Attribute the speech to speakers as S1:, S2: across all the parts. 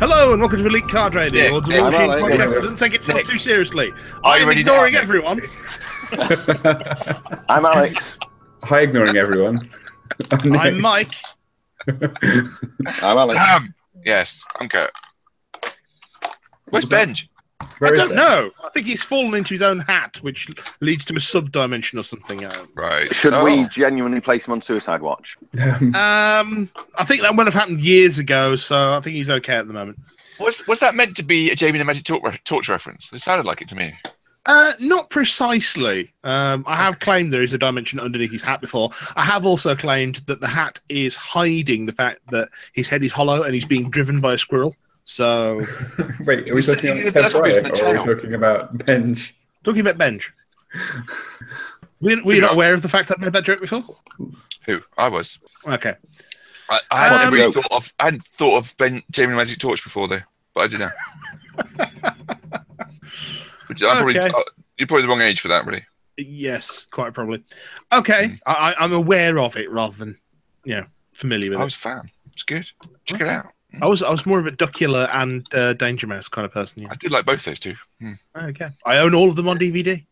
S1: Hello and welcome to Elite Card Trading,
S2: Yeah,
S1: the
S2: yeah,
S1: War Machine
S3: hello,
S1: podcast
S3: yeah.
S1: that doesn't take itself
S2: Nick.
S1: too seriously.
S2: I
S1: I am
S2: already
S1: ignoring
S2: know.
S1: everyone.
S3: I'm Alex.
S4: Hi, ignoring everyone.
S1: I'm Mike.
S3: I'm Alex.
S2: Damn. Yes, I'm Kurt. Where's
S4: was that?
S2: Benj?
S1: I
S4: Where is
S1: don't
S4: it?
S1: know. I think he's fallen into his own hat, which leads to a sub dimension or something. Um,
S2: Right.
S3: Should
S2: Oh.
S3: we genuinely place him on suicide watch?
S4: Um,
S1: um, I think that would have happened years ago, so I think he's okay at the moment.
S2: Was was Oh, that meant to be a Jamie the Magic Torch, re- Torch reference? It sounded like it to me.
S1: Uh, not precisely. Um, I have claimed there is a dimension underneath his hat before. I have also claimed that the hat is hiding the fact that his head is hollow and he's being driven by a squirrel. So,
S4: wait, are we talking about
S2: That's
S4: Ted
S2: what
S4: Brian
S2: we've been
S4: or are we
S2: told.
S4: talking about Benj?
S1: talking about Benj. Were were you not aware of the fact I've made that joke before?
S2: Who I was.
S1: Okay.
S2: I, I hadn't
S1: Um,
S2: really thought of. I hadn't thought of ben, Jamie the Magic Torch before though, but I do now. Which I'm probably,
S1: Okay.
S2: uh, you're probably the wrong age for that, really.
S1: Yes, quite probably. Okay, I, I- I'm aware of it rather than, you know, familiar with
S2: I
S1: it.
S2: was a fan. It's good. Check it out.
S1: I was I was more of a Duckula and uh, Danger Mouse kind of person.
S2: I
S1: Yeah.
S2: did like both those two. Hmm.
S1: Okay, I own all of them on DVD.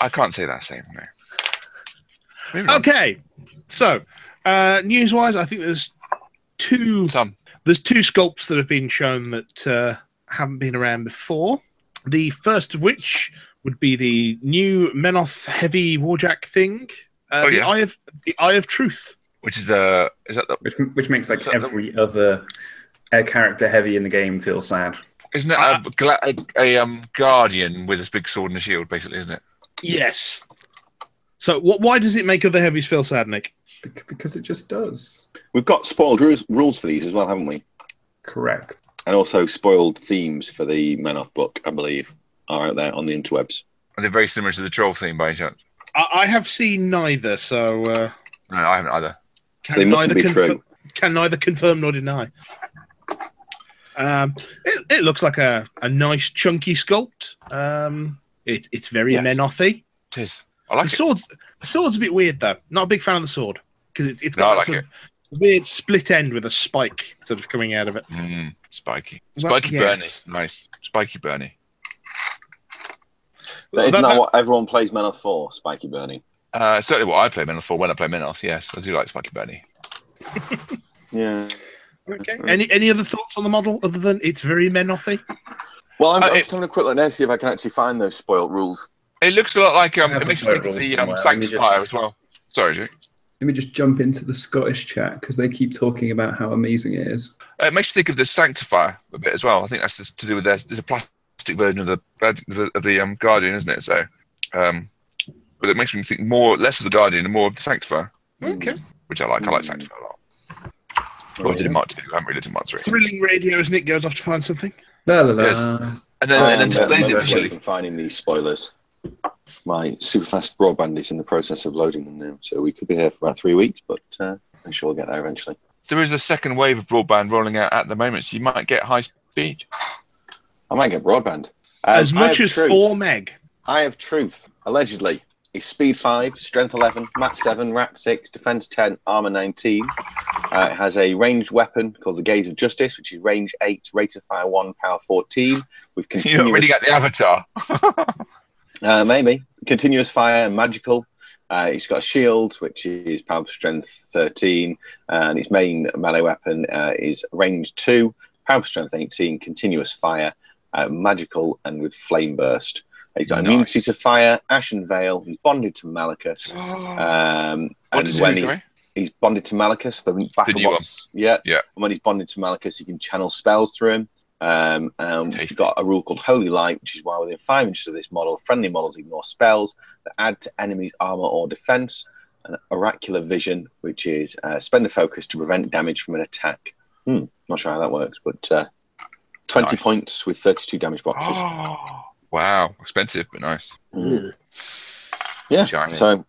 S2: I can't say that same. No. Moving on.
S1: Okay, so uh, news-wise, I think there's two
S2: Some.
S1: there's two sculpts that have been shown that uh, haven't been around before. The first of which would be the new Menoth heavy warjack thing, uh,
S2: Oh,
S1: the
S2: yeah.
S1: Eye of the Eye of Truth.
S2: Which is the is that the
S4: Which, which makes like
S2: So the-
S4: every other uh, character heavy in the game feel sad.
S2: isn't it
S1: I-
S2: a, gla- a, a um guardian with his big sword and a shield basically, isn't it?
S1: Yes. So, what? Why does it make other heavies feel sad, Nick?
S4: Bec- Because it just does.
S5: We've got spoiled ru- rules for these as well, haven't we?
S4: Correct.
S5: And also spoiled themes for the Menoth book, I believe, are out there on the interwebs.
S2: Are they very similar to the troll theme by any chance?
S1: I, I have seen neither, so uh,
S2: No, I haven't either.
S1: can
S5: So they mustn't
S1: neither
S5: be
S1: confir-
S5: true.
S1: can neither confirm nor deny. Um, it, it looks like a, a nice chunky sculpt. Um, it, it's very
S2: Yeah.
S1: menothy.
S2: It is. I like
S1: The
S2: it.
S1: sword's the sword's a bit weird though. Not a big fan of the sword because it's, it's
S2: No,
S1: got
S2: I
S1: that
S2: like
S1: sort of weird split end with a spike sort of coming out of it.
S2: Mm, spiky.
S1: Well,
S2: Spiky
S1: yes.
S2: Bernie. Nice. Spiky Bernie.
S1: That-
S5: Isn't that,
S1: that-
S5: what everyone plays Menoth for, Spiky Bernie?
S2: Uh, certainly what I play Menoth for when I play Menoth, yes. I do like Spiky Bernie.
S5: Yeah.
S1: okay. Any any other thoughts on the model other than it's very menothy?
S5: Well, I'm,
S2: Uh,
S5: I'm
S2: it-
S5: just having a quick look now to see if I can actually find those spoiled rules.
S2: It looks a lot like um
S4: I have
S2: it makes
S4: a
S2: me think of
S4: photo
S2: the um,
S4: somewhere. Let me
S2: Sanctifier
S4: just-
S2: as well. Sorry, Jake.
S4: Let me just jump into the Scottish chat because they keep talking about how amazing it is.
S2: Uh, it makes you think of the Sanctifier a bit as well. I think that's just to do with there's, there's a plastic version of the of the, of the um, Guardian, isn't it? So, um, but it makes me think more less of the Guardian and more of the Sanctifier,
S1: Okay.
S2: which I like. I
S5: Mm.
S2: like Sanctifier a lot. Well, I did in Mark two. I haven't really done Mark three.
S1: Thrilling radio as Nick goes off to find something.
S4: La, la, la.
S2: Yes. And then,
S5: Oh,
S2: and then
S5: I'm not
S2: today's
S4: yeah,
S5: much
S2: episode-
S5: away from finding these spoilers. My super fast broadband is in the process of loading them now, so we could be here for about three weeks, but uh, I'm sure we'll get there eventually.
S2: there is a second wave of broadband rolling out at the moment, so you might get high speed.
S5: I might get broadband. Um,
S1: As
S5: I
S1: much
S5: have
S1: as
S5: truth.
S1: four meg.
S5: I have truth. Allegedly, he's speed five, strength eleven, mat seven, rat six, defense ten, armor nineteen. Uh, it has a ranged weapon called the Gaze of Justice, which is range eight, rate of fire one, power fourteen, with
S2: You
S5: continuous.
S2: already got the avatar.
S5: uh, maybe continuous fire and magical. Uh, he's got a shield, which is power strength thirteen, and his main melee weapon uh, is range two, power strength eighteen, continuous fire, uh, magical, and with flame burst. He's got
S2: Nice.
S5: immunity to fire, ashen veil. He's bonded to Malachus. Um,
S2: what
S5: and
S2: did you
S5: when
S2: do,
S5: he-
S2: Joey?
S5: he's bonded to Malachus, the battle
S2: new
S5: boss. Yeah,
S2: Yeah.
S5: And when he's bonded to Malachus, he can channel spells through him. Um, and
S2: Tasty.
S5: we've got a rule called Holy Light, which is why within five inches of this model, friendly models ignore spells that add to enemies' armor or defense. An oracular vision, which is uh, spend a focus to prevent damage from an attack. Hmm, not sure how that works, but uh, 20
S2: Nice.
S5: points with 32 damage boxes.
S2: Oh, wow, expensive but nice.
S5: Mm. Yeah,
S2: Giant.
S5: so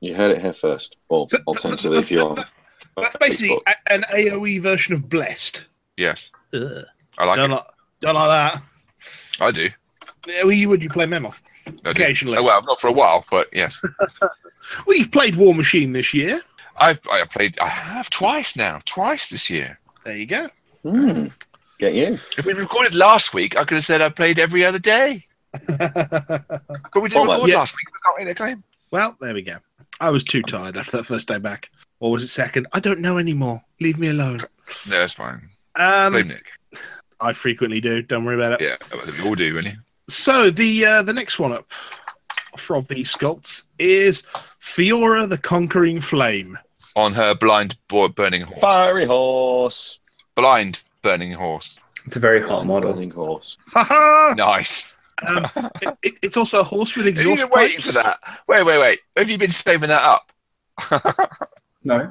S5: you heard it here first, or
S1: So-
S5: alternatively, if you're on
S1: That's basically
S5: Facebook.
S1: a- an AOE version of Blessed.
S2: Yes,
S1: Ugh.
S2: I like
S1: Don't like, don't like that.
S2: it. I do.
S1: Yeah, Well, you would you play Memoth
S2: I do.
S1: occasionally?
S2: Oh, well, not for a while, but yes,
S1: Well, you've played War Machine this year.
S2: I've I played. I have twice now, twice this year.
S1: There you go.
S5: Hmm. Get you.
S2: If we recorded last week, I could have said I played every other day. But we didn't
S5: Well,
S2: record
S1: yeah.
S2: last week. That's not in a claim.
S1: well, there we go. I was too tired after that first day back. Or was it second? I don't know anymore. Leave me alone.
S2: No, it's fine. Blame
S1: Um,
S2: Nick.
S1: I frequently do. Don't worry about it.
S2: Yeah, I think we all do, really.
S1: So the uh, the next one up from these sculpts is Fiora the Conquering Flame.
S2: On her blind bo- burning horse.
S5: Fiery horse.
S2: Blind burning horse.
S4: It's a very hot model.
S5: Running horse.
S1: Ha ha!
S2: Nice.
S1: Um, it, it- it's also a horse with
S2: Have you
S1: exhaust
S2: been waiting
S1: pipes.
S2: for that? Wait, wait, wait. Have you been saving that up?
S4: No,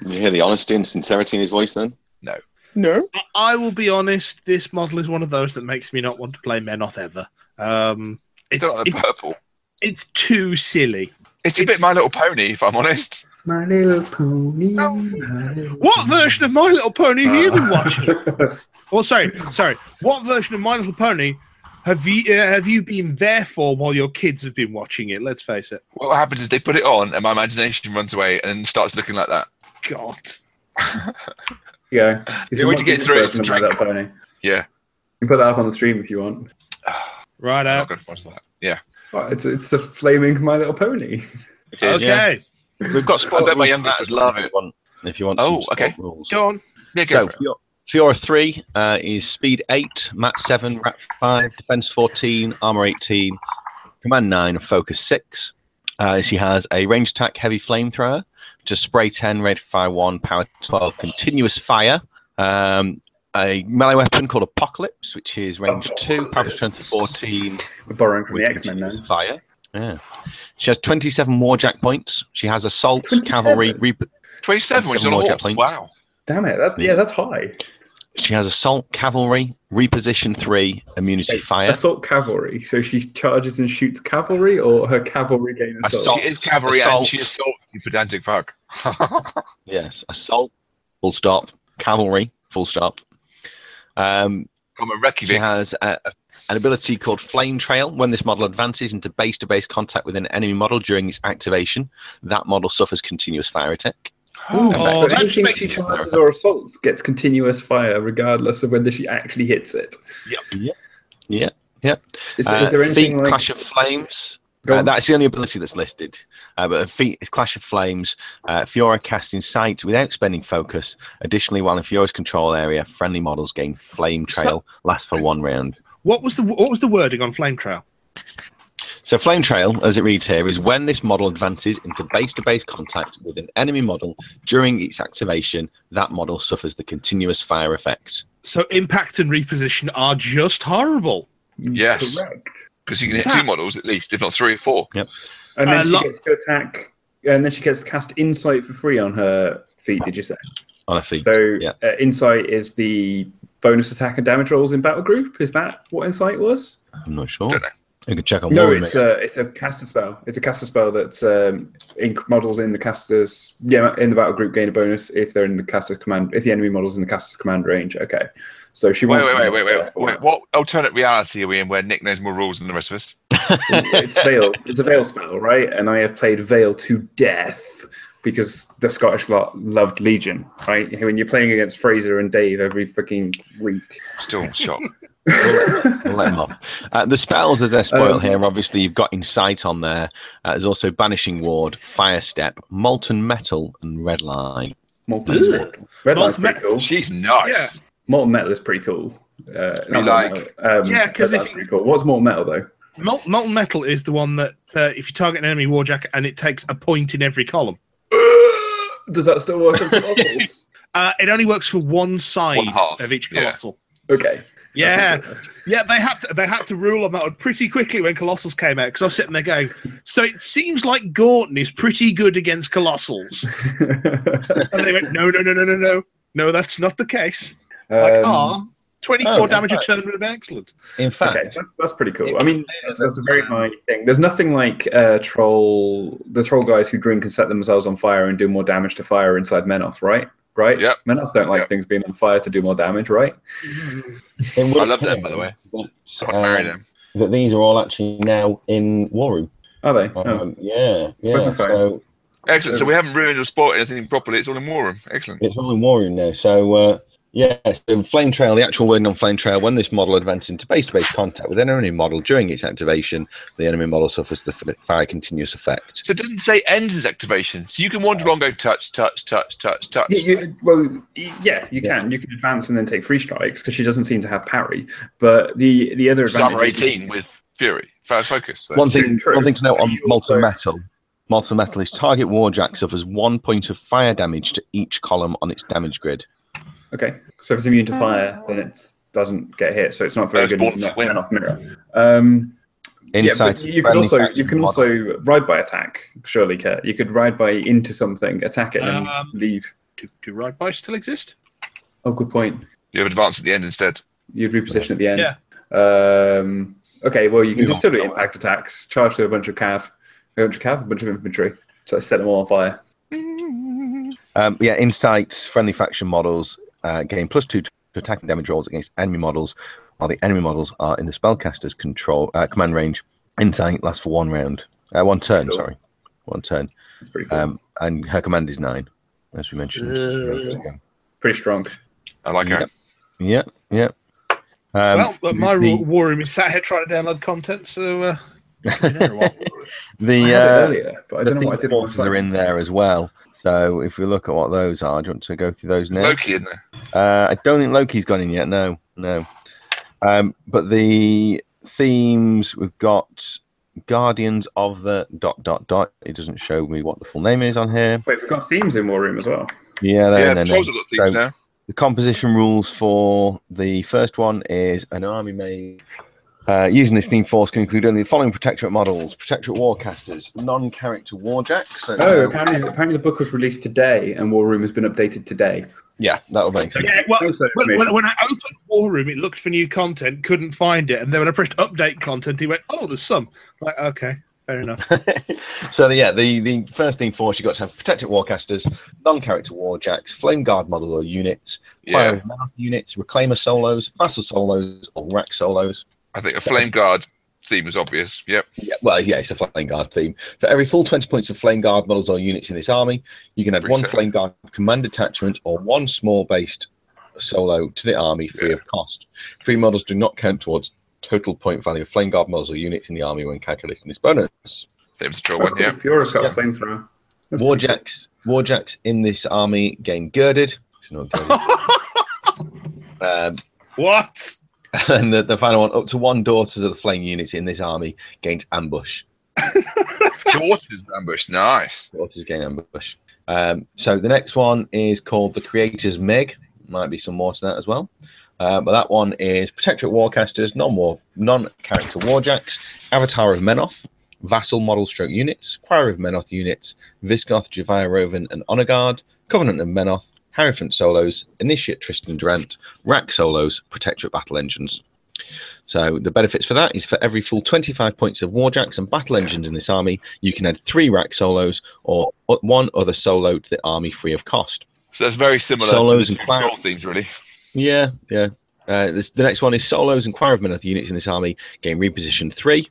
S5: Did you hear the honesty and sincerity in his voice then?
S2: No.
S5: No.
S1: I- I will be honest. This model is one of those that makes me not want to play Menoth ever. Um, it's,
S2: It's not the
S1: it's
S2: purple.
S1: it's too silly.
S2: It's a
S1: it's-
S2: bit My Little Pony, if I'm honest.
S4: My Little Pony.
S2: Oh.
S4: My Little
S1: What version of My Little Pony have you
S2: Uh.
S1: been watching?
S4: Pony.
S1: Oh, sorry, sorry. What version of My Little Pony have you uh, have you been there for while your kids have been watching it? Let's face it.
S2: What happens is they put it on, and my imagination runs away and starts looking like that.
S1: God.
S4: yeah.
S2: The way to get through it is to
S4: My
S2: drink.
S4: Little Pony.
S2: Yeah.
S4: You can put that up on the stream if you want.
S1: Right
S2: I'm not
S1: out.
S2: going to watch that. Yeah.
S4: Well, It's it's a flaming My Little Pony.
S1: Okay.
S5: We've got
S2: I bet my young lads love it.
S5: If you want
S2: Oh,
S5: some
S2: okay.
S5: sport rules.
S1: Go on.
S2: Yeah,
S5: So
S2: go for it.
S5: Fiora, Fiora three uh, is speed eight, mat seven, rap five, defense fourteen, armor eighteen, command nine, and focus six. Uh, she has a range attack, heavy flamethrower, just spray ten, red fire one, power twelve, continuous fire. Um, a melee weapon called Apocalypse, which is range two, power strength fourteen,
S4: We're borrowing from
S5: with
S4: the X Men now.
S5: continuous fire. Yeah. She has 27 warjack points. She has assault, cavalry,
S4: 27?
S5: reap-
S2: 27 when he's on a
S5: Seven more
S2: horse.
S5: jet planes.
S2: Wow.
S4: Damn it! That, yeah, that's high.
S5: She has assault cavalry, reposition three, immunity
S4: Wait,
S5: fire.
S4: Assault cavalry. So she charges and shoots cavalry, or her cavalry gain assault.
S5: Assault.
S2: She is cavalry and
S5: Assault.
S2: she assaults, you pedantic fuck.
S5: Yes, assault, full stop. Cavalry, full stop. Um,
S2: I'm a
S5: she
S2: Reykjavik.
S5: has uh, a, a- an ability called Flame Trail. When this model advances into base to base contact with an enemy model during its activation, that model suffers continuous fire attack.
S4: Ooh,
S1: Oh,
S4: so
S1: that
S4: anything
S1: makes-
S4: she charges or assaults gets continuous fire, regardless of whether she actually hits it.
S2: Yep.
S5: Yeah. Yeah. Yeah.
S4: Is,
S5: Uh,
S4: is there anything
S5: feat,
S4: like
S5: Clash of Flames.
S4: Go
S5: Uh,
S4: on.
S5: that's the only ability that's listed. Uh, but feat is Clash of Flames. Uh, Fiora casting sight without spending focus. Additionally, while in Fiora's control area, friendly models gain flame
S1: So-
S5: trail. lasts for one round.
S1: What was the what was the wording on Flame Trail?
S5: So flame trail, as it reads here, is when this model advances into base-to-base contact with an enemy model during its activation. That model suffers the continuous fire effect.
S1: So impact and reposition are just horrible.
S2: Yes.
S4: Correct.
S2: Because you can hit
S1: That-
S2: two models at least, if not three or four.
S4: And then
S1: Uh,
S4: she
S1: lo-
S4: gets to attack, and then she gets to cast insight for free on her feet. Did you say?
S5: On a feat.
S4: So
S5: Yeah.
S4: uh, insight is the bonus attack and damage rolls in battle group. Is that what insight was?
S5: I'm not sure.
S2: Don't know.
S5: I could check on.
S4: No,
S5: War
S4: it's a it's a caster spell. It's a caster spell that's um, in, models in the caster's yeah in the battle group gain a bonus if they're in the caster's command if the enemy models in the caster's command range. Okay, so she
S2: Wait,
S4: wants.
S2: wait,
S4: to
S2: wait, wait, wait, wait. What alternate reality are we in where Nick knows more rules than the rest of us?
S4: it's veil. It's a veil spell, right? And I have played veil to death because the Scottish lot loved Legion, right? When you're playing against Fraser and Dave every freaking week.
S2: Still shocked.
S5: We'll let him off. Uh, the spells, as they're spoiled
S4: Um,
S5: here, obviously you've got Insight on there. Uh, there's also Banishing Ward, Fire Step, Molten Metal, and Red Line.
S4: Molten
S1: Ugh.
S4: Metal. Red Line's
S1: Molten
S4: pretty cool.
S2: She's nice.
S4: Molten Metal is pretty cool. Uh, not
S2: like-
S4: Molten Metal, um,
S1: Yeah, 'cause if
S4: Red Line's
S1: you-
S4: pretty cool. What's Molten Metal though?
S1: Mol- molten metal is the one that uh, if you target an enemy warjack and it takes a point in every column.
S4: Does that still work on colossals?
S1: Uh, it only works for one side
S2: One half,
S1: of each
S2: yeah.
S1: colossal.
S4: okay.
S1: Yeah, yeah, they had to they had to rule them out pretty quickly when colossals came out because I was sitting there going, so it seems like Gorton is pretty good against colossals, and they went, no, no, no, no, no, no, no, that's not the case. Like,
S4: Um,
S1: ah, 24
S5: Um, oh,
S1: damage
S5: right.
S1: a turn would have been excellent.
S5: In fact,
S4: Okay, that's, that's pretty cool. I mean, that's, that's a very high thing. There's nothing like uh, troll the troll guys who drink and set themselves on fire and do more damage to fire inside Menoth, right? Right?
S2: Yep.
S4: Menoth don't like
S2: Yep.
S4: things being on fire to do more damage, right?
S5: it would
S2: I love them,
S5: appear
S2: by the way. I
S5: that,
S2: want to marry
S5: um,
S2: them.
S5: that these are all actually now in Waru.
S4: Are they? Oh.
S2: uh,
S5: Um, Yeah, yeah.
S4: Where's my phone?
S5: So
S2: Excellent. So we haven't ruined or spoiled anything properly. It's all in War Room. Excellent.
S5: It's all in Warrior now. So, uh, yeah, so Flame Trail, the actual wording on Flame Trail, when this model advances into base to base contact with an enemy model during its activation, the enemy model suffers the f- fire continuous effect.
S2: So it doesn't say ends his activation. So you can wander on, go touch, touch, touch, touch, touch.
S4: Yeah, you, well, y- yeah, you can. You can advance and then take three strikes because she doesn't seem to have parry. But the the other
S2: She's armor
S4: advantage.
S2: 18 with Fury. Fire focus. So.
S5: One thing,
S4: true.
S5: one thing to note on
S4: You also-
S5: Molten Metal. Molten Metal is target warjack suffers one point of fire damage to each column on its damage grid.
S4: Okay, so if it's immune to fire, then it doesn't get hit. So it's not very
S2: Uh,
S4: good.
S2: born to
S4: Not,
S2: win.
S4: enough mirror. Um, yeah,
S5: Insight.
S4: but you can also you can also ride by attack. Surely, Kurt. You could ride by into something, attack it, and
S1: Um,
S4: leave.
S1: Do, do ride bikes still exist?
S4: Oh, good point.
S2: You have advance at the end instead.
S4: You'd reposition at the end. Yeah. Um, okay, well, you can
S5: Move
S4: just
S5: on.
S4: sort of impact attacks, charge through a bunch of cav, a bunch of cav, a bunch of infantry. So set them all on fire.
S5: Um, yeah, insights, friendly faction models uh, gain plus two to attack and damage rolls against enemy models, while the enemy models are in the spellcaster's control uh, command range. Insight lasts for one round, uh, one turn,
S4: Cool.
S5: sorry, one turn,
S4: It's pretty cool.
S5: um, and her command is nine, as we mentioned. Um,
S1: Uh.
S4: pretty strong.
S2: I like
S5: Yep.
S2: it.
S5: Yeah, yeah. Um,
S1: well, but my
S5: the,
S1: war, war room is sat here trying to download content, so uh, be there a while.
S5: the,
S4: I had it
S5: uh,
S4: earlier, but I
S5: the
S4: don't know what I
S5: pink
S4: did. on
S5: forces
S4: my
S5: are
S4: phone.
S5: in there as well. So if we look at what those are, do you want to go through those now?
S2: Loki in there.
S5: Uh, I don't think Loki's gone in yet. No, no. Um, but the themes we've got Guardians of the dot dot dot. It doesn't show me what the full name is on here.
S4: Wait, we've got themes in War Room as well.
S5: Yeah, no,
S2: yeah,
S5: no, no.
S2: Patrol's have got things
S5: So-
S2: now.
S5: The composition rules for the first one is an army made. Uh, using this theme force can include only the following protectorate models: protectorate warcasters, non-character warjacks. So
S4: Oh, apparently, apparently the book was released today, and War Room has been updated today.
S5: yeah, that'll make sense.
S1: yeah, well,
S4: Thanks for
S1: Uh,
S4: that
S1: when, when,
S4: information.
S1: when I opened War Room, it looked for new content, couldn't find it, and then when I pressed update content, he went, "Oh, there's some." Like, okay, fair enough.
S5: so the, yeah, the, the first thing force you got to have protected warcasters, non-character warjacks, flame guard model or units,
S2: Yeah.
S5: fire of mouth units, reclaimer solos, vassal solos, or rack solos.
S2: I think a flame guard theme is obvious. Yep.
S5: Yeah, well, yeah, it's a flame guard theme. For every full twenty points of flame guard models or units in this army, you can add one
S2: Reset.
S5: flame guard command detachment or one small based solo to the army free of cost. Free models do not count towards total point value of flame guard models or units in the army when calculating this bonus.
S2: Same as the troll
S4: Oh,
S2: one.
S4: cool.
S2: Yeah.
S4: Fiora's got
S5: Yeah.
S4: a flamethrower. That's pretty cool.
S5: Warjacks, warjacks in this army gain girded. It's not girded. Um,
S1: what?
S5: and the, the final one, up to one daughters of the flame units in this army gains ambush.
S2: Daughters ambush. Nice.
S5: Daughters gain ambush. Um, so the next one is called the Creator's Meg. Might be some more to that as well. Uh, but that one is Protectorate Warcasters, non-war, non-character Warjacks, Avatar of Menoth, Vassal Model Stroke Units, Choir of Menoth Units, Visgoth, Javaya Rovan, and Honor Guard, Covenant of Menoth, Harifant Solos, Initiate Tristan Durant, Rack Solos, Protectorate Battle Engines. So the benefits for that is for every full 25 points of Warjacks and Battle Engines in this army, you can add three Rack Solos or o- one other solo to the army free of cost.
S2: So that's very similar
S5: Solos
S2: to the
S5: and clan.
S2: troll themes, really.
S5: Yeah, yeah. Uh, this, the next one is solos and choir of Minoth units in this army gain reposition three.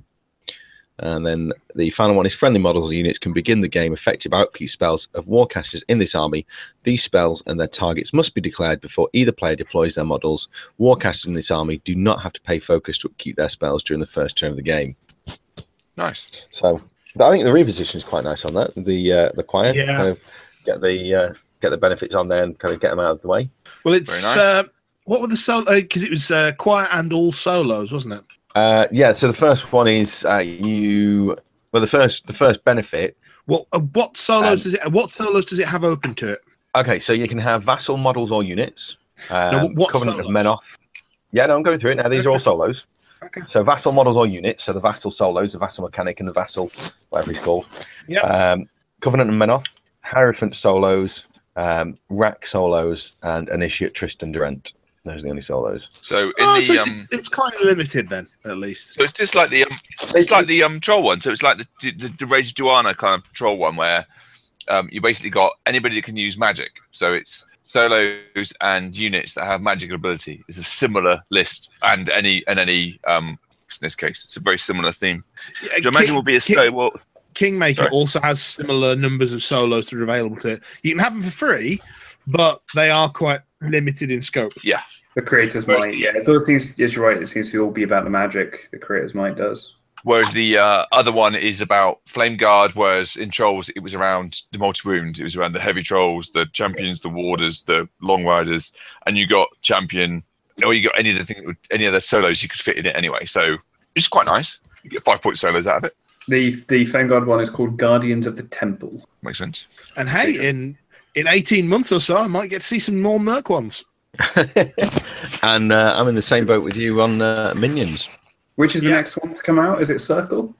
S5: And then the final one is friendly models units can begin the game effective outkeep spells of warcasters in this army. These spells and their targets must be declared before either player deploys their models. Warcasters in this army do not have to pay focus to upkeep their spells during the first turn of the game.
S2: Nice.
S5: So but I think the reposition is quite nice on that. The uh, the choir
S1: Yeah.
S5: kind of get the uh, get the benefits on there and kind of get them out of the way.
S1: Well, it's
S2: nice.
S1: uh, what were the solo? Because it was uh, choir and all solos, wasn't it?
S5: Uh, yeah. So the first one is uh, you. Well, the first the first benefit.
S1: Well, uh, what solos
S5: Um,
S1: does it? What solos does it have open to it?
S5: Okay, so you can have vassal models or units. Um,
S1: No, what
S5: Covenant of
S1: solos?
S5: Menoth. Yeah, no, I'm going through it now. These are all solos.
S1: Okay.
S5: So vassal models or units. So the vassal solos, the vassal mechanic, and the vassal whatever he's called.
S1: Yep.
S5: Um, Covenant of Menoth, Hierophant solos, um, Rack solos, and Initiate Tristan Durant. Those are the only solos.
S2: So in
S1: Oh,
S2: the
S1: so it-
S2: um,
S1: it's kind of limited then, at least.
S2: so it's just like the um, it's like the um troll one. So it's like the the, the Rage of Duana kind of troll one where um you basically got anybody that can use magic. So it's solos and units that have magical ability. It's a similar list and any and any um in this case it's a very similar theme.
S1: Yeah,
S2: Do you imagine
S1: Ki-
S2: we'll be a
S1: Ki-
S2: solo? Well,
S1: Kingmaker
S2: Sorry.
S1: also has similar numbers of solos that are available to it. You can have them for free, but they are quite limited in scope.
S4: The creator's
S2: Mostly,
S4: might, yeah. It all seems, yes, you're right. It seems to all be about the magic. The creator's might does.
S2: Whereas the uh, other one is about Flame Guard, whereas in Trolls it was around the multi wound, it was around the heavy trolls, the champions, the warders, the long riders, and you got champion or you got any of the thing, any of the solos you could fit in it anyway. So it's quite nice. You get five point solos out of it.
S4: The the Flame Guard one is called Guardians of the Temple.
S2: Makes sense.
S1: And hey, in in eighteen months or so, I might get to see some more Merc ones.
S5: and uh, I'm in the same boat with you on uh, Minions.
S4: Which is the
S1: Yeah.
S4: next one to come out? Is it Circle?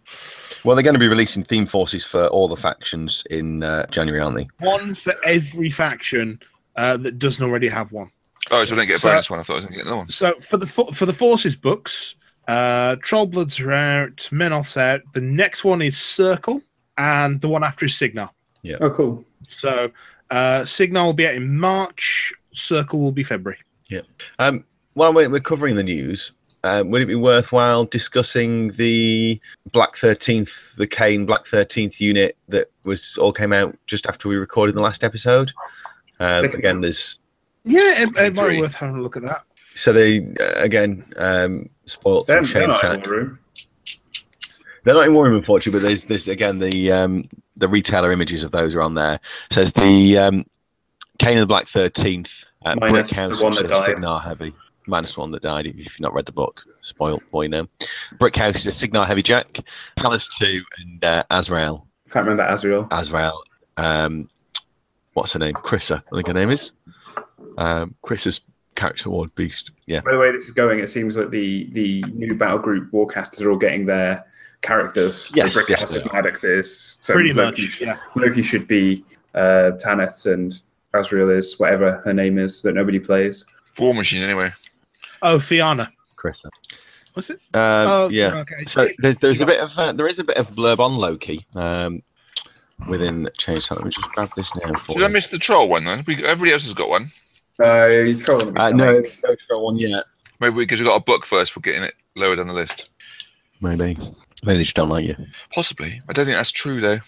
S5: Well, they're going to be releasing theme forces for all the factions in uh, January, aren't they?
S1: One for every faction uh, that doesn't already have one.
S2: Oh, so I didn't get a
S1: So-
S2: bonus one. I thought I was going to get another one.
S1: So for the fo- for the forces books, uh, Trollbloods are out, Menoth's out. The next one is Circle, and the one after is Signal.
S4: Oh, cool.
S1: So uh, Signal will be out in March. Circle will be February.
S5: Um, while we're, we're covering the news, uh, would it be worthwhile discussing the Black 13th, the Kane Black 13th unit that was all came out just after we recorded the last episode? Um,
S4: Stick 'em.
S5: again, there's
S1: Yeah, it, it might be
S2: Agree.
S1: worth having a look at that.
S5: so they uh, again um, spoiled
S4: They're,
S5: from
S4: they're
S5: Shane
S4: not in
S5: Sack.
S4: the room.
S5: They're not in Warren, unfortunately, but there's there's again the um, the retailer images of those are on there. So it's the um, Kane of the Black Thirteenth uh,
S4: Minus
S5: Brick
S4: the
S5: House,
S4: one that
S5: which is a
S4: died.
S5: Signar heavy. Minus one that died. If you've not read the book, spoiled boy now. Brick House is a Signar heavy jack. Palace two and uh, Azrael.
S4: Can't remember Azrael.
S5: Azrael. Um, what's her name? Chrissa, I think her name is. Um, Chrissa's character ward beast. Yeah.
S4: By the way, this is going. It seems that the the new battle group warcasters are all getting their characters. So
S5: Yes,
S4: Brickhouse
S5: yes, they
S4: is
S5: are.
S4: Maddox is. So
S1: Pretty
S4: Loki
S1: much.
S4: sh-
S1: Yeah.
S4: Loki should be uh, Tanith and Azrael is whatever her name is that nobody plays.
S2: War Machine anyway.
S1: Oh, Fiana.
S5: Chrissa.
S1: Was it?
S5: Um,
S1: oh,
S5: yeah.
S1: Okay.
S5: So there, there's
S1: you
S5: a bit of uh, there is a bit of blurb on Loki um, within Chainsaw. Let me just grab this now for
S2: Did I
S5: you.
S2: miss the troll one then? We, everybody else has got one.
S4: Uh, you're trolling me,
S5: Uh,
S4: Callum.
S5: no, no troll one yet.
S2: Maybe because we got a book first, we're getting it lower down the list.
S5: Maybe maybe they just don't like you.
S2: Possibly. I don't think that's true though.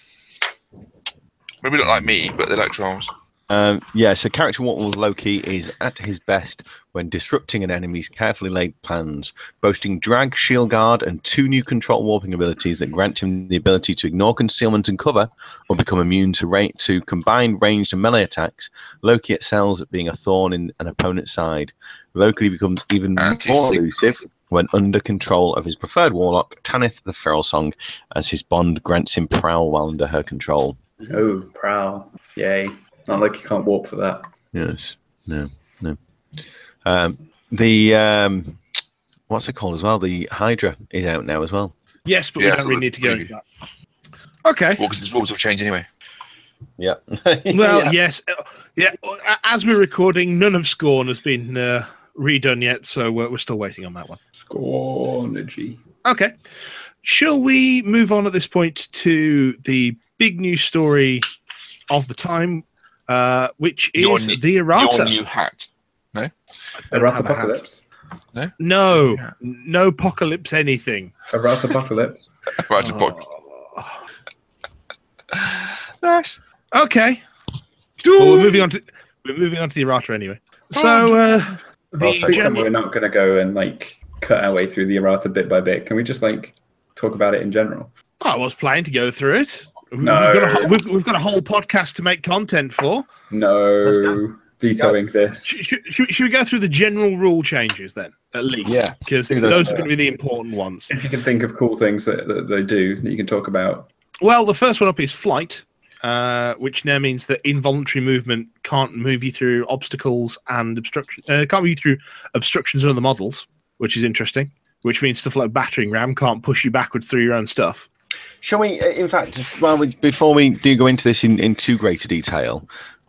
S2: Maybe not like me, but they like trolls.
S5: Um, yeah. So character walk with Loki is at his best when disrupting an enemy's carefully laid plans, boasting drag, shield guard, and two new control warping abilities that grant him the ability to ignore concealment and cover, or become immune to ra- to combined ranged and melee attacks. Loki excels at being a thorn in an opponent's side. Loki becomes even
S2: Anti-sig-
S5: more elusive when under control of his preferred warlock, Tanith the Feral Song, as his bond grants him prowl while under her control.
S4: Oh, prowl. Yay. Not like you can't walk for that.
S5: Yes. No. No. Um, the um, what's it called as well? The Hydra is out now as well.
S1: Yes, but
S2: Yeah,
S1: we don't
S2: so
S1: really
S2: the
S1: need to go
S2: preview.
S1: into that. Okay.
S2: Well, because the rules will change anyway.
S5: Yeah.
S1: Well, yes, uh, yeah. uh, As we're recording, none of Scorn has been uh, redone yet, so uh, we're, we're still waiting on that one.
S4: Scornergy.
S1: Okay, shall we move on at this point to the big news story of the time, uh, which
S2: Your
S1: is
S2: new-
S1: the errata?
S2: Your new hat.
S4: Erat
S1: have a hat.
S4: apocalypse.
S1: no,
S2: Yeah.
S1: no apocalypse anything.
S4: Erat apocalypse.
S2: Right, oh.
S1: Oh.
S2: Nice.
S1: Okay, well, we're moving on to we're moving on to the errata anyway. So uh,
S4: Well,
S1: the
S4: thank God
S1: German
S4: we're not going to go and like cut our way through the errata bit by bit. Can we just like talk about it in general?
S1: Oh, I was planning to go through it. We-
S4: No.
S1: We've, got a, whole- we've, we've got a whole podcast to make content for.
S5: Let's
S4: No, vetoing this.
S1: Should, should, should we go through the general rule changes then, at least?
S5: Yeah.
S1: Because
S5: Do those
S1: those are
S5: first.
S1: going to be the important ones.
S4: If you can think of cool things that, that they do that you can talk about.
S1: Well, the first one up is flight, uh, which now means that involuntary movement can't move you through obstacles and obstruction. Uh, can't move you through obstructions and other models, which is interesting. Which means stuff like battering ram can't push you backwards through your own stuff.
S5: Shall we? uh, In fact, just while we, before we do go into this in, in too great a detail,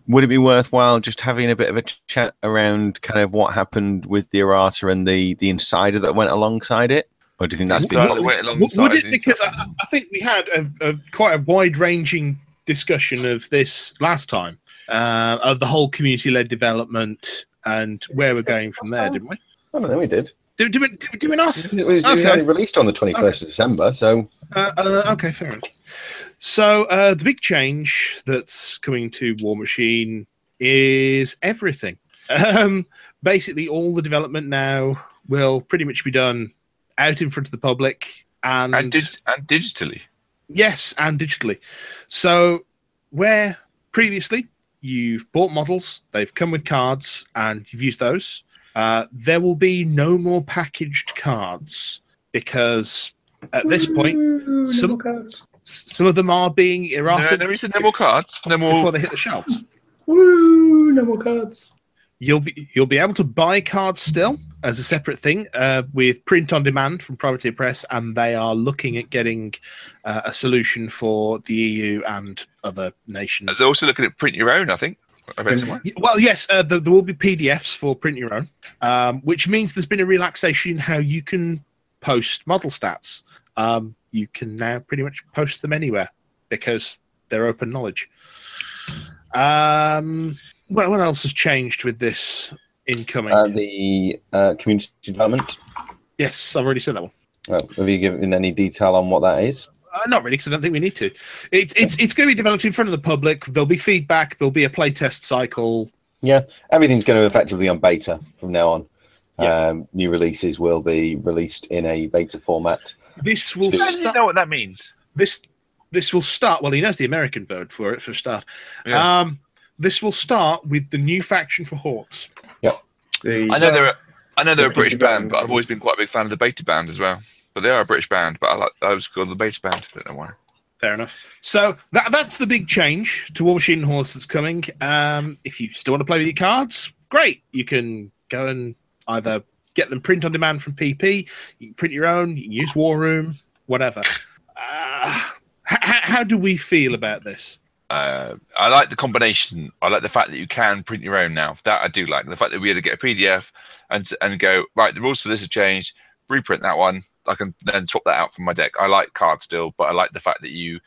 S5: would it be worthwhile just having a bit of a ch- chat around kind of what happened with the errata and the the insider that went alongside it? Or do you think that's been
S2: Well,
S5: published?
S2: wait
S1: W-
S2: alongside
S1: Would
S2: the-
S1: it? Because I, I think we had a, a quite a wide-ranging discussion of this last time uh, of the whole community-led development and where we're going from there, didn't we?
S5: I don't know. We did.
S1: Do, do, we, do, we- do we not?
S5: It was, it was
S1: Okay.
S5: only released on the twenty first of December, so
S1: Uh, uh, okay, fair enough. So uh, the big change that's coming to War Machine is everything. Um, basically, all the development now will pretty much be done out in front of the public, and,
S2: and, dig- and digitally.
S1: yes, and digitally. So where previously you've bought models, they've come with cards, and you've used those. Uh, there will be no more packaged cards because at this point
S4: Woo,
S1: some-
S4: no more cards.
S1: S- some of them are being
S2: No,
S1: erratic
S2: there isn't no more cards. No
S1: before
S2: more.
S1: they hit the shelves.
S4: Woo, no more cards.
S1: You'll be you'll be able to buy cards still as a separate thing uh, with print on demand from Privateer Press, and they are looking at getting uh, a solution for the EU and other nations.
S2: Uh, They're also looking at print your own. I think. I read somewhere.
S1: Y- Well, yes, uh, there, there will be PDFs for print your own, um, which means there's been a relaxation in how you can post model stats. Um, you can now pretty much post them anywhere because they're open knowledge. Um, well, what else has changed with this incoming?
S5: Um,
S6: Uh, the uh, community development.
S1: yes, I've already said that one.
S6: Well, have you given any detail on what that is?
S1: Uh, not really, because I don't think we need to. It's it's it's going to be developed in front of the public. There'll be feedback. There'll be a playtest cycle.
S6: Everything's going to effectively be on beta from now on.
S1: Yeah.
S6: Um, new releases will be released in a beta format.
S1: This will.
S2: How does he
S1: sta-
S2: know what that means?
S1: this this will start. Well, he knows the American word for it for a start.
S2: Yeah.
S1: Um, this will start with the new faction for Hordes.
S4: The,
S2: I
S1: So-
S2: know they're. a- I know they're a
S4: Yeah,
S2: British
S4: you got
S2: band, but I've
S4: them.
S2: always been quite a big fan of the Beta Band as well. But they are a British band, but I like I was called the Beta Band. I don't know why.
S1: Fair enough. So that that's the big change to War Machine and Hordes that's coming. Um, if you still want to play with your cards, great. You can go and either get them print on demand from PP, you can print your own, you can use War Room, whatever. Uh, h- h- how do we feel about this?
S2: uh, I like the combination. I like the fact that you can print your own now. That I do like. The fact that we had to get a PDF and and go right. The rules for this have changed. Reprint that one. I can then swap that out from my deck. I like cards still, but I like the fact that you,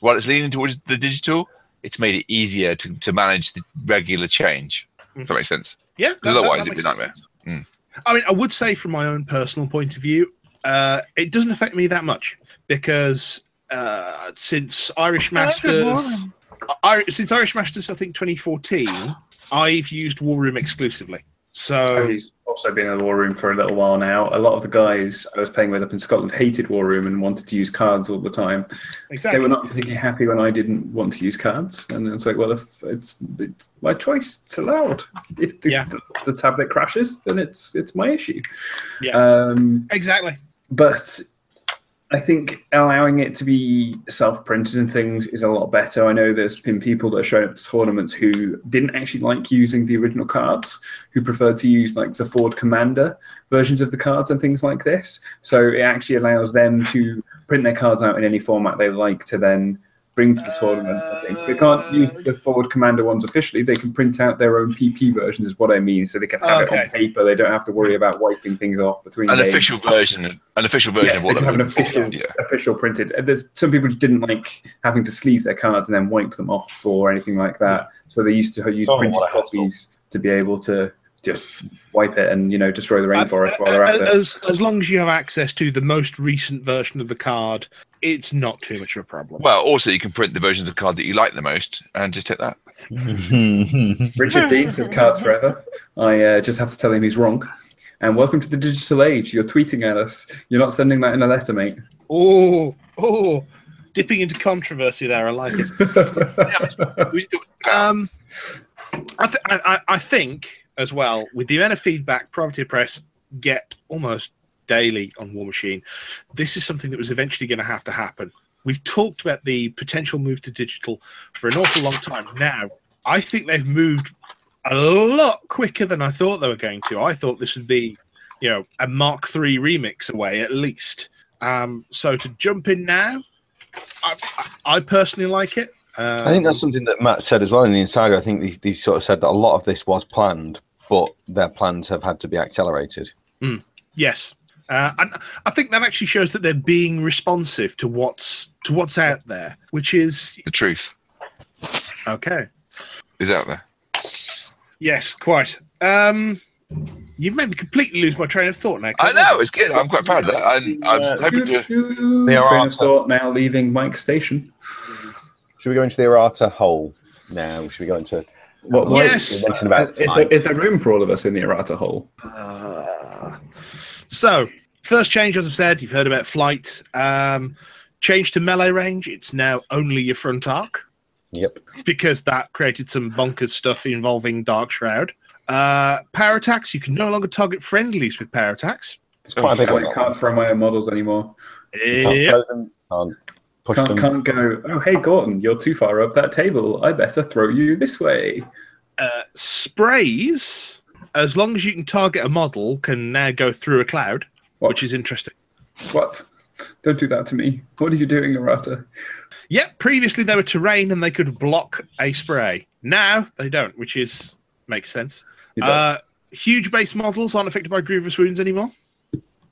S2: while it's leaning towards the digital, it's made it easier to, to manage the regular change. If that makes sense.
S1: Yeah,
S2: otherwise it'd
S1: makes
S2: be nightmare. Hmm.
S1: sense. I mean, I would say from my own personal point of view, uh, it doesn't affect me that much because uh, since Irish Masters, I, since Irish Masters, I think 2014, I've used War Room exclusively. So
S4: I've also been in the War Room for a little while now. A lot of the guys I was playing with up in Scotland hated War Room and wanted to use cards all the time. They were
S1: exactly,
S4: not particularly happy when I didn't want to use cards, and it's like, well, if it's, it's my choice, it's allowed. If the,
S1: Yeah.
S4: the, tablet crashes, then it's it's my issue.
S1: Yeah.
S4: Um,
S1: exactly.
S4: but I think allowing it to be self-printed and things is a lot better. I know there's been people that have shown up to tournaments who didn't actually like using the original cards, who preferred to use like the Ford Commander versions of the cards and things like this. So it actually allows them to print their cards out in any format they like to then bring to the tournament. I think so they
S2: Uh,
S4: can't use the Ford Commander ones officially. They can print out their own PP versions, is what I mean. So they can have it
S1: Okay.
S4: on paper. They don't have to worry about wiping things off between
S2: An
S4: games
S2: official version. An official version
S4: Mm-hmm. yes,
S2: of
S4: they
S2: what
S4: can have an
S2: they're looking for.
S4: official,
S2: Yeah.
S4: official printed. And There's some people just didn't like having to sleeve their cards and then wipe them off or anything like that. So they used to use
S6: Oh,
S4: printed
S6: what a hassle.
S4: copies to be able to just wipe it and you know destroy the rainforest while they're out there.
S1: uh, As as long as you have access to the most recent version of the card, it's not too much of a problem.
S2: Well, also you can print the versions of card that you like the most and just take that.
S4: Richard Dean says cards forever. I uh, just have to tell him he's wrong. And welcome to the digital age. You're tweeting at us. You're not sending that in a letter, mate.
S1: Oh, oh, dipping into controversy there. I like it.
S2: We do-
S1: Um, I, th- I, I- I think as well with the amount of feedback Privateer Press get almost daily on War Machine, this is something that was eventually going to have to happen. We've talked about the potential move to digital for an awful long time now. I think they've moved a lot quicker than I thought they were going to. I thought this would be, you know, a Mark III remix away at least. Um, so to jump in now, I, I, I personally like it. Um,
S6: I think that's something that Matt said as well in the Insider. I think they, they sort of said that a lot of this was planned, but their plans have had to be accelerated.
S1: Yes, uh, and I think that actually shows that they're being responsive to what's to what's out there, which is
S2: the truth
S1: okay.
S2: is out there.
S1: Yes, quite. Um, You've made me completely lose my train of thought now.
S2: I
S1: Kevin.
S2: know it's good. I'm quite proud of that. I'm, I was
S4: Uh,
S2: hoping to.
S4: choo-choo.
S6: They are
S4: Train
S6: awesome.
S4: of thought now leaving Mike Station.
S6: Should we go into the errata hole now? Should we go into
S4: What, what-
S1: Yes.
S6: we mentioned about
S4: Is there, is there room for all of us in the errata hole?
S1: Uh, so, first change, as I've said, you've heard about flight. Um, change to melee range. It's now only your front arc
S6: Yep.
S1: because that created some bonkers stuff involving Dark Shroud. Uh, power attacks. You can no longer target friendlies with power attacks.
S6: It's quite a big one.
S4: I can't throw my own models anymore.
S6: Can't
S1: Yep.
S6: throw them, can't push
S4: Can't,
S6: them.
S4: can't go, oh, hey, Gordon, you're too far up that table. I better throw you this way.
S1: Uh, sprays. As long as you can target a model, can now go through a cloud,
S4: What?
S1: which is interesting.
S4: What? Don't do that to me. What are you doing, Errata?
S1: Yep, previously they were terrain and they could block a spray. Now they don't, which is makes sense.
S4: It does.
S1: Uh, huge base models aren't affected by grievous wounds anymore.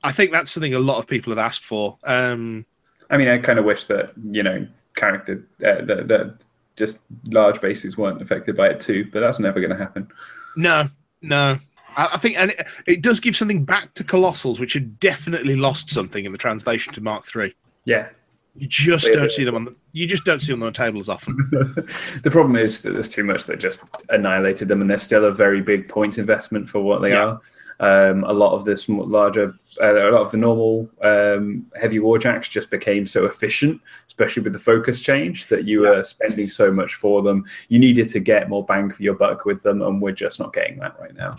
S1: I think that's something a lot of people had asked for. Um,
S4: I mean, I kind of wish that you know, character uh, that that just large bases weren't affected by it too, but that's never going to happen.
S1: no, no. I, I think, and it, it does give something back to Colossals, which had definitely lost something in the translation to Mark III.
S4: Yeah.
S1: You just
S4: Yeah.
S1: don't see them on the. You just don't see them on the table as often.
S4: the problem is that there's too much that just annihilated them, and they're still a very big points investment for what they
S1: Yeah.
S4: are. Um, a lot of this larger, uh, a lot of the normal um, heavy warjacks just became so efficient, especially with the focus change, that you were spending so much for them. You needed to get more bang for your buck with them, and we're just not getting that right now.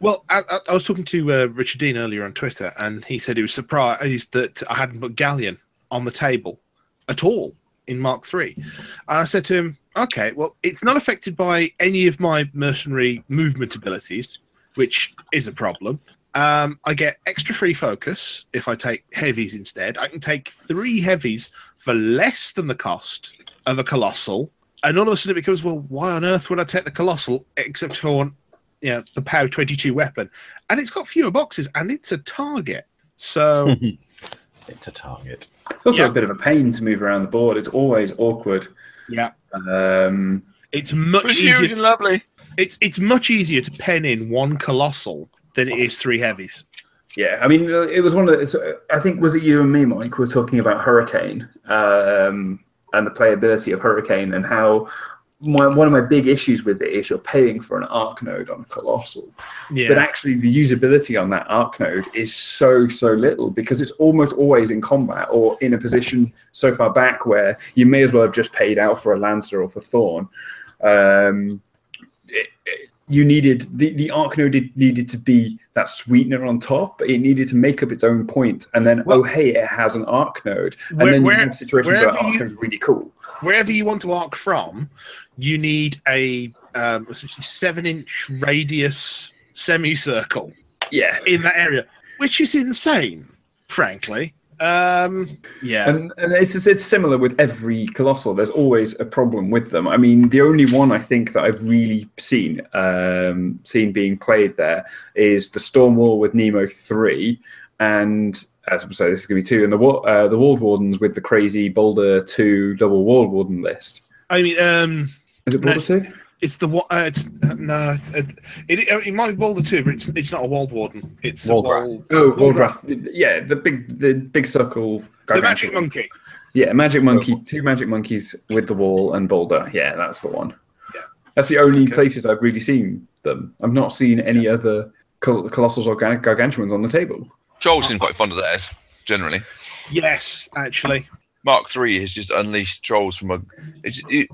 S1: Well, I, I- I was talking to uh, Richard Dean earlier on Twitter, and he said he was surprised that I hadn't put Galleon on the table at all in Mark Three. And I said to him, "Okay, well, it's not affected by any of my mercenary movement abilities, which is a problem. Um, I get extra free focus if I take heavies instead. I can take three heavies for less than the cost of a colossal." And all of a sudden it becomes, well, why on earth would I take the colossal except for one you know, the POW 22 weapon. And it's got fewer boxes and it's a target.
S4: Hmm.
S1: So,
S6: It's a target.
S4: It's also
S1: Yeah.
S4: a bit of a pain to move around the board. It's always awkward.
S1: yeah,
S4: Um,
S1: it's
S2: It was
S1: much
S2: huge
S1: easier.
S2: and lovely.
S1: It's, it's much easier to pen in one colossal than it is three heavies.
S4: yeah, I mean, it was one of the. It's, I think was it you and me, Mike, were talking about Hurricane um, and the playability of Hurricane and how my, one of my big issues with it is you're paying for an arc node on a colossal,
S1: Yeah.
S4: but actually the usability on that arc node is so so little because it's almost always in combat or in a position so far back where you may as well have just paid out for a lancer or for thorn um, it- it- you needed the, the arc node did- needed to be that sweetener on top it needed to make up its own point and then
S1: Well-
S4: oh hey it has an arc node and
S1: Where-
S4: then you
S1: where-
S4: have situations where
S1: wherever
S4: arc
S1: you-
S4: node's really cool
S1: Wherever you want to arc from, you need a um, essentially seven inch radius semicircle
S4: yeah
S1: in that area, which is insane, frankly. Um, yeah.
S4: And, and it's just- it's similar with every colossal. There's always a problem with them. I mean, the only one I think that I've really seen um, seen being played there is the Storm War with Nemo three, and as I say, this is going to be two, and the wa- uh, the Wall Wardens with the crazy Boulder two double Wall Warden list.
S1: I mean, um,
S4: Is it Boulder
S1: Nice.
S4: two?
S1: It's the wa- uh, it's uh, no, it's, it, it, it might be Boulder too, but it's it's not a Wald Warden. It's a
S6: Waldrat.
S1: Wald,
S4: Oh, Waldwrath. Yeah, the big the big circle.
S1: the
S4: gargantuan.
S1: Magic Monkey.
S4: Yeah, Magic Monkey, two Magic Monkeys with the wall and Boulder. Yeah, that's the one.
S1: Yeah.
S4: That's the only
S1: Okay.
S4: places I've really seen them. I've not seen any other col- Colossals or Gar- Gargantuans on the table.
S2: Joel seemed quite fond of theirs generally.
S1: Yes, actually,
S2: Mark Three has just unleashed trolls from a. It's, it,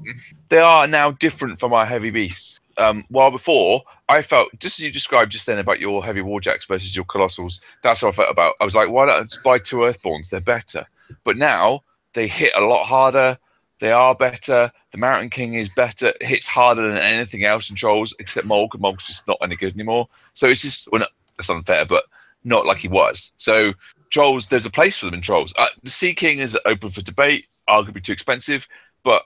S2: they are now different from our heavy beasts. Um, while before, I felt just as you described just then about your heavy warjacks versus your colossals. That's how I felt about. I was like, why not just buy two Earthborns? They're better. But now they hit a lot harder. They are better. The Mountain King is better. It hits harder than anything else in trolls except Mole. 'cause Mole's just not any good anymore. So it's just well, no, that's unfair, but not like he was. So trolls, there's a place for them in trolls. Uh, the Sea King is open for debate, arguably too expensive, but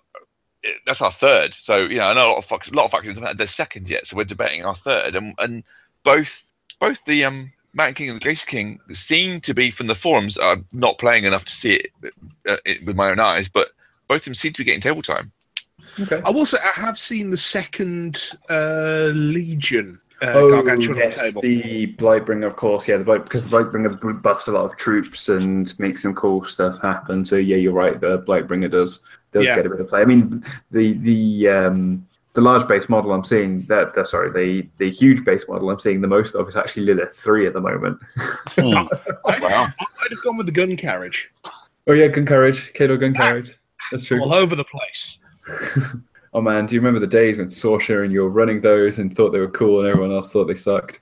S2: it, that's our third. So you know, I know a lot of fox, a lot of factions haven't had their second yet, so we're debating our third, and and both both the um. Mountain King and the Glacier King seem to be from the forums. I'm not playing enough to see it, uh, it with my own eyes, but both of them seem to be getting table time.
S4: Okay.
S1: Uh, I will say I have seen the second uh, Legion uh,
S4: oh,
S1: gargantuan
S4: yes,
S1: table.
S4: the Blightbringer, of course. Yeah, the Blight, because the Blightbringer b- buffs a lot of troops and makes some cool stuff happen. So yeah, you're right. The Blightbringer does does
S1: Yeah.
S4: get a bit of play. I mean, the the um, the large base model I'm seeing that the, sorry the the huge base model I'm seeing the most of is actually Lilith three at the moment.
S1: I'd,
S2: Wow.
S1: I'd have gone with the gun carriage
S4: Oh yeah, gun carriage, Kato gun carriage. That's true.
S1: all over the place.
S4: Oh man, do you remember the days when Sorsha and you were running those and thought they were cool and everyone else thought they sucked?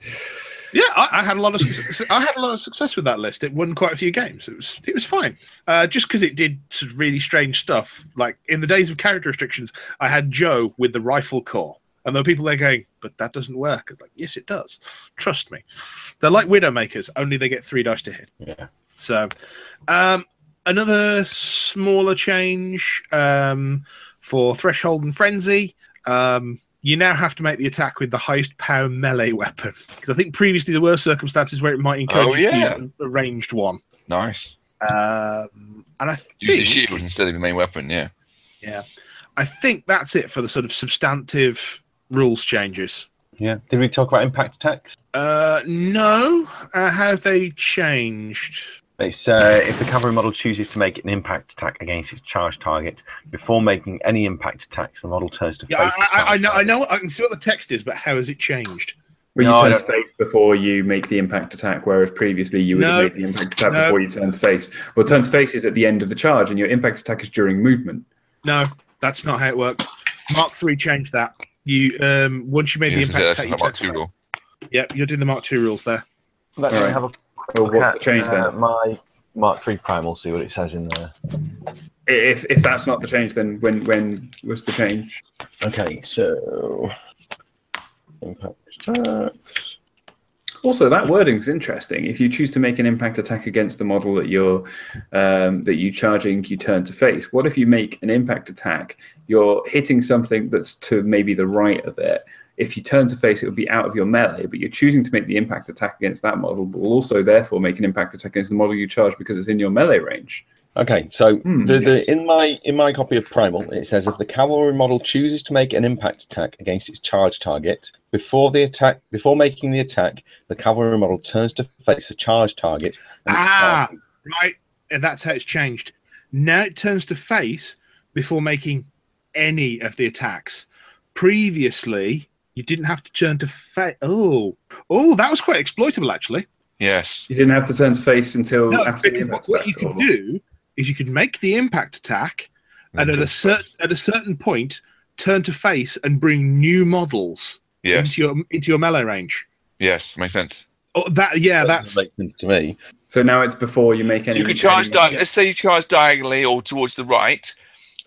S1: Yeah, I, I had a lot of success, I had a lot of success with that list. It won quite a few games. It was it was fine. Uh, just because it did sort of really strange stuff. Like in the days of character restrictions, I had Joe with the rifle corps, and there were people there going, "But that doesn't work." I'm like, yes, it does. Trust me. They're like Widowmakers, only they get three dice to hit.
S6: Yeah.
S1: So, um, another smaller change um, for Threshold and Frenzy. Um, you now have to make the attack with the highest power melee weapon. Because I think previously there were circumstances where it might encourage
S2: Oh,
S1: you
S2: yeah.
S1: to use a ranged one.
S2: Nice.
S1: Um, and I
S2: Use the
S1: think,
S2: shield instead of your main weapon. Yeah.
S1: I think that's it for the sort of substantive rules changes.
S6: Yeah. Did we talk about impact attacks?
S1: Uh, no, uh, how have they changed?
S6: It's uh, if the cavalry model chooses to make an impact attack against its charge target before making any impact attacks, the model turns to
S1: Yeah,
S6: face. the
S1: I, I, I
S6: charge
S1: know, I
S6: target.
S1: know, I can see what the text is, but how has it changed?
S4: When
S6: No,
S4: you
S6: I
S4: turn to
S6: don't-
S4: face before you make the impact attack, whereas previously you would
S1: No.
S4: have made the impact attack
S1: No.
S4: before you turn to face. Well, turn to face is at the end of the charge, and your impact attack is during movement.
S1: No, that's not how it works. Mark three changed that. You um once you made the
S2: Yeah, 'cause
S1: impact
S2: that's
S1: attack, you
S2: not Mark
S1: checked
S2: II
S1: that.
S2: rule.
S1: Yep, you're doing the Mark two rules there.
S6: Let's
S4: Alright.
S6: have a
S4: Well,
S6: look
S4: what's
S6: at,
S4: the change
S6: uh,
S4: then?
S6: My Mark III Primal. See what it says in there.
S4: If if that's not the change, then when when was the change?
S6: Okay, so impact attacks.
S4: Also, that wording's interesting. If you choose to make an impact attack against the model that you're um, that you charging, you turn to face. What if you make an impact attack? You're hitting something that's to maybe the right of it. If you turn to face, it would be out of your melee, but you're choosing to make the impact attack against that model, but will also therefore make an impact attack against the model you charge because it's in your melee range.
S6: Okay, so
S4: Hmm.
S6: the, the in my in my copy of Primal, it says if the cavalry model chooses to make an impact attack against its charge target before the attack before making the attack, the cavalry model turns to face the charge target. and its
S1: Ah,
S6: charge-
S1: right. And that's how it's changed. Now it turns to face before making any of the attacks. Previously, you didn't have to turn to face. Oh, oh, that was quite exploitable actually.
S2: Yes.
S4: You didn't have to turn to face until
S1: No,
S4: after the
S1: because
S4: impact
S1: what, what you
S4: attack,
S1: could
S4: or-
S1: do is you could make the impact attack, and at a certain at a certain point, turn to face and bring new models
S2: Yes.
S1: into your into your melee range.
S2: Yes. Makes sense.
S1: Oh, that yeah,
S6: That
S1: that's
S6: doesn't make sense to me.
S4: So now it's before you make any.
S2: you could charge.
S4: any-
S2: Di- Let's say you charge diagonally or towards the right,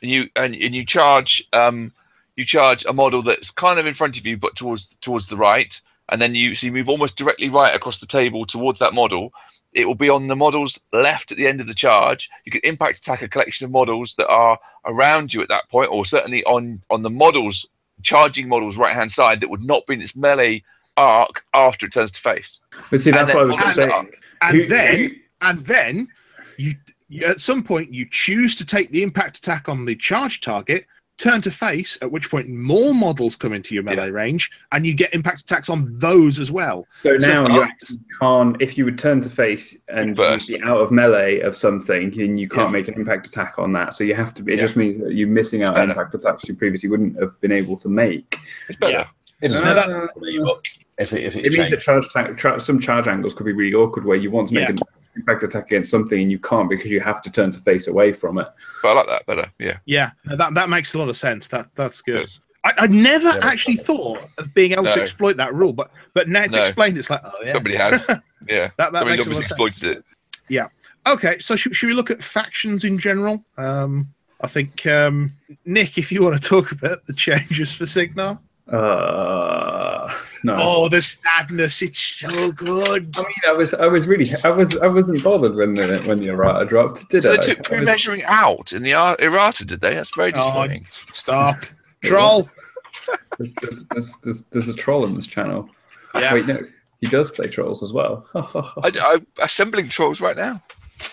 S2: and you and, and you charge um you charge a model that's kind of in front of you but towards towards the right, and then you so you move almost directly right across the table towards that model. It will be on the model's left at the end of the charge. You can impact attack a collection of models that are around you at that point, or certainly on on the model's charging model's right hand side that would not be in its melee arc after it turns to face.
S4: But see, that's
S2: and
S4: what I
S2: then-
S4: was just
S2: and-
S4: saying.
S1: and
S4: Who-
S1: then
S4: who-
S1: and then you, you at some point you choose to take the impact attack on the charge target, turn to face, at which point more models come into your melee range, and you get impact attacks on those as well.
S4: So
S1: So
S4: now
S1: for
S4: you
S1: us-
S4: actually can't. If you would turn to face and
S2: Burst.
S4: you'd be out of melee of something, then you can't
S2: Yeah.
S4: make an impact attack on that. So you have to. It
S2: Yeah.
S4: just means that you're missing out on
S2: Better.
S4: impact attacks you previously wouldn't have been able to make.
S2: It's better.
S1: Yeah.
S6: It doesn't
S1: No,
S6: make
S1: that-
S6: sense to me, but if it, if it,
S4: It means that
S6: changed-
S4: charge attack, tra- some charge angles could be really awkward where you want to make
S1: Yeah.
S4: an impact attack against something and you can't because you have to turn to face away from it.
S2: But I like that better. Yeah.
S1: Yeah, that that makes a lot of sense. That that's good.
S2: Yes.
S1: I, I never
S6: Yeah.
S1: actually thought of being able to
S2: No.
S1: exploit that rule, but but now it's
S2: No.
S1: explained. It's like oh yeah,
S2: Somebody has. Yeah.
S1: that that
S2: Somebody
S1: makes a lot
S2: obviously
S1: of sense.
S2: exploited it.
S1: Okay, so should, should we look at factions in general? Um, I think um, Nick, if you want to talk about the changes for Signar.
S4: Uh, no.
S1: Oh, the sadness! It's so good.
S4: I mean, I was, I was really, I was, I wasn't bothered when the when the errata dropped, did
S2: So
S4: I?
S2: they took
S4: I was-
S2: pre-measuring out in the ar- errata, did they? That's very
S1: Oh,
S2: disappointing.
S1: stop, troll.
S4: There's, there's, there's, there's, there's a troll on this channel.
S1: Yeah.
S4: Wait, no, he does play trolls as well.
S2: I, am assembling trolls right now.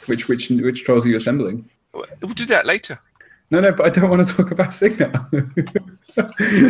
S4: which which which trolls are you assembling?
S2: We'll do that later.
S4: No, no, but I don't want to talk about Signa.
S2: You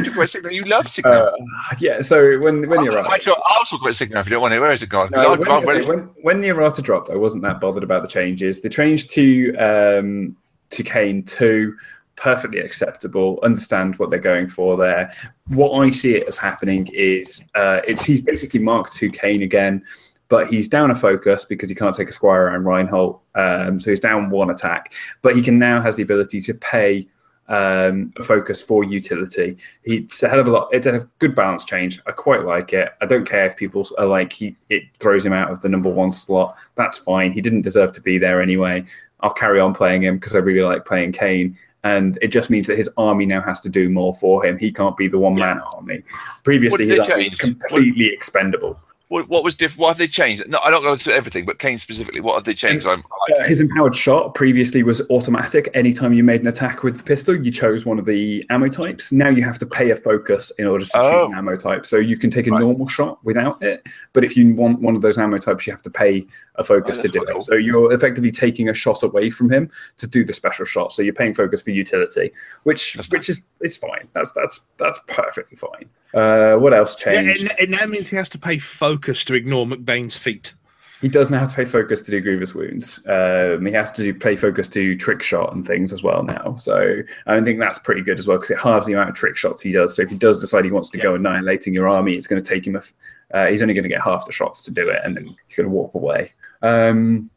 S2: talk about Signa. You love Signa.
S4: Uh, yeah, so when when you're
S2: I'll,
S4: right.
S2: talk, I'll talk about Signa if you don't want to. Where is it gone?
S4: No,
S2: I'd-
S4: when,
S2: I'd-
S4: when, when Niorata dropped, I wasn't that bothered about the changes. The change to um, to Kane two, perfectly acceptable. Understand what they're going for there. What I see it as happening is uh, it's he's basically Mark two Kane again, but he's down a focus because he can't take a squire around Reinhold, um, so he's down one attack. But he can now has the ability to pay um, a focus for utility. It's a hell of a lot. It's a good balance change. I quite like it. I don't care if people are like he. It throws him out of the number one slot. That's fine. He didn't deserve to be there anyway. I'll carry on playing him because I really like playing Kane. And it just means that his army now has to do more for him. He can't be the one man army. Previously,
S2: What
S4: his
S2: did they
S4: army was
S2: change? What-
S4: completely expendable.
S2: What, what was diff? What have they changed? No, I'm not going to everything, but Kane specifically. What have they changed? I'm,
S4: Uh, his empowered shot previously was automatic. Anytime you made an attack with the pistol, you chose one of the ammo types. Now you have to pay a focus in order to
S2: Oh.
S4: choose an ammo type. So you can take a
S2: Right.
S4: normal shot without it, but if you want one of those ammo types, you have to pay a focus
S2: Oh,
S4: to
S2: that's
S4: do
S2: quite cool.
S4: it. So you're effectively taking a shot away from him to do the special shot. So you're paying focus for utility, which
S2: That's
S4: which is is fine. That's that's that's perfectly fine. Uh, what else
S1: Yeah,
S4: changed?
S1: it, it now means he has to pay focus to ignore McBain's feet.
S4: He doesn't have to pay focus to do grievous wounds. Um, he has to do, pay focus to trick shot and things as well now. So I think that's pretty good as well because it halves the amount of trick shots he does. So if he does decide he wants to go annihilating your army, it's going to take him. A f- uh, he's only going to get half the shots to do it, and then he's going to walk away. Um,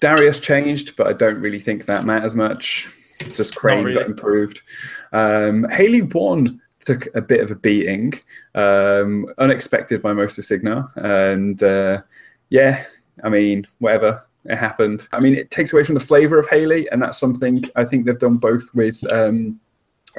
S4: Darius changed, but I don't really think that matters much. Just Crane
S1: really.
S4: got improved. Um, Haley Bourne took a bit of a beating, um, unexpected by most of Signar, and. Uh, yeah, I mean, whatever. It happened. I mean, it takes away from the flavour of Haley, and that's something I think they've done both with um,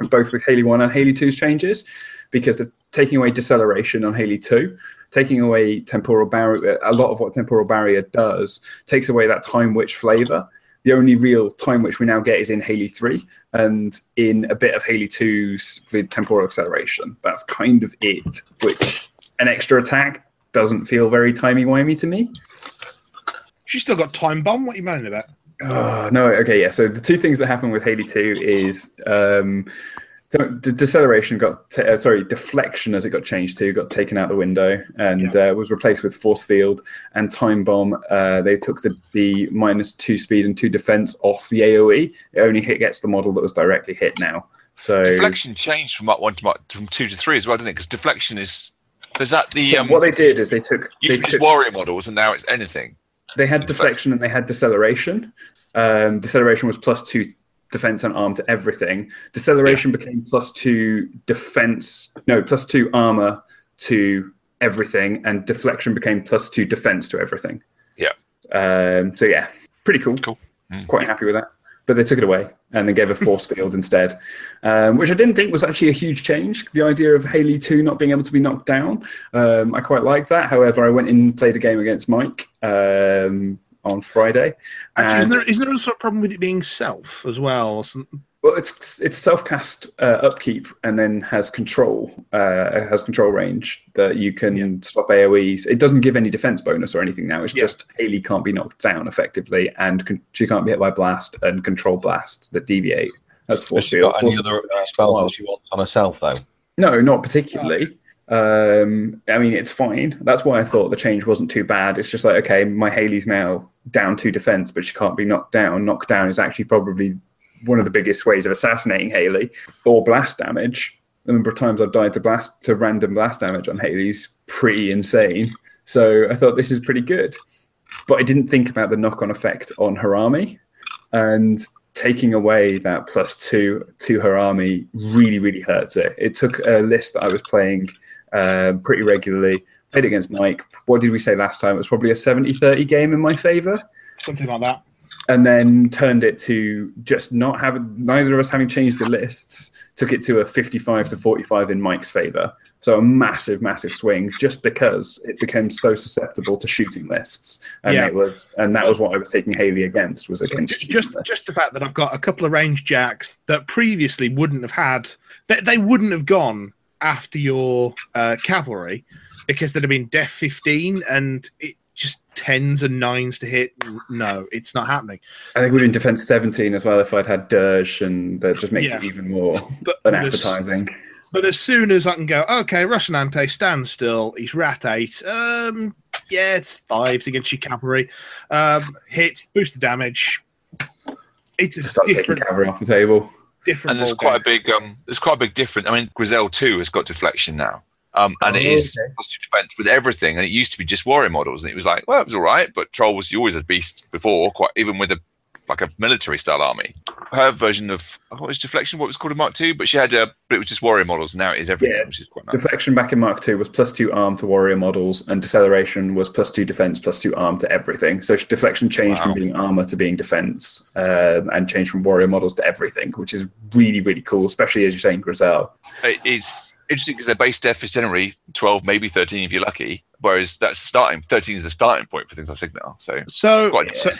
S4: both with Haley One and Haley 2's changes, because they're taking away deceleration on Haley Two, taking away temporal barrier. A lot of what temporal barrier does takes away that time witch flavour. The only real time which we now get is in Haley Three and in a bit of Haley 2's with temporal acceleration. That's kind of it. Which an extra attack doesn't feel very timey wimey to me.
S1: She's still got time bomb. What are you moaning about?
S4: Oh, no, okay, yeah. So the two things that happen with Haley 2 is um, the, the deceleration got, t- uh, sorry, deflection as it got changed to, got taken out the window and uh, was replaced with force field and time bomb. Uh, they took the, the minus two speed and two defense off the AoE. It only hit, gets the model that was directly hit now. So,
S2: deflection changed from Mark one to Mark from two to three as well, didn't it? Because deflection is is that the
S4: so
S2: um,
S4: what they did is they took,
S2: used
S4: they
S2: to be just
S4: took
S2: warrior models, and now it's anything.
S4: they
S2: Deflect-
S4: had deflection and they had deceleration. Um, deceleration was plus two defense and arm to everything. Deceleration became plus two defense, no, plus two armor to everything, and deflection became plus two defense to everything.
S2: Yeah.
S4: Um, so yeah, pretty cool.
S2: Cool. Mm.
S4: Quite happy with that. But they took it away and they gave a force field instead, um, which I didn't think was actually a huge change. The idea of Haley 2 not being able to be knocked down um, I quite like that. However, I went in and played a game against Mike um, on Friday.
S1: Actually,
S4: and-
S1: isn't there, isn't there also a problem with it being self as well? or something?
S4: well, it's it's self-cast uh, upkeep and then has control uh, has control range that you can
S1: Yeah.
S4: stop AOE's. It doesn't give any defense bonus or anything now. It's
S1: Yeah.
S4: just Haley can't be knocked down effectively, and con- she can't be hit by blast and control blasts that deviate. That's force
S6: Has she got
S4: field.
S6: any
S4: Force-
S6: other uh, spells that she wants on herself, though?
S4: No, not particularly. Um, I mean, it's fine. That's why I thought the change wasn't too bad. It's just like, okay, my Haley's now down to defense, but she can't be knocked down. Knocked down is actually probably one of the biggest ways of assassinating Haley or blast damage. The number of times I've died to blast to random blast damage on Haley's pretty insane. So I thought this is pretty good, but I didn't think about the knock-on effect on her army, and taking away that plus two to her army really, really hurts it. It took a list that I was playing um, pretty regularly, played against Mike. What did we say last time? It was probably a 70 30 game in my favor
S1: Something like that.
S4: and then turned it to just not having neither of us having changed the lists took it to a 55 to 45 in mike's favor so a massive massive swing just because it became so susceptible to shooting lists and
S1: Yeah.
S4: it was and that was what i was taking haley against was against
S1: Just, just,
S4: shooting
S1: just the fact that I've got a couple of range jacks that previously wouldn't have had, they, they wouldn't have gone after your uh, cavalry because they'd have been def 15 and it just tens and nines to hit. No, it's not happening.
S4: I think we're in defense 17 as well if I'd had Dirge, and that just makes it
S1: Yeah.
S4: even more
S1: But as,
S4: unappetizing.
S1: but as soon as I can go, okay, Russian Ante stands still. He's rat eight. Um, yeah, it's fives against your cavalry. Um, hits, boost the damage. It's a
S4: Just start taking
S1: different,
S4: cover off the table.
S1: different.
S2: and there's
S1: ballgame.
S2: quite a big um there's quite a big difference. I mean, Grizel too has got deflection now. Um, and it
S4: Oh,
S2: is
S4: okay.
S2: plus two defense with everything, and it used to be just warrior models, and it was like, well, it was all right, but troll was always a beast before, quite even with a like a military style army. Her version of I thought it was deflection, what it was called a Mark II, but she had a but it was just warrior models. Now it is everything,
S4: Yeah.
S2: which is quite nice.
S4: Deflection back in Mark II was plus two arm to warrior models, and deceleration was plus two defense, plus two arm to everything. So deflection changed
S2: Wow.
S4: from being armor to being defense, um, and changed from warrior models to everything, which is really really cool. Especially as you're saying, Grizel.
S2: It- it's interesting because their base def is generally twelve, maybe thirteen if you're lucky, whereas that's the starting thirteen is the starting point for things like Signal. So
S1: So,
S2: quite
S1: so,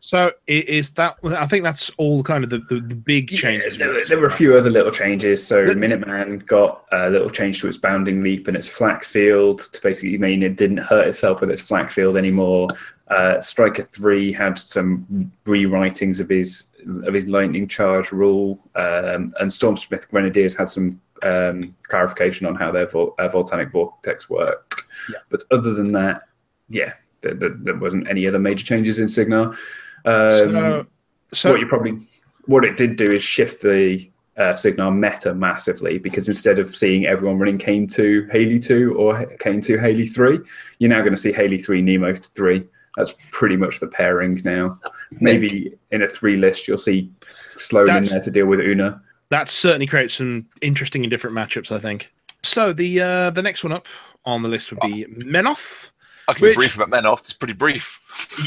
S1: so i- is that? I think that's all kind of the, the, the big changes.
S4: there, were- there were a few other little changes. So Minuteman got a little change to its bounding leap and its flak field to basically mean it didn't hurt itself with its flak field anymore. Uh, Striker three had some rewritings of his of his lightning charge rule, um, and Stormsmith Grenadiers had some um, clarification on how their vol- uh, volcanic vortex worked. But other than that, yeah, there, there, there wasn't any other major changes in Signar. Um,
S1: So, so
S4: what you probably what it did do is shift the uh, Signar meta massively because instead of seeing everyone running Kane two, Haley two, or Kane two, Haley three, you're now going to see Haley three, Nemo three. That's pretty much the pairing now. Maybe in a three list, you'll see Sloan
S1: That's-
S4: in there to deal with Una.
S1: that certainly creates some interesting and different matchups. I think. So the uh, the next one up on the list would be Menoth.
S2: I can
S1: Which-
S2: be brief about Menoth. It's pretty brief.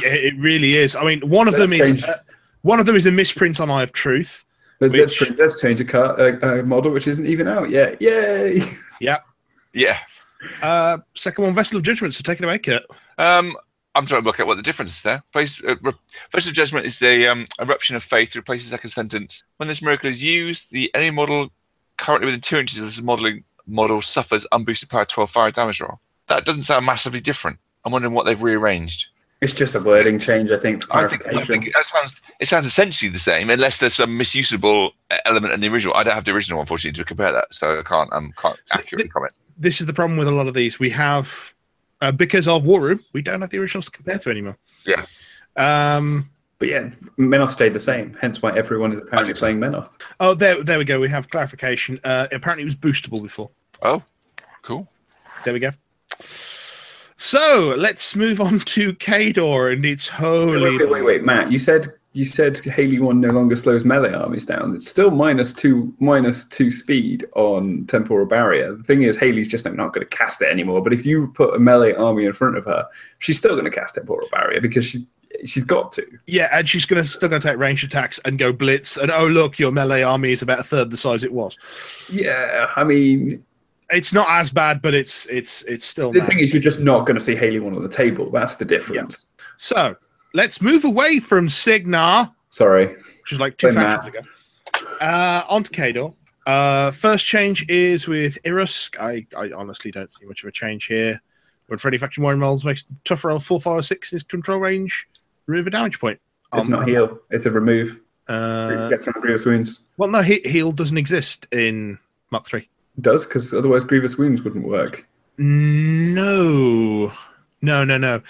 S1: Yeah, it really is. I mean, one of
S4: Let's
S1: them is
S4: change-
S1: uh, one of them is a misprint on Eye of Truth.
S4: Let- Let's,
S1: Which-
S4: pr- let's change a car, uh, uh, model which isn't even out yet. Yay!
S2: Yeah.
S1: Uh, second one, Vessel of Judgment. So take it away, Kurt.
S2: Um, I'm trying to work out what the difference is there. Place, uh, re- Vessel of Judgment is the um, eruption of faith replaces the second sentence. When this miracle is used, the any model currently within two inches of this modeling model suffers unboosted power 12 fire damage roll. That doesn't sound massively different. I'm wondering what they've rearranged.
S4: It's just a wording change, I think. For
S2: I think,
S4: clarification.
S2: I think that sounds it sounds essentially the same, unless there's some misusable uh, element in the original. I don't have the original, unfortunately, to compare that, so I can't um can't
S1: So
S2: accurately
S1: the-
S2: comment.
S1: This is the problem with a lot of these. We have uh, because of War Room, we don't have the originals to compare to anymore.
S2: Yeah.
S1: Um.
S4: But yeah, Menoth stayed the same. Hence why everyone is apparently playing Menoth.
S1: Oh, there, there we go. We have clarification. Uh, apparently, it was boostable before.
S2: Oh, cool.
S1: There we go. So let's move on to Kador and its holy.
S4: Wait, wait, wait, wait, Matt. You said you said Haley one no longer slows melee armies down. It's still minus two minus two speed on temporal barrier. The thing is, Haley's just not going to cast it anymore. But if you put a melee army in front of her, she's still going to cast temporal barrier because she she's got to.
S1: Yeah, and she's gonna still gonna take range attacks and go blitz. And oh look, your melee army is about a third the size it was.
S4: Yeah, I mean,
S1: It's not as bad, but it's it's it's still.
S4: the
S1: nasty.
S4: thing is, you're just not going to see Haley one on the table. That's the difference.
S1: so let's move away from Signar,
S4: Sorry.
S1: which is like two
S4: Play
S1: factions ago, uh, onto Kador. Uh, first change is with Irusk. I, I honestly don't see much of a change here. When Freddy Faction Warren Molds makes it tougher on 4, 5, or 6 is control range, remove a damage point.
S4: It's
S1: Um,
S4: not heal. It's a remove. it
S1: Uh,
S4: gets around grievous wounds.
S1: well, no, he- heal doesn't exist in Mark 3.
S4: It does because otherwise grievous wounds wouldn't work.
S1: No, no, no, no.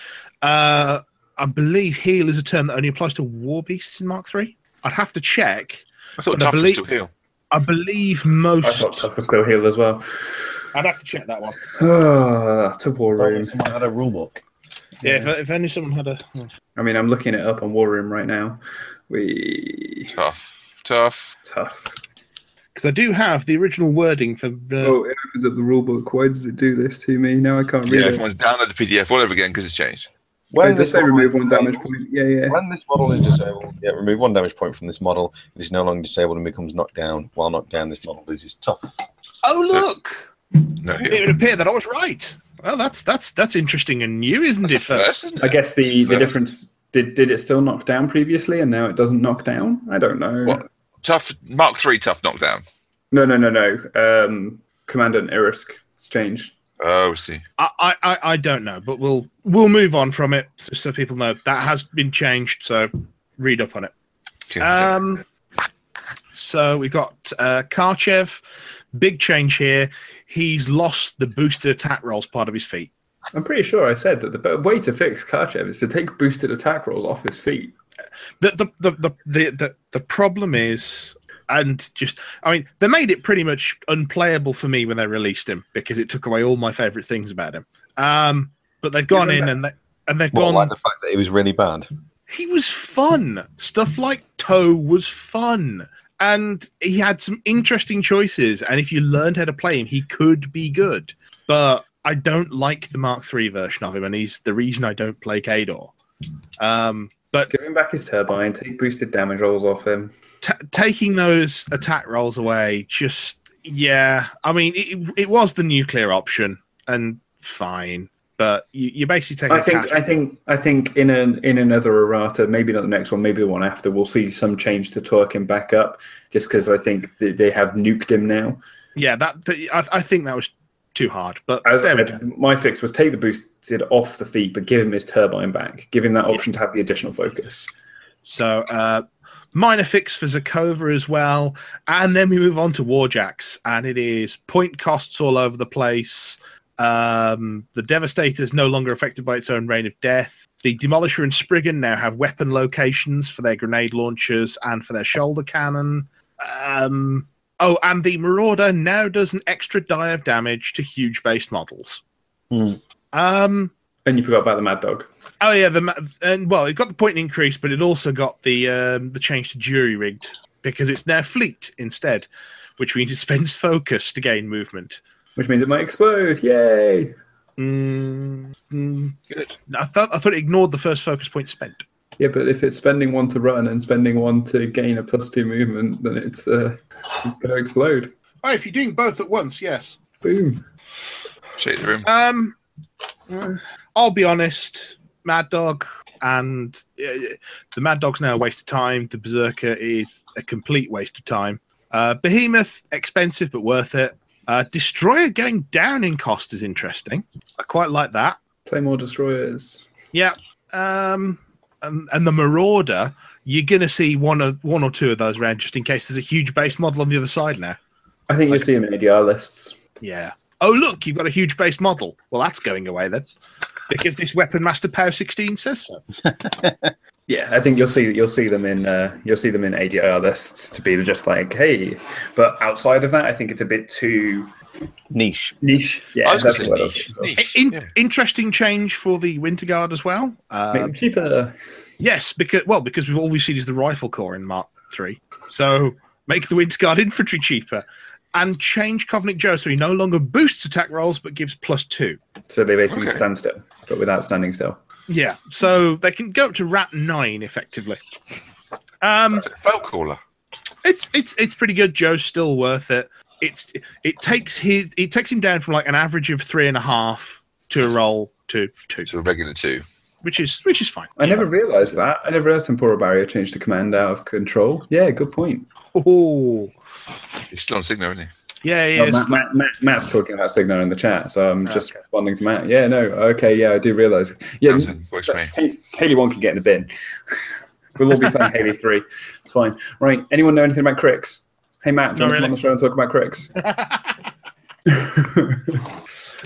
S1: Uh, I believe heal is a term that only applies to war beasts in Mark 3. I'd have to check.
S2: I thought
S1: But I
S2: toughness
S1: believe-
S2: still heal.
S1: I believe
S4: I
S1: most.
S4: thought tough was still heal as well.
S1: I'd have to check that one.
S4: Ah, to war room.
S6: Someone had a rule book.
S1: Yeah, If, if only someone had a.
S4: I mean, I'm looking it up on War Room right now. We
S2: Tough, tough.
S4: tough.
S1: Because I do have the original wording for. Uh,
S4: Oh, it opens up the rule book. Why does it do this to me? Now I can't
S2: Yeah,
S4: read it.
S2: everyone's download the PDF all over again because it's changed.
S4: When does say remove one damage point? Yeah, yeah.
S6: When this model is disabled, yeah, remove one damage point from this model. It is no longer disabled and becomes knocked down. While knocked down, this model loses tough.
S1: oh look!
S2: No,
S1: It
S2: heal.
S1: would appear that I was right. Well, that's that's that's interesting and new, isn't it, folks?
S2: That's-
S4: I guess the the
S2: Yes.
S4: difference did did it still knock down previously, and now it doesn't knock down? I don't know.
S2: What? tough Mark three tough knockdown.
S4: No, no, no, no. Um, Commandant Irisk changed.
S2: Oh, I see.
S1: I, I, I- I don't know, but we'll we'll move on from it so, so people know that has been changed. So read up on it.
S2: Okay.
S1: Um, so we've got uh, Karchev. Big change here. He's lost the boosted attack rolls part of his feet.
S4: I'm pretty sure I said that the better way to fix Karchev is to take boosted attack rolls off his feet.
S1: The the the the the, the, the problem is. And just, I mean, they made it pretty much unplayable for me when they released him because it took away all my favorite things about him. Um, but they've gone in and they and they've
S6: Well,
S1: gone.
S6: like the fact that it was really bad.
S1: he was fun. Stuff like Toe was fun. And he had some interesting choices. And if you learned how to play him, he could be good. But I don't like the Mark III version of him, and he's the reason I don't play Kador. Um, but
S4: Give him back his turbine, take boosted damage rolls off him.
S1: t- taking those attack rolls away, just yeah. I mean, it, it was the nuclear option, and fine. But you, you're basically taking.
S4: I think
S1: cash-
S4: I think I think in an in another errata, maybe not the next one, maybe the one after, we'll see some change to torque him back up, just because I think they, they have nuked him now.
S1: yeah, that, that I, I think that was too hard. But
S4: As I
S1: there we go.
S4: said, my fix was take the boosted off the feet, but give him his turbine back, give him that option to have the additional focus.
S1: So uh, minor fix for Zakova as well, and then we move on to Warjacks, and it is point costs all over the place. Um, the Devastator is no longer affected by its own reign of death. The Demolisher and Spriggan now have weapon locations for their grenade launchers and for their shoulder cannon. Um, oh, and the Marauder now does an extra die of damage to huge based models.
S6: Hmm.
S1: Um,
S4: And you forgot about the Mad Dog.
S1: Oh yeah, the ma- and well, it got the point increase, but it also got the um, the change to jury rigged because it's now fleet instead, which means it spends focus to gain movement.
S4: Which means it might explode. Yay!
S1: Mm, mm.
S2: Good.
S1: I thought I thought it ignored the first focus point spent.
S4: Yeah, but if it's spending one to run and spending one to gain a plus two movement, then it's, uh, it's going to explode.
S1: Oh, if you're doing both at once, yes.
S4: Boom.
S2: Shake the room.
S1: Um, uh, I'll be honest, Mad Dog and uh, the Mad Dog's now a waste of time. The Berserker is a complete waste of time. Uh, Behemoth, expensive but worth it. Uh, Destroyer going down in cost is interesting. I quite like that.
S4: Play more destroyers.
S1: Yeah. Um, and, and the Marauder, you're gonna see one of one or two of those around just in case there's a huge base model on the other side now.
S4: I think you'll see them in ADR lists.
S1: Yeah. Oh, look, you've got a huge base model. Well, that's going away then, because this Weapon Master Power 16 says so.
S4: Yeah, I think you'll see you'll see them in uh, you'll see them in ADR lists to be just like hey, but outside of that, I think it's a bit too
S6: Niche.
S4: niche.
S2: I
S4: Yeah,
S2: was gonna
S4: that's
S2: say
S4: the word I was
S2: niche,
S4: looking
S2: niche,
S1: In-
S2: yeah.
S1: Interesting change for the Winter Guard as well.
S4: for.
S1: Uh,
S4: Make them cheaper.
S1: yes, because well, because we've all we've seen is the Rifle Corps in Mark Three. So make the Winter Guard infantry cheaper, and change Covenant Joe so he no longer boosts attack rolls but gives plus two.
S4: So they basically
S2: Okay.
S4: stand still, but without standing still.
S1: Yeah, so they can go up to Rat Nine effectively. Um,
S2: Felt caller.
S1: It's it's it's pretty good. Joe's still worth it. It's it takes his it takes him down from like an average of three and a half to a roll to two,
S2: So a regular two.
S1: which is which is fine.
S4: I never realized that. I never realized Tempora Barrier changed to command out of control. Yeah, good point.
S1: Oh
S2: He's still on signal, isn't he?
S1: yeah, yeah.
S4: Oh,
S1: it's-
S4: Matt, Matt, Matt, Matt's talking about Signo in the chat, so I'm just
S1: Okay.
S4: responding to Matt. Yeah, no, okay, yeah, I do realize. Yeah,
S2: That's it. Works for me.
S4: Haley, Haley one can get in the bin. we'll all be playing Haley three. It's fine. Right? Anyone know anything about Cricks? Hey Matt, do you
S1: Not
S4: want to come on the show and talk about Cricks?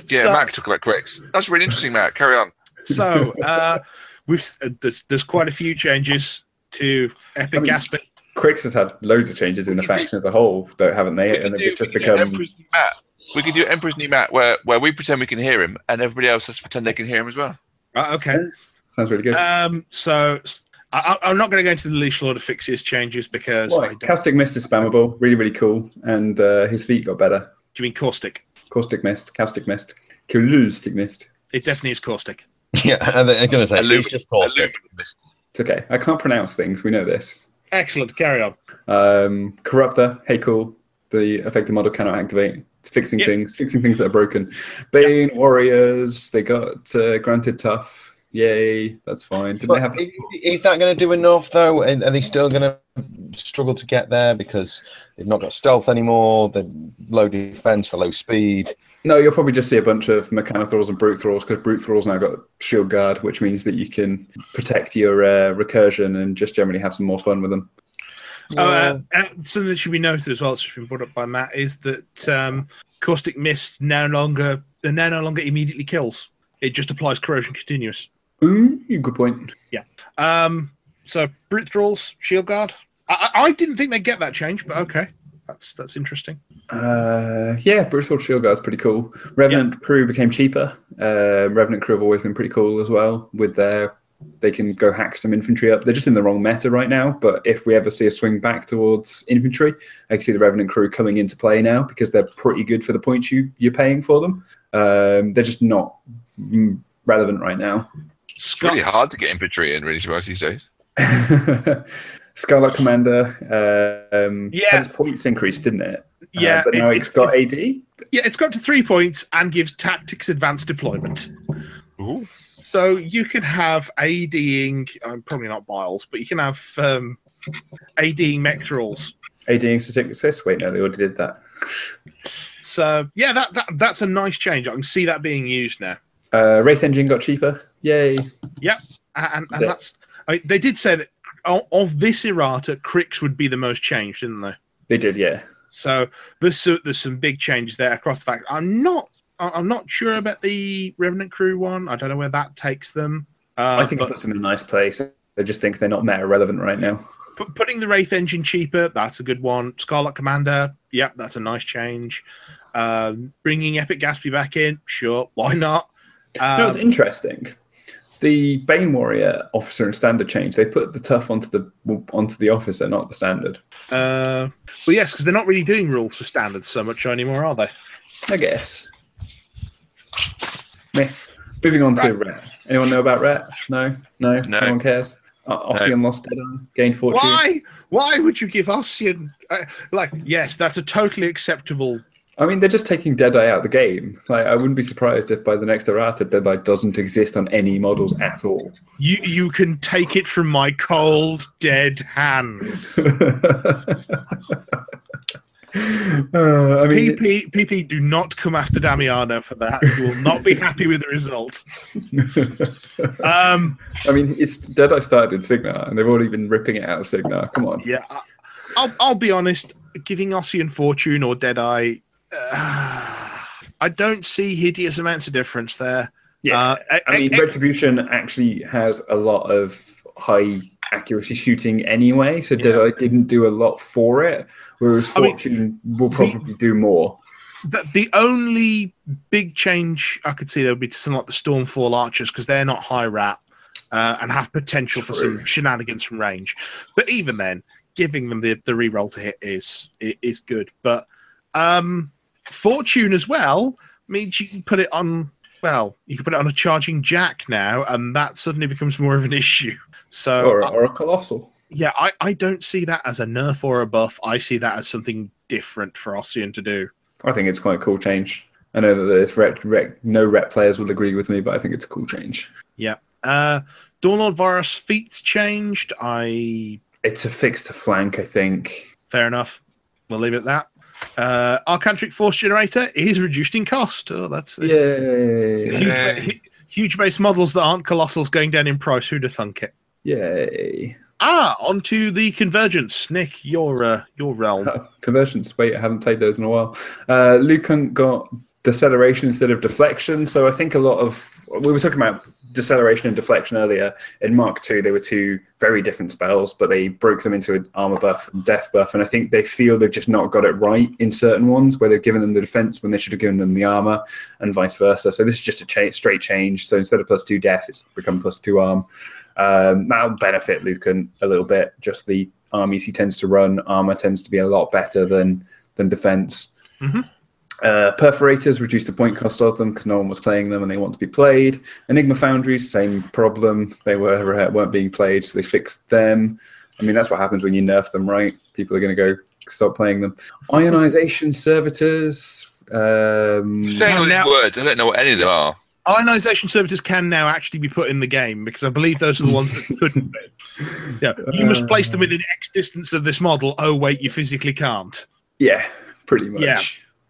S2: Yeah,
S1: so,
S2: Mac talked about Cricks. That's really interesting, Matt. Carry on.
S1: so uh, we've s- uh, there's there's quite a few changes to Epic
S4: I mean,
S1: Gaspy.
S4: Cricks has had loads of changes in the faction as a whole, though, haven't
S2: We
S4: they?
S2: could
S4: And
S2: do-
S4: they've just
S2: we could do
S4: become.
S2: Emperor's New Matt. We can do Emperor's New Matt, where where we pretend we can hear him, and everybody else has to pretend they can hear him as well.
S1: Uh, okay.
S4: Sounds really good.
S1: Um. So s- I, I- I'm not going to go into the leash order fixes changes because I
S4: Why?
S1: don't, do
S4: Caustic Mist is spammable, really, really cool, and uh, his feet got better.
S1: you mean caustic?
S4: Caustic Mist, Caustic Mist, Caustic Mist.
S1: It definitely is caustic.
S6: Yeah, I'm going to say
S2: Illumin-
S6: it's just caustic.
S2: Illuminist.
S4: It's okay. I can't pronounce things. We know this.
S1: Excellent. Carry on.
S4: Um, corruptor, hey cool. The affected model cannot activate. It's fixing
S1: Yep.
S4: things, fixing things that are broken. Bane warriors, they got uh, granted tough. Yay, that's fine. Did they
S6: But
S4: have?
S6: is, is that going to do enough though? And are they still going to struggle to get there because they've not got stealth anymore? They're low defense, they're low speed.
S4: No, you'll probably just see a bunch of Mechanothral's and Brute Thralls because Brute Thralls now got Shield Guard, which means that you can protect your uh, recursion and just generally have some more fun with them.
S1: Uh, uh, something that should be noted as well, it's just been brought up by Matt, is that um, caustic mist now longer uh, now no longer immediately kills. It just applies corrosion continuous.
S4: Mm, good point.
S1: Um, so brute thralls, shield guard. I, I I didn't think they'd get that change, but okay, that's that's interesting.
S4: Uh, yeah, Brute Sword Shield Guard's pretty cool. Revenant crew became cheaper. Uh, Revenant crew have always been pretty cool as well. With their, they can go hack some infantry up. They're just in the wrong meta right now. But if we ever see a swing back towards infantry, I can see the Revenant crew coming into play now because they're pretty good for the points you you're paying for them. Um, they're just not mm, relevant right now.
S2: It's really
S1: Scots,
S2: hard to get infantry in, really, to be honest, these days.
S4: Scarlet Commander. uh, Um, had
S1: Yeah.
S4: its points increased, didn't it? Uh,
S1: yeah,
S4: but
S1: it-
S4: now
S1: it-
S4: it's got
S1: it's-
S4: AD.
S1: yeah, it's got to three points and gives tactics advanced deployment.
S6: Ooh.
S1: So you can have ADing, um, probably not Biles, but you can have um, ADing mech thralls.
S4: ADing success. Wait, no, they already did that.
S1: So yeah, that, that that's a nice change. I can see that being used now.
S4: Uh, Wraith Engine got cheaper. Yay.
S1: A- and, and
S4: Yeah.
S1: that's I mean, they did say that o- of this errata, Cricks would be the most changed, didn't they?
S4: They did, yeah.
S1: So there's so, there's some big changes there across the fact. I'm not I- I'm not sure about the Revenant Crew one. I don't know where that takes them. Uh,
S4: I think it
S1: but,
S4: puts them in a nice place. I just think they're not meta relevant right now.
S1: pu- putting the Wraith engine cheaper, that's a good one. Scarlet Commander, yep, that's a nice change. Um, bringing Epic Gatsby back in, sure, why not? Um,
S4: no, it's interesting. The Bane Warrior officer and standard change. They put the tough onto the onto the officer, not the standard.
S1: uh, well, yes, because they're not really doing rules for standards so much anymore, are they?
S4: I guess. Meh. Moving on to Ret. Anyone know about Ret? No, no,
S2: No.
S4: no, one cares. O- Ossian lost dead on, gained fortune.
S1: Why? Why would you give Ossian? Uh, like, yes, that's a totally acceptable.
S4: I mean, they're just taking Deadeye out of the game. Like, I wouldn't be surprised if by the next errata, Deadeye doesn't exist on any models at all.
S1: You you can take it from my cold dead hands.
S4: Uh, I mean,
S1: PP PP, do not come after Damiano for that. You will not be happy with the result. Um,
S4: I mean, it's Deadeye started in Signar, and they've already been ripping it out of Signar. Come on,
S1: yeah, I, I'll I'll be honest. Giving Ossian fortune or Deadeye, uh, I don't see hideous amounts of difference there. Uh, I,
S4: I mean,
S1: I-
S4: Retribution actually has a lot of high accuracy shooting anyway, so
S1: Yeah.
S4: Deadeye didn't do a lot for it, whereas
S1: I mean,
S4: Fortune will probably do more.
S1: The, the only big change I could see there would be to something like the Stormfall Archers because they're not high rat uh, and have potential for some
S4: True.
S1: shenanigans from range. But even then, giving them the, the reroll to hit is i- is good. But um, Fortune as well means you can put it on. Well, you can put it on a charging jack now, and that suddenly becomes more of an issue. So,
S4: Or,
S1: I-
S4: or a Colossal.
S1: yeah, I, I don't see that as a nerf or a buff. I see that as something different for Ossian to do.
S4: I think it's quite a cool change. I know that there's rep, rep, no rep players will agree with me, but I think it's a cool change.
S1: Uh, Dawnlord Virus feats changed. I
S4: It's a fix to flank, I think.
S1: fair enough. We'll leave it at that. Uh, Arcantric Force Generator is reduced in cost. Oh, that's it.
S4: Yay!
S1: huge, ba- hu- huge base models that aren't colossals going down in price. Who'd have thunk it?
S4: Yay!
S1: Ah, onto the convergence. Nick, your uh, your realm.
S4: Oh, conversions. Wait, I haven't played those in a while. Uh, Lucan got deceleration instead of deflection. So I think a lot of we were talking about deceleration and deflection earlier. In Mark II, they were two very different spells, but they broke them into an armor buff and death buff. And I think they feel they've just not got it right in certain ones where they've given them the defense when they should have given them the armor, and vice versa. So this is just a cha- straight change. So instead of plus two death, it's become plus two arm. Um, that'll benefit Lucan a little bit. Just the armies he tends to run, armor tends to be a lot better than than defense.
S1: Mhm.
S4: Uh, perforators reduce the point cost of them because no one was playing them and they want to be played. Enigma foundries, same problem. They were uh, weren't being played, so they fixed them. I mean, that's what happens when you nerf them, right? People are going to go stop playing them. Ionization servitors. Um,
S2: Saying all these
S1: now-
S2: words, I don't know what any of them are.
S1: Ionization servitors can now actually be put in the game because I believe those are the ones that couldn't be. Yeah, you must place them within X distance of this model. Oh wait, you physically can't.
S4: yeah, pretty much.
S1: Yeah.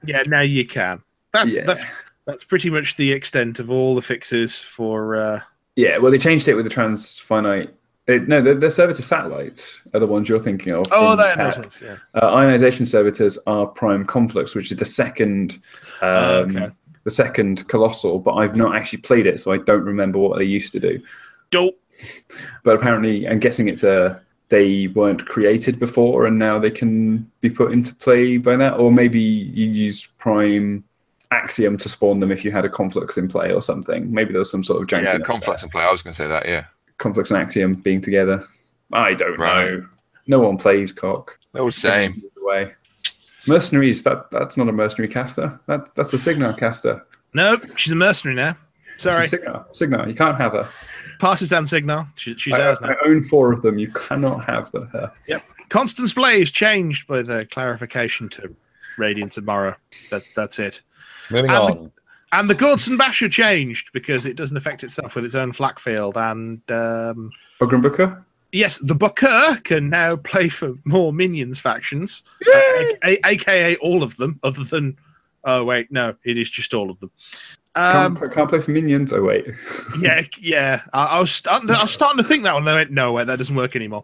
S1: Yeah, now you can. That's
S4: yeah.
S1: that's that's pretty much the extent of all the fixes for. Uh,
S4: yeah, well, they changed it with the transfinite. eh, no, the, the servitor satellites are the ones you're thinking of.
S1: oh,
S4: from
S1: there,
S4: Cat.
S1: those ones. Yeah.
S4: Uh, ionization servitors are prime conflicts, which is the second,
S1: Oh,
S4: um,
S1: okay.
S4: the second colossal. But I've not actually played it, so I don't remember what they used to do.
S1: Dope.
S4: But apparently, I'm guessing it's a they weren't created before, and now they can be put into play by that. Or maybe you use prime axiom to spawn them if you had a conflicts in play or something. Maybe there's some sort of janky
S2: yeah, conflicts and play. I was going to say that. Yeah,
S4: conflicts and axiom being together. I don't
S2: Right.
S4: know. No one plays cock.
S2: all the same.
S4: Either way. Mercenaries, that that's not a mercenary caster. That that's a Signar caster.
S1: Nope, she's a mercenary now. Sorry,
S4: It's a Signar. Signar, you can't have her.
S1: partisan signal. She, she's
S4: I,
S1: ours now.
S4: I own four of them. You cannot have the, her.
S1: Constance Blaze changed by the clarification to Radiant Tomorrow. That that's it.
S6: Moving
S1: And the-
S6: on.
S1: And the Gordson Basher changed because it doesn't affect itself with its own flak field. And um,
S4: Ogrim Booker?
S1: yes, the Booker can now play for more minions factions, uh, a- a- aka all of them, other than. Oh wait, no, it is just all of them. Um,
S4: Can't, can't play for minions. Oh wait.
S1: yeah, yeah. I, I was starting to, I was starting to think that one. Then I went, no way, that doesn't work anymore.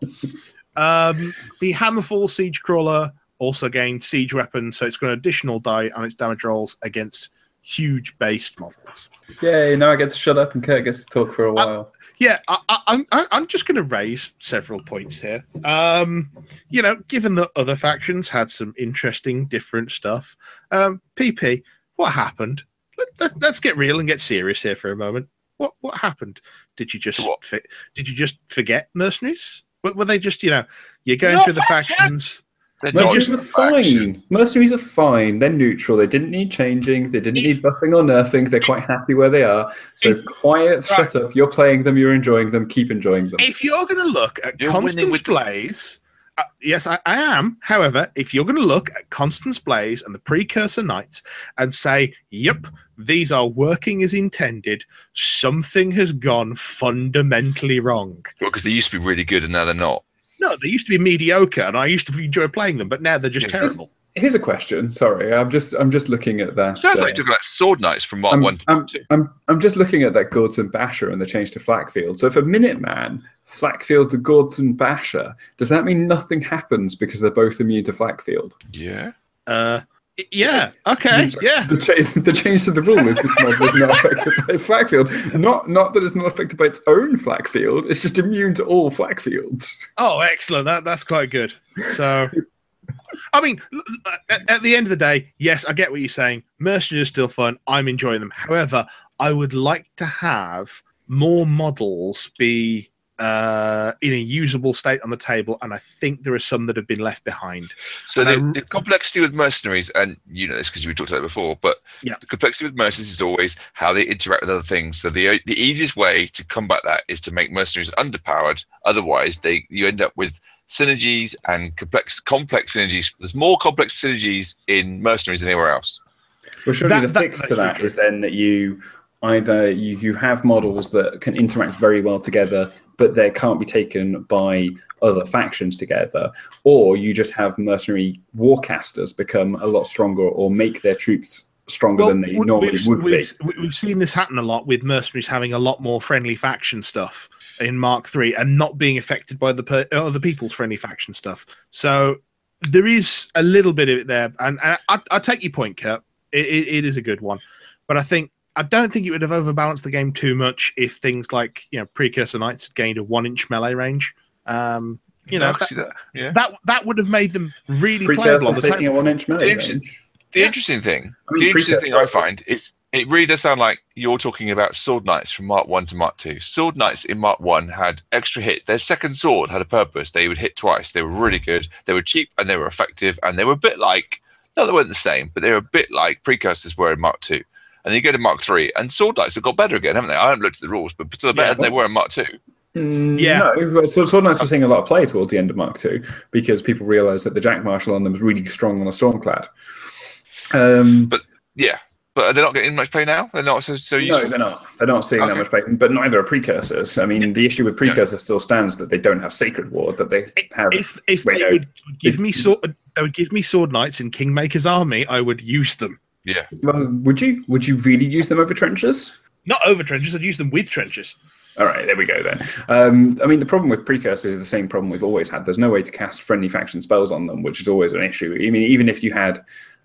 S1: Um, the Hammerfall Siege Crawler also gained siege weapon, so it's got an additional die on its damage rolls against huge based models.
S4: Yay, now I get to shut up and Kurt gets to talk
S1: uh,
S4: for a while.
S1: Yeah, I, I, I'm I- I'm just going to raise several points here. Um, you know, given that other factions had some interesting, different stuff. Um, PP, what happened? Let, let, let's get real and get serious here for a moment. What what happened? Did you just
S2: What?
S1: fi- did you just forget mercenaries? Were, were they just you know you're going
S2: No,
S1: through the factions?
S2: They're not
S4: Mercenaries are
S2: just faction.
S4: fine. Mercenaries are fine. They're neutral. They didn't need changing. They didn't need buffing or nerfing. They're quite happy where they are. So quiet, shut up. You're playing them. You're enjoying them. Keep enjoying them.
S1: If you're going to look at
S2: You're winning
S1: Constance
S2: with-
S1: Blaze, uh, yes, I, I am. However, if you're going to look at Constance Blaze and the Precursor Knights and say, yep, these are working as intended, something has gone fundamentally wrong.
S2: Well, because they used to be really good and now they're not.
S1: No, they used to be mediocre and I used to enjoy playing them, but now they're just
S2: Yeah.
S1: terrible.
S4: Here's a question. Sorry, I'm just I'm just looking at that.
S2: Sounds
S4: uh,
S2: like you're talking about sword knights from Mark
S1: Um,
S4: I'm,
S2: One.
S4: I'm, I'm, I'm just looking at that Gordson Basher and the change to Flackfield. So for Minuteman, Flackfield to Gordson Basher, does that mean nothing happens because they're both immune to Flackfield?
S2: Yeah.
S1: Uh, y- yeah, okay, yeah.
S4: The, cha- the change to the rule is this model is not affected by Flackfield. Not not that it's not affected by its own Flackfield. It's just immune to all Flackfields.
S1: Oh, excellent. That, that's quite good. So, I mean, l- l- at, at the end of the day, yes, I get what you're saying. Mercenaries are still fun. I'm enjoying them. However, I would like to have more models be uh, in a usable state on the table, and I think there are some that have been left behind.
S2: So
S1: And
S2: the,
S1: I-
S2: the complexity with mercenaries, and you know this because we talked about it before, but
S1: Yeah.
S2: the complexity with mercenaries is always how they interact with other things. So the the easiest way to combat that is to make mercenaries underpowered. Otherwise, they you end up with synergies and complex complex synergies. There's more complex synergies in mercenaries than anywhere else.
S4: Well, surely
S1: That-
S4: the
S1: that-
S4: fix to
S1: that's
S4: that
S1: true.
S4: is then that you either you, you have models that can interact very well together, but they can't be taken by other factions together, or you just have mercenary warcasters become a lot stronger or make their troops stronger than they
S1: we-
S4: normally
S1: we've,
S4: would be.
S1: we've, we- we've seen this happen a lot with mercenaries having a lot more friendly faction stuff in Mark Three and not being affected by the per- other people's friendly faction stuff. So there is a little bit of it there, and, and I, I take your point, Kurt. It, it, it is a good one, but I think I don't think it would have overbalanced the game too much if things like you know precursor knights had gained a one-inch melee range. Um, you
S2: No,
S1: know
S2: I can see
S1: that,
S2: that. Yeah.
S1: that that would have made them really playable on
S4: Precursors
S1: the
S4: taking a
S1: table.
S4: one-inch melee.
S2: Interesting.
S4: range.
S2: The
S1: Yeah.
S2: interesting thing,
S4: I mean,
S2: the interesting thing I
S4: precursor-
S2: find is it really does sound like you're talking about sword knights from Mark One to Mark Two. Sword knights in Mark One had extra hit. Their second sword had a purpose. They would hit twice. They were really good. They were cheap and they were effective. And they were a bit like no, they weren't the same, but they were a bit like precursors were in Mark Two. And then you go to Mark Three, and sword knights have got better again, haven't they? I haven't looked at the rules, but still better
S1: Yeah.
S2: than they were in Mark Two.
S4: Mm,
S1: Yeah.
S4: No, well, so Sword Knights were seeing a lot of play towards the end of Mark II because people realised that the Jack Marshal on them was really strong on a Stormclad. Um,
S2: Yeah, but they're not getting much play now. They're not so so useful.
S4: No, they're not. They're not seeing that
S2: Okay.
S4: much patent, but neither are precursors. I mean, the issue with precursors still stands that they don't have sacred ward, that they have.
S1: if if
S4: Wait,
S1: they
S4: no.
S1: would give me sword, they would give me sword knights in Kingmaker's army, I would use them.
S2: Yeah.
S4: Well, would you? Would you really use them over trenchers?
S1: Not over trenches. I'd use them with trenches.
S4: All right, there we go then. Um, I mean, the problem with precursors is the same problem we've always had. There's no way to cast friendly faction spells on them, which is always an issue. I mean, even if you had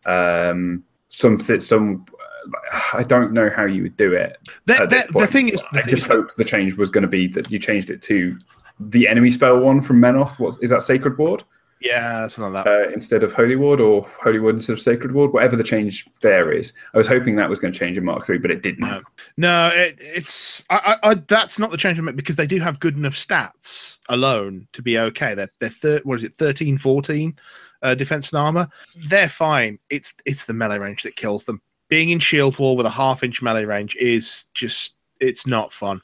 S4: um, some, some, uh, I don't know how you would do it.
S1: The,
S4: at this
S1: the, the
S4: point.
S1: thing is, the
S4: I
S1: thing
S4: just
S1: is that-
S4: hoped the change was going to be that you changed it to the enemy spell one from Menoth. What's is that Sacred Ward
S1: yeah, something like that.
S4: uh, instead of Holy Ward, or Holy Ward instead of Sacred Ward? Whatever the change there is, I was hoping that was going to change in Mark Three, but it didn't.
S1: No. No, it, it's I, I, I, that's not the change I meant because they do have good enough stats alone to be okay. They're they're thir- what is it 13, 14 uh, defense and armor. They're fine. It's it's the melee range that kills them. Being in shield wall with a half inch melee range is just it's not fun.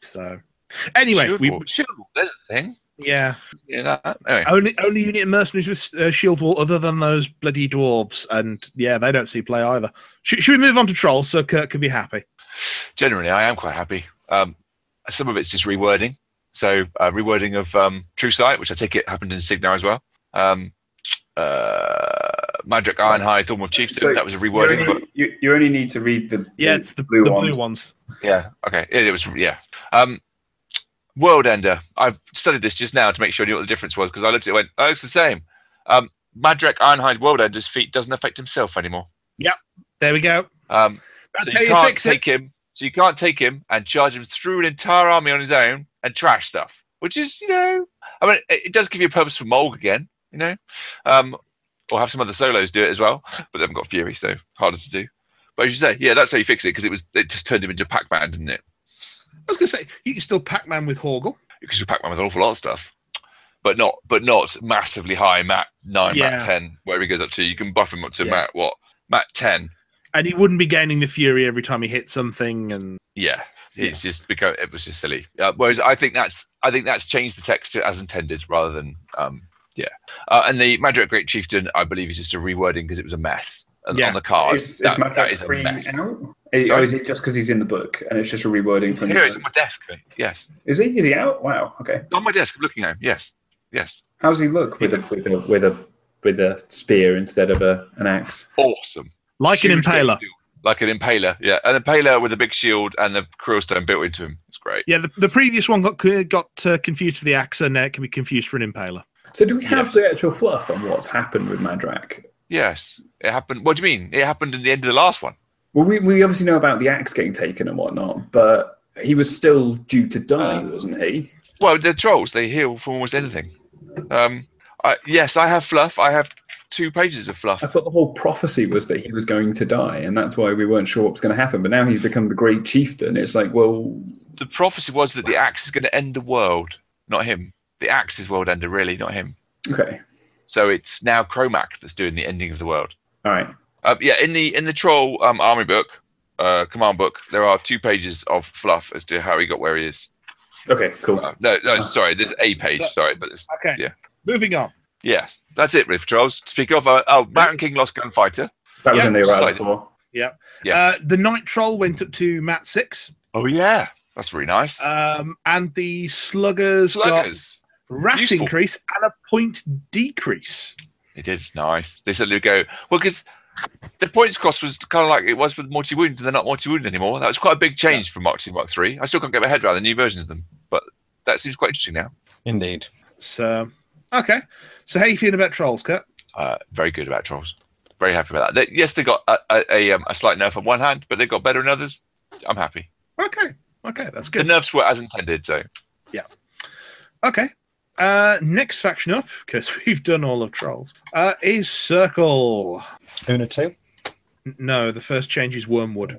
S1: So anyway,
S2: Shield
S1: we,
S2: wall. Shield wall, there's a thing.
S1: yeah,
S2: You know, that. anyway.
S1: only only unit of mercenaries with uh, shield wall other than those bloody dwarves, and yeah, they don't see play either. Should, should we move on to trolls so Kurt can be happy?
S2: generally I am quite happy. Um, some of it's just rewording. So uh, rewording of um, True Sight, which I take it happened in Signar as well. Um, uh, Madrick Ironhide, Thorn of Chieftain,
S4: So
S2: that was a
S4: You
S2: rewording.
S4: only, you, you only need to read the
S1: Yeah,
S4: the
S1: it's the
S4: blue
S1: the
S4: ones.
S1: blue ones.
S2: but yeah, okay, it, it was yeah. Um, World Ender. I've studied this just now to make sure I knew what the difference was because I looked at it and went, oh, it's the same. Um, Madrick Ironhide World Ender's feet doesn't affect himself anymore.
S1: There we go.
S2: Um,
S1: That's
S2: so
S1: how
S2: you
S1: you
S2: can't
S1: fix it.
S2: take him. So you can't take him and charge him through an entire army on his own and trash stuff, which is you know, I mean, it, it does give you a purpose for Mulg again, you know, um, or have some other solos do it as well, but they haven't got Fury, so harder to do. But as you say, yeah, that's how you fix it because it was it just turned him into Pac-Man, didn't it?
S1: I was going to say, you can still Pac Man with Horgle.
S2: Because you're Pac-Man with an awful lot of stuff, but not but not massively high Mat nine,
S1: Yeah.
S2: Mat ten, wherever he goes up to. You can buff him up to
S1: Yeah.
S2: Mat what Mat ten,
S1: And he wouldn't be gaining the fury every time he hit something. And
S2: yeah it's just because it was just silly uh, whereas i think that's i think that's changed the text to as intended rather than um yeah uh, and the magic great chieftain i believe is just a rewording because it was a mess on-
S1: Yeah.
S2: on the card
S4: Is, is
S2: Oh, That-
S4: Madrak
S2: that is a
S4: free
S2: mess
S4: now? Is- Or
S2: Sorry?
S4: is it just because he's in the book and it's just a rewording from the
S2: here it's on
S4: book?
S2: my desk mate. yes
S4: Is he? Is he out? Wow. Okay.
S2: It's on my desk i'm looking at him yes yes
S4: How does he look with a with a with a with a spear instead of a an axe?
S2: awesome
S1: like an
S2: Huge big
S1: impaler.
S2: shield. like an impaler yeah an impaler with a big shield and a cruel stone built into him it's great
S1: Yeah, the, the previous one got co- got uh, confused for the axe, and now it can be confused for an impaler.
S4: So do we have the actual fluff on what's happened with Madrak?
S2: yes it happened what do you mean it happened in the end of the last one
S4: Well, we we obviously know about the axe getting taken and whatnot, but he was still due to die,
S2: Uh.
S4: wasn't he?
S2: Well, they're trolls. They heal from almost anything. Um, I, yes, I have fluff. I have two pages of fluff.
S4: I thought the whole prophecy was that he was going to die, and that's why we weren't sure what was going to happen. But now he's become the great chieftain. It's like, well,
S2: The prophecy was that the axe is going to end the world, not him. The axe is world ender, really, not him.
S4: okay,
S2: So it's now Cromac that's doing the ending of the world.
S4: all right.
S2: Uh, yeah, in the in the troll um, army book, uh, command book, there are two pages of fluff as to how he got where he is.
S4: Okay, cool.
S2: Uh, no, no, sorry, there's a page. Sorry, but it's,
S1: Okay.
S2: Yeah.
S1: Moving on.
S2: yeah, that's it with trolls. Speak of uh, oh, Mountain King lost gunfighter.
S4: That was
S1: Yeah,
S4: in the
S2: sorry.
S4: round before.
S2: Yeah.
S1: Uh, the night troll went up to Mat six,
S2: Oh yeah, Uh, that's really nice.
S1: um, and the sluggers, got
S2: Sluggers.
S1: rat
S2: Useful.
S1: increase and a point decrease.
S2: It is nice. They suddenly go well because the points cost was kind of like it was with multi wound, and they're not multi wound anymore. That was quite a big change from Mark Two, and Mark Three. I still can't get my head around the new versions of them, but that seems quite interesting now.
S6: Indeed.
S1: So, okay. So, how you feeling about trolls, Kurt?
S2: Uh, very good about trolls. Very happy about that. They, yes, they got a, a, a, um, a slight nerf on one hand, but they got better in others. I'm happy.
S1: Okay. Okay, that's
S2: The
S1: good.
S2: nerfs were as intended, so
S1: Okay. Uh, next faction up, because we've done all of trolls, uh, is Circle.
S6: Una 2.
S1: N- No, the first change is Wormwood.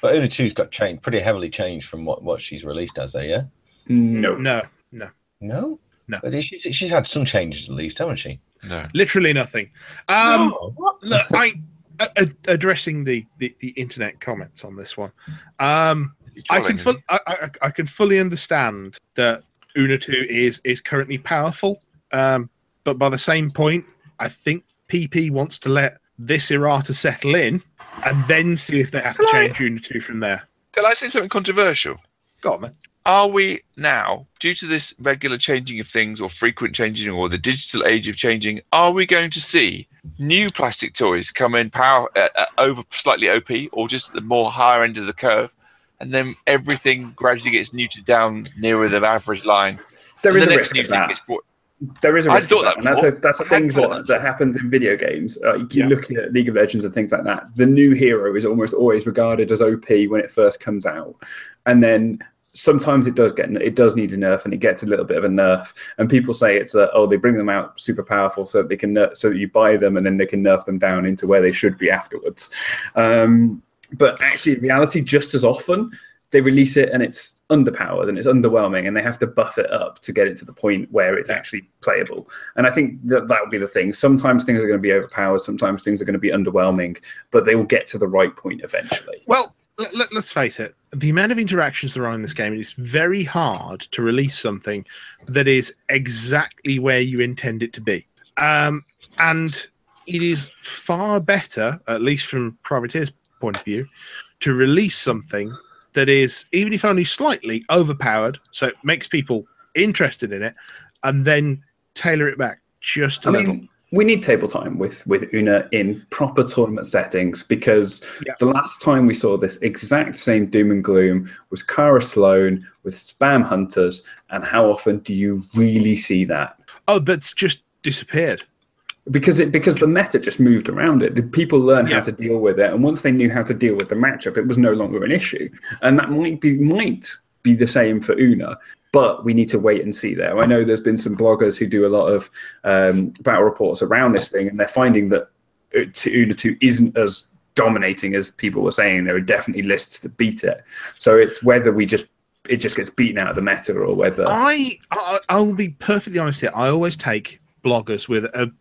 S6: But Una 2's got changed, pretty heavily changed from what, what she's released as, though, yeah?
S4: No.
S1: No,
S6: No?
S1: No.
S6: But she's, she's had some changes at least, haven't she?
S2: no.
S1: literally nothing. Um,
S6: No, what?
S1: look, I a- a- addressing the, the the internet comments on this one. Um, I can fu- I, I, I can fully understand that Una Two is is currently powerful, um, but by the same point, I think PP wants to let this errata settle in and then see if they have to change Una Two from there.
S2: Can I say something controversial?
S1: Go on, then.
S2: Are we now, due to this regular changing of things or frequent changing or the digital age of changing, are we going to see new plastic toys come in power uh, uh, over slightly OP or just the more higher end of the curve, and then everything gradually gets neutered down nearer the average line.
S4: There
S2: and
S4: is
S2: the
S4: a
S2: next
S4: risk
S2: new
S4: of
S2: thing
S4: that.
S2: gets brought-
S4: There is a
S2: I'd
S4: risk of
S2: thought
S4: that,
S2: that
S4: and that's a
S2: before. I hadn't
S4: that's a thing
S2: thought
S4: that,
S2: that.
S4: that happens in video games. Uh, you
S1: Yeah.
S4: look at League of Legends and things like that. The new hero is almost always regarded as OP when it first comes out, and then sometimes it does get it does need a nerf, and it gets a little bit of a nerf. And people say it's a, oh they bring them out super powerful so that they can nerf, so that you buy them and then they can nerf them down into where they should be afterwards. Um, but actually, in reality, just as often they release it and it's underpowered and it's underwhelming and they have to buff it up to get it to the point where it's actually playable and i think that that will be the thing sometimes things are going to be overpowered sometimes things are going to be underwhelming but they will get to the right point eventually
S1: Well, let, let, us face it. The amount of interactions there are in this game, it's very hard to release something that is exactly where you intend it to be. Um, and it is far better, at least from Privateer's point of view, to release something that is, even if only slightly, overpowered. So it makes people interested in it and then tailor it back just a
S4: I
S1: little.
S4: mean, we need table time with with Una in proper tournament settings because
S1: Yeah.
S4: the last time we saw this exact same doom and gloom was Kara Sloan with spam hunters, and how often do you really see that?
S1: oh, that's just disappeared.
S4: because it because the meta just moved around it. The people learn
S1: Yeah.
S4: how to deal with it, and once they knew how to deal with the matchup, it was no longer an issue. And that might be might be the same for Una, but we need to wait and see. There, I know there's been some bloggers who do a lot of um, battle reports around this thing, and they're finding that uh, to Una two isn't as dominating as people were saying. There are definitely lists that beat it. So it's whether we just it just gets beaten out of the meta or whether
S1: I, I I'll be perfectly honest here. I always take bloggers with a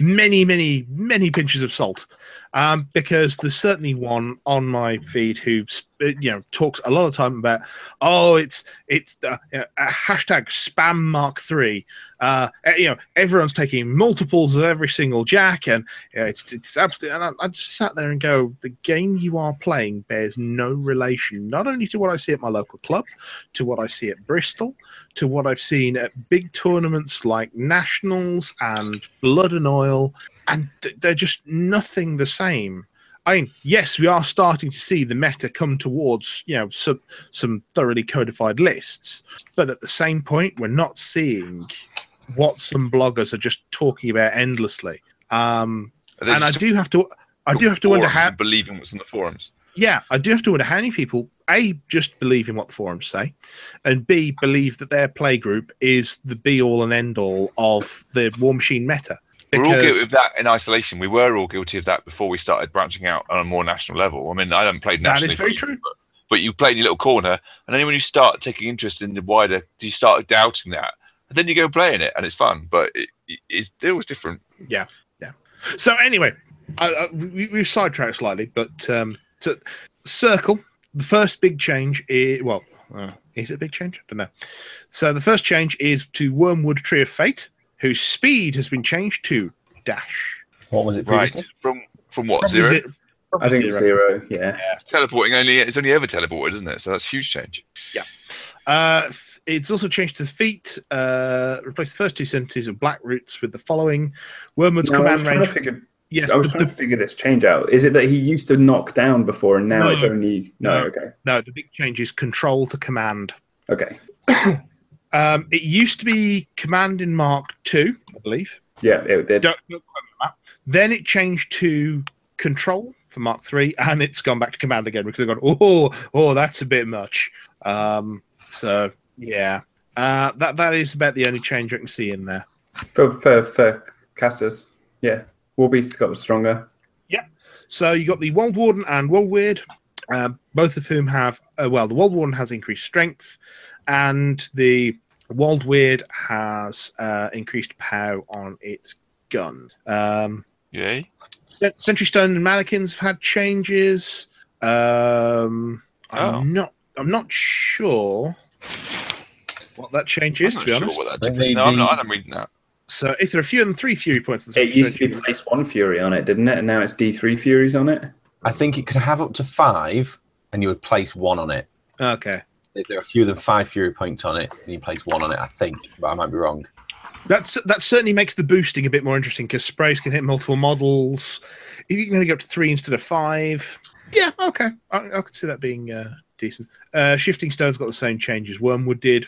S1: many, many, many pinches of salt, um, because there's certainly one on my feed who sp- you know talks a lot of time about oh it's it's uh, you know, uh, hashtag spam mark three. Uh, eh, you know everyone's taking multiples of every single jack, and you know, it's it's absolutely. And I, I just sat there and go, the game you are playing bears no relation, not only to what I see at my local club, to what I see at Bristol to what I've seen at big tournaments like Nationals and Blood and Oil, and th- they're just nothing the same. I mean, yes, we are starting to see the meta come towards you know some some thoroughly codified lists, but at the same point, we're not seeing what some bloggers are just talking about endlessly. Um,
S2: Are they
S1: and I
S2: just
S1: do have to, I do have to wonder
S2: forums
S1: how
S2: and believing what's on the forums.
S1: yeah, I do have to wonder how many people a just believe in what the forums say, and b believe that their playgroup is the be all and end all of the War Machine meta.
S2: We're all guilty
S1: Because
S2: of that in isolation. We were all guilty of that before we started branching out on a more national level. I mean, I haven't played
S1: that
S2: nationally.
S1: is very
S2: but-
S1: true.
S2: but you play in your little corner, and then when you start taking interest in the wider, you start doubting that, and then you go playing it, and it's fun, but it, it, it's it was different.
S1: So anyway, I, I, we, we've sidetracked slightly, but um, so circle the first big change is well, uh, is it a big change? I don't know. So the first change is to Wormwood Tree of Fate, whose speed has been changed to dash.
S6: What was it
S2: Right
S6: previously?
S2: from from what
S1: Probably
S2: zero
S1: ze-
S4: I think
S1: probably
S4: zero, yeah.
S2: teleporting only it's only ever teleported, isn't it? So that's a huge change.
S1: Uh, f- it's also changed to feet. Uh, replace the first two sentences of black roots with the following. Wormwood's
S4: No, I was
S1: command
S4: trying to
S1: range.
S4: figure
S1: yes,
S4: I was
S1: the-
S4: trying to figure this change out. Is it that he used to knock down before and now
S1: No.
S4: it's only no,
S1: No.
S4: Okay.
S1: no, the big change is control to command.
S4: Okay.
S1: Um, it used to be command in Mark Two, I believe.
S4: Yeah, it did.
S1: Don't, don't quote me on that. Then it changed to control for Mark Three, and it's gone back to command again because they have gone, oh, oh, that's a bit much. Um, so yeah, uh, that that is about the only change I can see in there.
S4: For for for casters. Yeah. Warbeast's got stronger.
S1: So you got the World Warden and World Weird, um, both of whom have uh, well, the World Warden has increased strength, and the World Weird has uh, increased power on its gun. Um,
S2: Yay!
S1: Sen- Sentry Stone and mannequins have had changes. Um, I'm
S2: Oh.
S1: not. I'm not sure what that change is,
S2: I'm
S1: to be
S2: not sure
S1: honest.
S2: what that
S6: They-
S2: difference- no, I'm not.
S6: they-
S2: I'm reading that.
S1: So, if there are fewer than three Fury points, the
S4: It used to be
S1: Sentry-
S4: place one fury on it, didn't it? And now it's D three furies on it.
S6: I think it could have up to five, and you would place one on it.
S1: okay.
S6: If there are fewer than five fury points on it, and you place one on it, I think, but I might be wrong.
S1: That's that certainly makes the boosting a bit more interesting because sprays can hit multiple models. If you can only go up to three instead of five, yeah, okay, I, I could see that being uh, decent. Uh, Shifting Stone's got the same change as Wormwood did,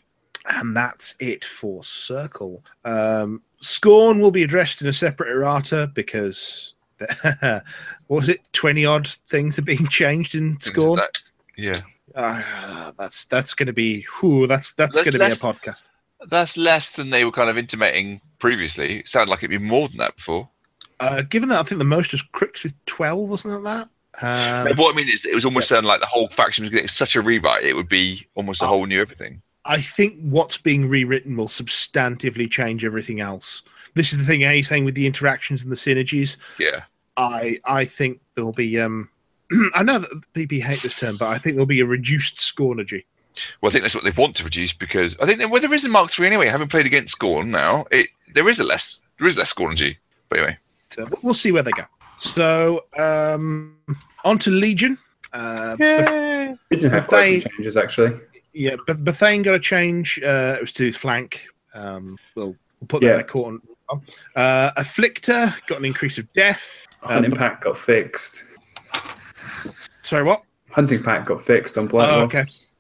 S1: and that's it for Circle. Um, Scorn will be addressed in a separate errata because what was it? Twenty odd things are being changed in
S2: Things like
S1: Scorn.
S2: that. Yeah,
S1: Ah, that's that's going to be whew, that's that's
S2: Let's-
S1: going to be a
S2: let's-
S1: podcast.
S2: that's less than they were kind of intimating previously. It sounded like it'd be more than that before.
S1: Uh, given that I think the most was Crix with twelve, wasn't it? That um,
S2: what I mean is, that it was almost sounding like the whole faction was getting such a rewrite. It would be almost a whole new everything.
S1: I think what's being rewritten will substantively change everything else. This is the thing A saying with the interactions and the synergies.
S2: Yeah,
S1: I I think there'll be um I know that PP hate this term, but I think there'll be a reduced scornergy.
S2: well, I think that's what they want to produce because I think that, well, there is in Mark Three anyway. Having played against Scorn now, it there is a less there is less Scorn G. But anyway,
S1: So we'll see where they go. So um on to Legion. Uh, Beth-
S4: It didn't have
S1: If
S4: quite a
S1: they-
S4: few changes actually.
S1: yeah, but Bethane got a change. Uh, it was to flank. Um, we'll, we'll put that in
S4: Yeah.
S1: a corner. Uh, Afflictor got an increase of death. Uh,
S4: Hunting pack got fixed.
S1: Sorry, what?
S4: Hunting pack got fixed on Black
S1: Oh,
S4: Ops.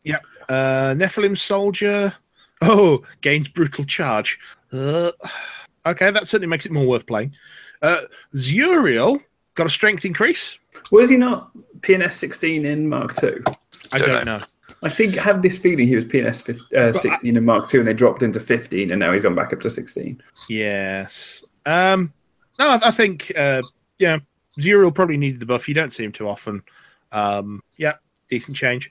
S1: okay. Uh, Nephilim soldier. Oh, gains brutal charge. Uh, okay, that certainly makes it more worth playing. Uh, Zuriel got a strength increase.
S4: Was he not PNS 16 in Mark II?
S1: I
S2: Don't
S1: don't know.
S4: I think I have this feeling he was PNS 15, uh, 16 in Mark II and they dropped him to 15 and now he's gone back up to 16.
S1: Yes. Um, no, I, I think uh, yeah, Zuriel probably needed the buff. You don't see him too often. Um, yeah, decent change.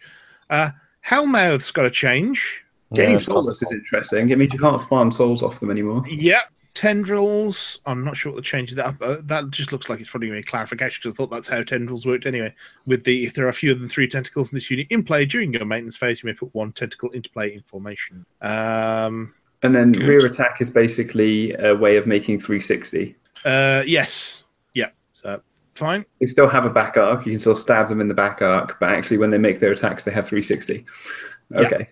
S1: Uh, Hellmouth's got a change.
S4: Getting
S6: Yeah,
S4: soulless is interesting. It means you can't farm souls off them anymore.
S1: Yeah. Tendrils. I'm not sure what the change is. That uh, that just looks like it's probably going to be a clarification because I thought that's how tendrils worked anyway. With the if there are fewer than three tentacles in this unit in play during your maintenance phase, you may put one tentacle into play in formation. Um,
S4: And then
S2: Good.
S4: rear attack is basically a way of making 360.
S1: uh, yes. Yeah. So fine.
S4: They still have a back arc. You can still stab them in the back arc, but actually, when they make their attacks, they have 360.
S1: Yeah.
S4: Okay.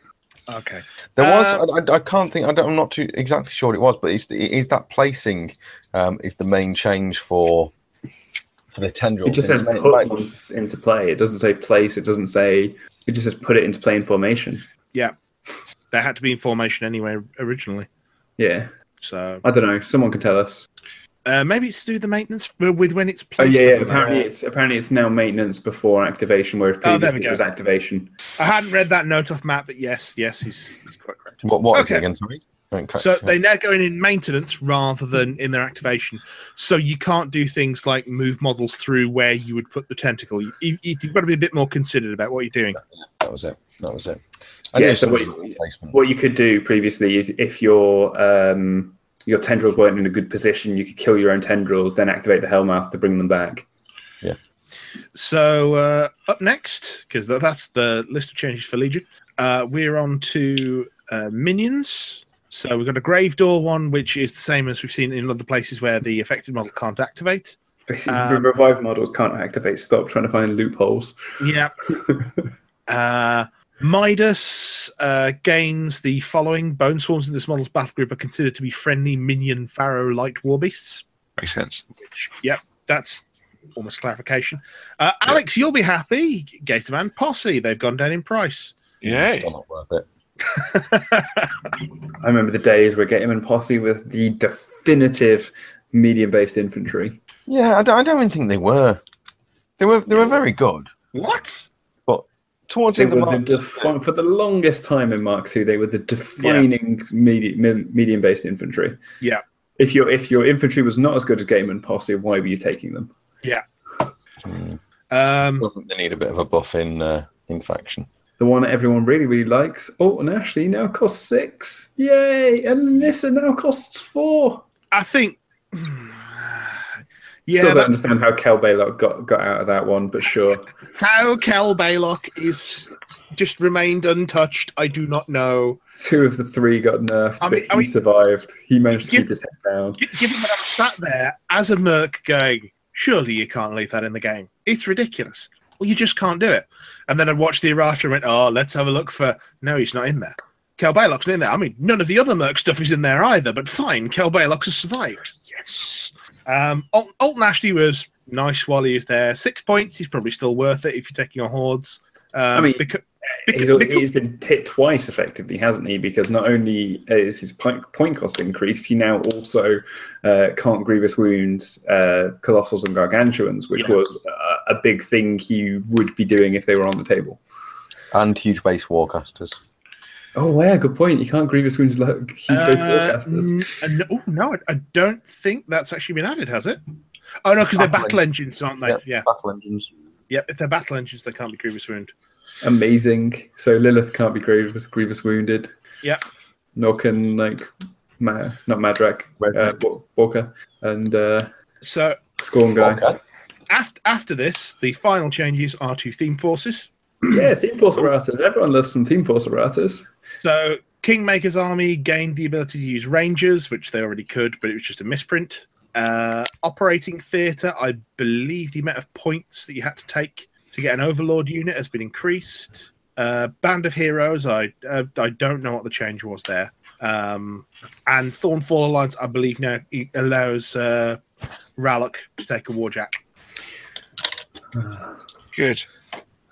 S1: Okay.
S6: There
S1: Uh,
S6: was. I, I- I can't think. I don't, I'm not too exactly sure what it was, but it's it is that placing um, is the main change for for the tendrils.
S4: It just
S6: And
S4: says
S6: it's
S4: put
S6: like-
S4: one into play. It doesn't say place. It doesn't say. It just says put it into play in formation.
S1: They had to be in formation anyway originally.
S4: Yeah.
S1: So
S4: I don't know. Someone can tell us.
S1: uh, maybe it's to do with the maintenance uh, with when it's
S4: Oh
S1: placed.
S4: yeah,
S1: at
S4: yeah.
S1: the moment.
S4: Apparently, it's apparently it's now maintenance before activation, whereas
S1: Oh, there we
S4: previously it
S1: go.
S4: was activation.
S1: I hadn't read that note off Matt, but yes, yes, he's, he's quite correct.
S6: What, what is it
S1: Okay.
S6: again? Sorry. I don't catch
S1: So
S6: that.
S1: they now go in in maintenance rather than in their activation. So you can't do things like move models through where you would put the tentacle. You, you, you've got to be a bit more considered about what you're doing.
S6: that was it. That was it.
S4: Yeah,
S6: it's
S4: so
S6: just
S4: what-
S6: placement.
S4: What you could do previously is if your um, your tendrils weren't in a good position, you could kill your own tendrils, then activate the hellmouth to bring them back.
S1: So uh, up next, because that's the list of changes for Legion, uh, we're on to uh, minions. So we've got a Gravedoor one, which is the same as we've seen in other places where the affected model can't activate.
S4: Basically,
S1: Um,
S4: revive models can't activate. Stop trying to find loopholes.
S1: Yeah. Uh, Midas uh, gains the following. Bone swarms in this model's battle group are considered to be friendly minion pharaoh light war beasts.
S2: makes sense.
S1: Which, yep, that's almost clarification. Uh, Alex, you'll be happy. Gatorman Posse, they've gone down in price.
S2: Yeah,
S6: Still not worth it.
S4: I remember the days where Gatorman Posse was the definitive medium-based infantry.
S6: Yeah, I don't, I don't even think they were. They were. They were very good.
S1: What?
S6: Towards the
S4: They
S6: end of
S4: were the
S6: March,
S4: defi- for the longest time in Mark II, they were the defining medi- me- medium-based infantry.
S1: Yeah.
S4: If your if your infantry was not as good as Gatorman Posse, why were you taking them?
S6: mm,
S1: Um,
S6: I think they need a bit of a buff in uh, in faction.
S4: The one that everyone really really likes. Oh, and Ashley now costs six. Yay! And Nissa now costs four.
S1: I think.
S4: Still
S1: Yeah,
S4: don't
S1: that,
S4: understand how Kel Baylock got got out of that one, but sure.
S1: how Kel Baylock is just remained untouched, I do not know.
S4: Two of the three got nerfed,
S1: I mean-
S4: but
S1: I
S4: he
S1: mean-
S4: survived. He managed to
S1: Give-
S4: keep his head down.
S1: G- given that I'm sat there as a merc going, surely you can't leave that in the game. It's ridiculous. Well, you just can't do it. And then I'd watch the errata and went, oh, let's have a look for, no, he's not in there. Kel Balog's not in there. I mean, none of the other Merc stuff is in there either, but fine, Kel Balog has survived. Yes. Um, Alt- Alton Ashley was nice while he was there. Six points, he's probably still worth it if you're taking on hordes. Um,
S4: I mean,
S1: becau-
S4: He's,
S1: becau- becau-
S4: he's been hit twice effectively, hasn't he? Because not only uh, is his point point cost increased, he now also uh, can't grievous wound uh, colossals and gargantuans, which
S1: Yeah.
S4: was a, a big thing he would be doing if they were on the table.
S6: and huge base warcasters.
S4: Oh yeah, good point. You can't grievous wounds like huge
S1: Uh,
S4: base warcasters.
S1: n- uh, no, oh, no, I- I don't think that's actually been added, has it? Oh no, because they're
S6: Battling.
S1: battle engines, aren't they?
S6: Yep.
S1: Yeah,
S6: Battle engines.
S1: yeah. If they're battle engines, they can't be grievous wound.
S4: Amazing. So Lilith can't be grievous grievous wounded.
S1: Yeah.
S4: Nor can like Ma- not Madrak, uh,
S6: Redneck.
S4: Wa- Walker and uh,
S1: So
S4: Scorn guy.
S6: Walker.
S1: after after this, the final changes are to theme forces.
S4: Yeah, Team Force erratas. Everyone loves some Team Force erratas.
S1: So Kingmaker's army gained the ability to use rangers, which they already could, but it was just a misprint. Uh, operating theatre, I believe the amount of points that you had to take to get an overlord unit has been increased. Uh, Band of Heroes, I uh, I don't know what the change was there. Um, and Thornfall Alliance, I believe now it allows uh, Ralloc to take a warjack.
S2: Good.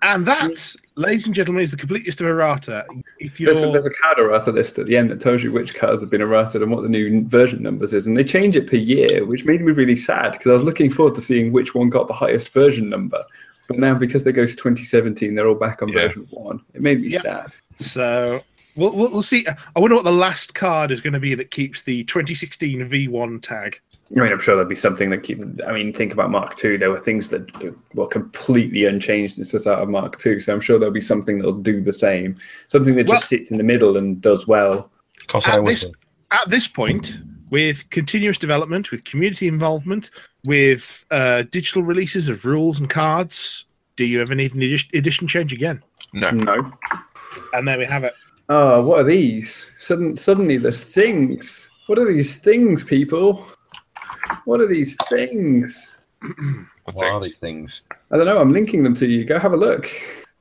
S1: And that, ladies and gentlemen, is the completest of errata. If you're
S4: There's a, there's a card errata list at the end that tells you which cards have been errated and what the new version numbers is, and they change it per year, which made me really sad because I was looking forward to seeing which one got the highest version number. But now because they go to 2017, they're all back on
S2: Yeah.
S4: version one. It made me
S1: Yeah.
S4: sad.
S1: So we'll, we'll, we'll see. I wonder what the last card is going to be that keeps the 2016 V1 tag.
S4: I mean, I'm sure there'll be something that keep. I mean, think about Mark II. There were things that were completely unchanged since the start of Mark II, so I'm sure there'll be something that'll do the same, something that
S1: Well-
S4: just sits in the middle and does well.
S1: At this- At this point, with continuous development, with community involvement, with uh, digital releases of rules and cards, do you ever need an edi- edition change again?
S2: No.
S4: No,
S1: And there we have it.
S4: Oh, what are these? Sudden, suddenly there's things. What are these things, people? What are these things?
S2: What
S6: What are
S2: things?
S6: these things?
S4: I don't know. I'm linking them to you. Go have a look.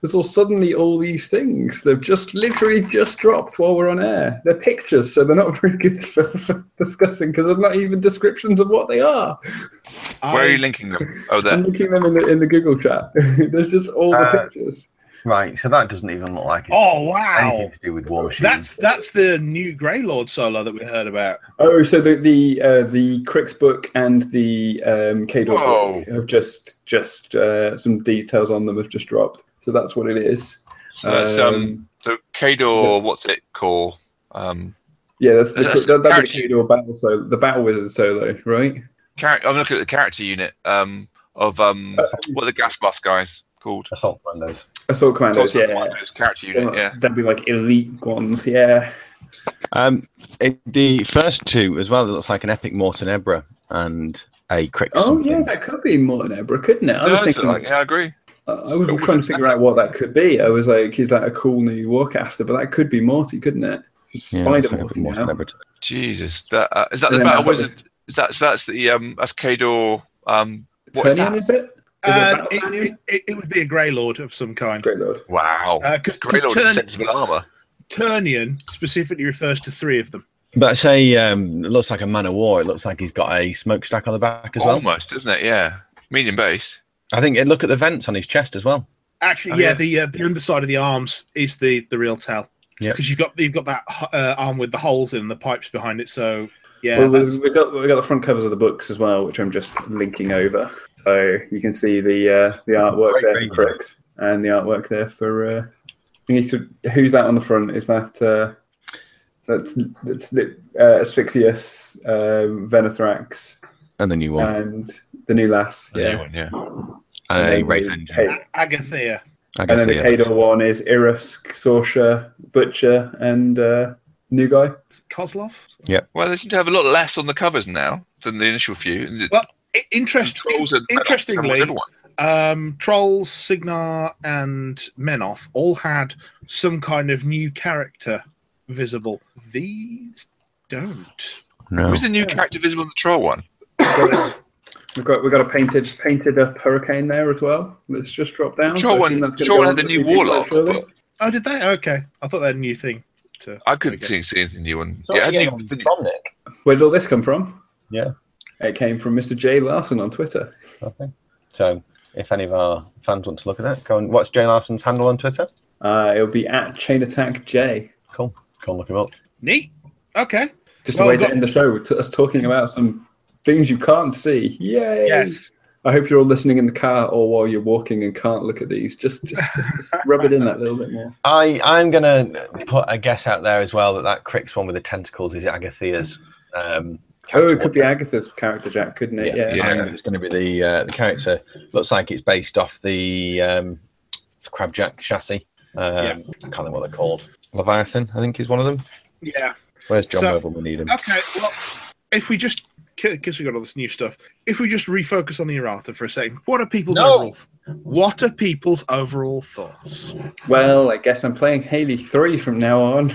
S4: There's all suddenly all these things. They've just literally just dropped while we're on air. They're pictures, so they're not very good for, for discussing because there's not even descriptions of what they are.
S2: Where are
S1: I-
S2: you linking them? Oh, there.
S4: I'm linking them in the, in the Google chat. there's just all the
S6: Uh,
S4: pictures.
S6: Right, so that doesn't even look like it's
S1: oh,
S6: anything
S1: wow.
S6: to do with War Machine.
S1: That's that's the new Grey Lord solo that we heard about.
S4: Oh, so the the uh, the Cricks book and the um, Cador book have just just uh, some details on them have just dropped. So that's what it is.
S2: So that's, um,
S4: Um,
S2: so Kador, what's it called? Um,
S4: yeah, that's the,
S2: that's-
S4: that, that's the
S2: character-
S4: Cador battle. So the Battle Wizard solo, right?
S2: char- I'm looking at the character unit um, of um,
S4: Uh,
S2: what are the gas mask guys called?
S6: Assault Commandos.
S4: Assault Commanders, yeah.
S2: Character unit, yeah.
S4: That'd be like elite ones, yeah.
S6: Um, it, the first two as well. It looks like an epic Mortenebra and a Crick
S4: Oh yeah,
S6: something.
S4: that could be more than Ebra, couldn't it? I
S2: Those
S4: was
S2: are
S4: thinking,
S2: like- yeah, I agree.
S4: I I was trying to figure out what that could be. I was like, is that a cool new Warcaster? But that could be Morty, couldn't it?
S6: Yeah,
S4: Spider
S6: looks like
S4: Morty
S6: a
S4: now.
S6: Mortenebra.
S2: Jesus, that uh, is that
S4: And
S2: the
S4: then
S2: battle
S4: that's what
S2: wizard? Is that so that's the um that's Kador um what is
S4: Turnian,
S2: that?
S4: is it? Is it a
S1: Uh,
S4: battle
S1: it,
S4: manual?
S1: it, it, it would be a Grey Lord of some kind.
S4: Great lord.
S2: Wow,
S1: Uh, 'cause- 'cause
S2: Grey Lord
S1: Turn-
S2: in sensible armor.
S1: Turnian specifically refers to three of them.
S6: But say, um, it looks like a man of war. It looks like he's got a smokestack on the back
S4: Oh
S6: as well.
S2: Almost, isn't it? Yeah, medium base.
S6: I think. And look at the vents on his chest as well.
S1: Actually,
S2: Oh,
S1: yeah,
S2: yeah.
S1: the uh, the underside of the arms is the the real tell.
S6: Yeah.
S1: because you've got you've got that uh, arm with the holes in and the pipes behind it. So yeah,
S4: well,
S1: that's,
S4: we've, we've got we've got the front covers of the books as well, which I'm just linking over, so you can see the uh, the artwork
S6: Great,
S4: there
S6: great.
S4: for Crooks and the artwork there for. Uh, you need to, who's that on the front? Is that uh, that's that's the, uh, Asphyxius, um, Venithrax,
S6: And the new one,
S4: and the new lass.
S2: Yeah,
S4: Yeah,
S2: one, yeah.
S4: And
S6: a
S4: then
S6: Wraith
S4: the
S6: engine.
S4: Ca-
S1: A- Agathea.
S6: I
S4: and then the
S6: guess, yeah.
S4: Cador one is Irusk, Sorsha, Butcher, and uh, new guy.
S1: Kozlov.
S2: Well, they seem to have a lot less on the covers now than the initial few. And the-
S1: Well, I-
S2: the
S1: Interest,
S2: trolls and-
S1: interestingly,
S2: everyone.
S1: um, trolls, Signar, and Menoth all had some kind of new character visible. These don't.
S6: No.
S2: Who's the new character visible in the troll one?
S4: We've got we've got a painted painted up hurricane there as well. Let's just drop down.
S2: Sure
S4: I
S2: one-
S4: think that's gonna
S2: sure
S4: go
S2: one
S4: on
S2: had a
S4: to
S2: new
S4: the next
S2: warlock,
S4: slide, surely.
S2: but-
S1: Oh, did they? Okay, I thought they had a new thing. uh,
S2: I couldn't
S1: Okay.
S2: see, see anything new on.
S5: So
S2: yeah, I
S5: what are you
S2: think,
S5: getting on from, Nick?
S4: Where did all this come from?
S6: Yeah.
S4: It came from Mr. Jay Larson on Twitter.
S6: Okay. So if any of our fans want to look at that, go and what's Jay Larson's handle on Twitter?
S4: Uh, it'll be at Chain Attack Jay.
S6: Cool. Go and look him up.
S1: neat. Okay.
S4: Just
S1: Well,
S4: a way
S1: I've
S4: to
S1: got-
S4: end the show to us talking about some things you can't see. Yay!
S1: Yes.
S4: I hope you're all listening in the car or while you're walking and can't look at these. Just, just, just, just rub it in that little bit more.
S6: I I'm gonna put a guess out there as well that that Crix one with the tentacles is Agathea's. Um,
S4: Oh, it could be Agatha's character, Jack, couldn't it? Yeah.
S2: Yeah.
S6: I think it's going to be the uh, the character. Looks like it's based off the um, it's Crabjack chassis. Um,
S1: Yeah.
S6: I can't remember what they're called. Leviathan, I think, is one of them.
S1: Yeah.
S6: Where's John
S1: So-
S6: Webber? We need him.
S1: Okay. Well, if we just because we got all this new stuff, if we just refocus on the errata for a second, what are people's
S6: No.
S1: overall? What are people's overall thoughts?
S4: Well, I guess I'm playing Haley 3 from now on.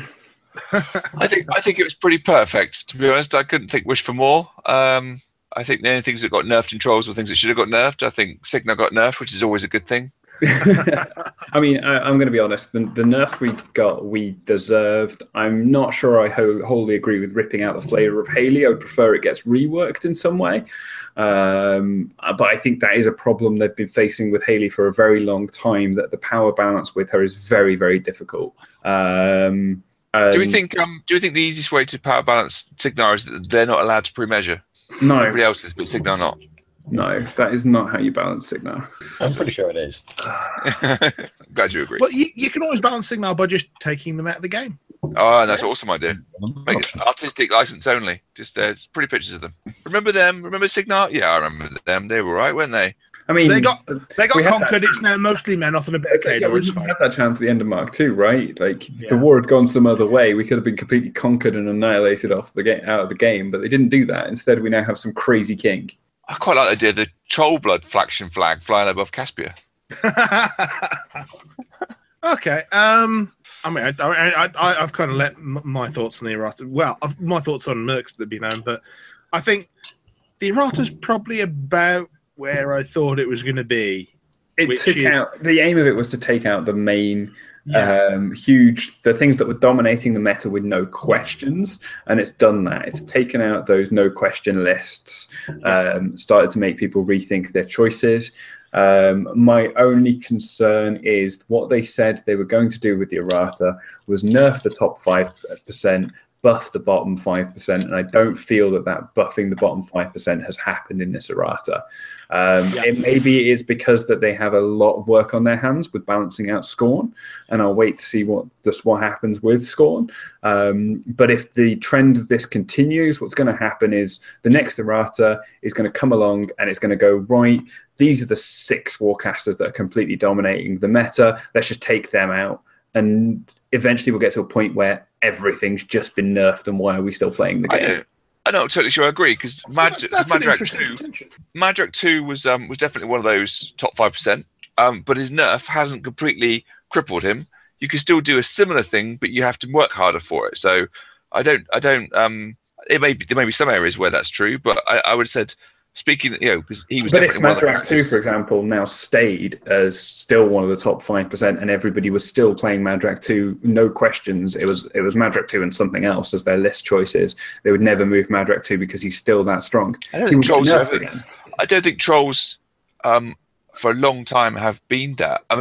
S2: I think I think it was pretty perfect. To be honest, I couldn't think wish for more. Um, I think the only things that got nerfed in trolls were things that should have got nerfed. I think Signal got nerfed, which is always a good thing.
S4: I mean, I, I'm going to be honest. The, the nerfs we got, we deserved. I'm not sure I ho- wholly agree with ripping out the flavor of Haley. I would prefer it gets reworked in some way. Um, uh, but I think that is a problem they've been facing with Haley for a very long time. That the power balance with her is very, very difficult. Um,
S2: Do we
S4: and-
S2: think um, Do we think the easiest way to power balance Signar is that they're not allowed to pre-measure?
S4: No,
S2: Everybody else is, but Signar not.
S4: no, that is not how you balance Sigma.
S6: I'm pretty sure it is.
S2: Glad you agree.
S1: But you, you can always balance Signal by just taking them out of the game.
S2: Oh, that's an awesome idea. Make it artistic license only. Just uh, just pretty pictures of them. Remember them? Remember Signar? Yeah, I remember them. They were all right, weren't they?
S4: I mean,
S1: They got they got
S4: We had that.
S1: conquered. It's now mostly Menoth and a bit of
S4: Okay, yeah,
S1: Cador.
S4: we
S1: It's
S4: didn't
S1: fine.
S4: have that chance at the end of Mark Two, right? Like
S1: Yeah.
S4: the war had gone some other way. We could have been completely conquered and annihilated off the game out of the game, but they didn't do that. Instead, we now have some crazy king.
S2: I quite like the idea of the troll blood faction flag flying above Caspia.
S1: okay. Um. I mean, I, I, I, I've kind of let m- my thoughts on the errata. Well, I've, my thoughts on Mercs that be known, but I think the errata's probably about where I thought it was going to be.
S4: It
S1: Which
S4: took
S1: is-
S4: out the aim of it was to take out the main
S1: Yeah.
S4: um, huge the things that were dominating the meta with no questions, and it's done that. It's taken out those no question lists, um, started to make people rethink their choices. Um, my only concern is what they said they were going to do with the errata was nerf the top five percent, buff the bottom five percent, and I don't feel that that buffing the bottom five percent has happened in this errata. Um,
S1: Yeah.
S4: It maybe is because that they have a lot of work on their hands with balancing out Scorn, and I'll wait to see what just what happens with Scorn. Um, but if the trend of this continues, what's going to happen is the next errata is going to come along and it's going to go right. These are the six warcasters that are completely dominating the meta. Let's just take them out, and eventually we'll get to a point where everything's just been nerfed. And why are we still playing the
S2: I
S4: game?
S2: know. I'm not totally sure I agree because
S1: Well,
S2: Mad-
S1: that's that's an
S2: Madrak
S1: interesting
S2: 2,
S1: contention.
S2: Madrak 2 was um, was definitely one of those top 5%, um, but his nerf hasn't completely crippled him. You can still do a similar thing, but you have to work harder for it. So I don't, I don't, um, it may be, there may be some areas where that's true, but I, I would have said, speaking, you know, because he was
S4: But if
S2: definitely one of the
S4: Madrak 2,
S2: characters-
S4: for example, now stayed as still one of the top 5%, and everybody was still playing Madrak 2, no questions. It was it was Madrak 2 and something else as their list choices. They would never move Madrak 2 because he's still that strong.
S2: I don't
S4: He
S2: think
S4: would
S2: trolls
S4: get
S2: ever,
S4: nerfed again.
S2: I don't think trolls um, for a long time have been that. I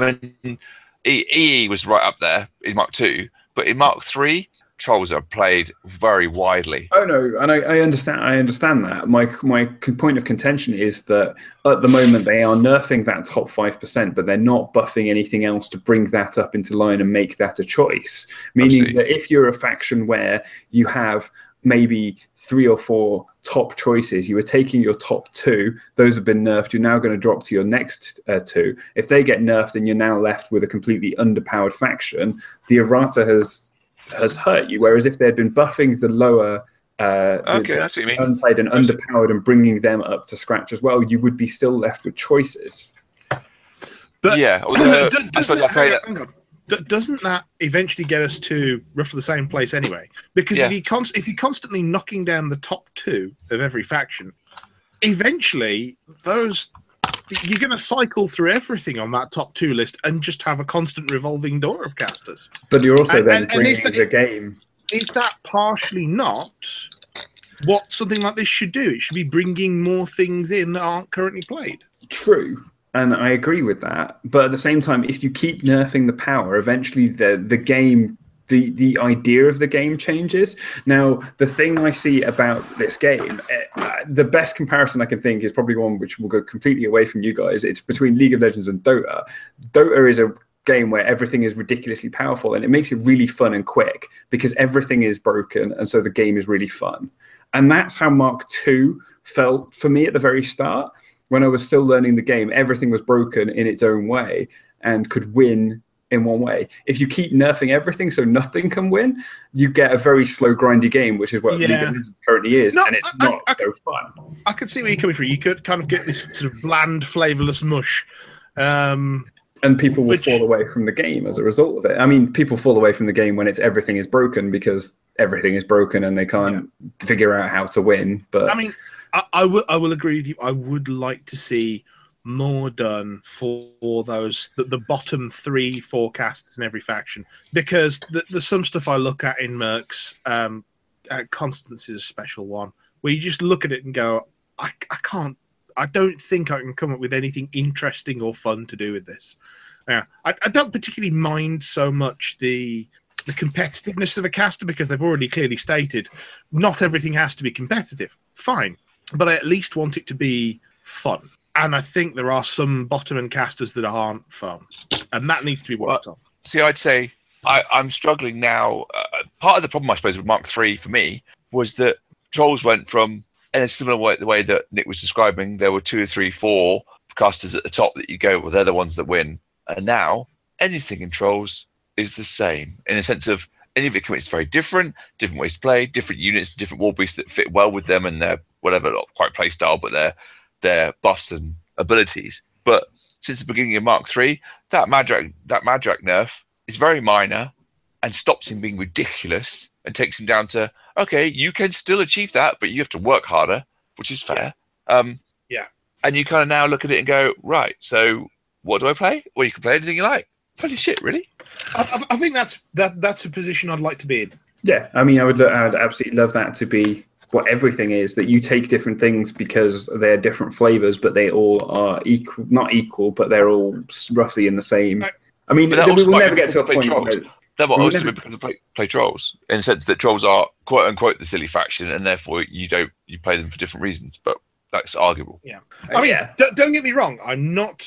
S2: mean, E- EE was right up there in Mark Two, but in Mark Three, trolls are played very widely.
S4: Oh no, and I, I understand. I understand that. My my con- point of contention is that at the moment they are nerfing that top five percent, but they're not buffing anything else to bring that up into line and make that a choice. Meaning
S2: Absolutely.
S4: that if you're a faction where you have maybe three or four top choices, you were taking your top two; those have been nerfed. You're now going to drop to your next uh, two. If they get nerfed, then you're now left with a completely underpowered faction. The errata has has hurt you. Whereas if they'd been buffing the lower uh, the-
S2: Okay, that's what you mean.
S4: unplayed and underpowered and bringing them up to scratch as well, you would be still left with choices.
S1: But-
S2: yeah, although,
S1: Do-
S2: I
S1: doesn't
S2: suppose
S1: it-
S2: I play
S1: hang on,
S2: that.
S1: hang on. Do- doesn't that eventually get us to roughly the same place anyway? Because
S2: Yeah.
S1: if you const- if you're constantly knocking down the top two of every faction, eventually those you're going to cycle through everything on that top two list and just have a constant revolving door of casters.
S4: But you're also
S1: And-
S4: then
S1: and- and
S4: bringing
S1: is that-
S4: the game.
S1: Is that partially not what something like this should do? It should be bringing more things in that aren't currently played.
S4: True. And I agree with that. But at the same time, if you keep nerfing the power, eventually the, the game, the, the idea of the game changes. Now, the thing I see about this game, eh, uh, the best comparison I can think is probably one which will go completely away from you guys. It's between League of Legends and Dota. Dota is a game where everything is ridiculously powerful and it makes it really fun and quick because everything is broken. And so the game is really fun. And that's how Mark II felt for me at the very start when I was still learning the game, everything was broken in its own way and could win in one way. If you keep nerfing everything so nothing can win, you get a very slow, grindy game, which is what League
S1: Yeah.
S4: of Legends currently is,
S1: No,
S4: and it's
S1: I- I-
S4: not
S1: I-
S4: so fun.
S1: I can see where you're coming from. You could kind of get this sort of bland, flavourless mush. Um,
S4: And people will
S1: Which-
S4: fall away from the game as a result of it. I mean, people fall away from the game when it's everything is broken because everything is broken and they can't figure out how to win. But
S1: I mean, I, I will. I will agree with you. I would like to see more done for those the, the bottom three forecasts in every faction because th there's some stuff I look at in Mercs. Um, uh, Constance is a special one where you just look at it and go, I, I can't. I don't think I can come up with anything interesting or fun to do with this. Yeah, I, I don't particularly mind so much the the competitiveness of a caster because they've already clearly stated not everything has to be competitive. Fine. But I at least want it to be fun. And I think there are some bottom end casters that aren't fun. And that needs to be worked on.
S2: see, I'd say I, I'm struggling now. Uh, part of the problem, I suppose, with Mark III for me was that trolls went from, in a similar way, the way that Nick was describing, there were two or three, four casters at the top that you go, well, they're the ones that win. And now anything in trolls is the same in a sense of any of it commits very different, different ways to play, different units, different war beasts that fit well with them and their whatever, not quite play style, but their their buffs and abilities. But since the beginning of Mark III, that Madrak that Madrak nerf is very minor and stops him being ridiculous and takes him down to okay, you can still achieve that, but you have to work harder, which is fair. Um,
S1: Yeah.
S2: And you kind of now look at it and go, right, so what do I play? Well, you can play anything you like. Holy shit, really?
S1: I, I- I think that's that that's a position I'd like to be in.
S4: Yeah, I mean, I would, I'd absolutely love that to be what everything is. That you take different things because they're different flavors, but they all are equal, not equal, but they're all s- roughly in the same.
S1: Right.
S4: I mean,
S2: But that
S4: we
S2: also
S4: will
S2: might
S4: never
S2: be
S4: get to a
S2: because
S4: point.
S2: they
S4: Where,
S2: chose. That what
S4: Well,
S2: also
S4: never-
S2: because they play, play trolls in the sense that trolls are quote unquote the silly faction, and therefore you don't you play them for different reasons. But that's arguable.
S1: I mean,
S4: yeah,
S1: don't, don't get me wrong. I'm not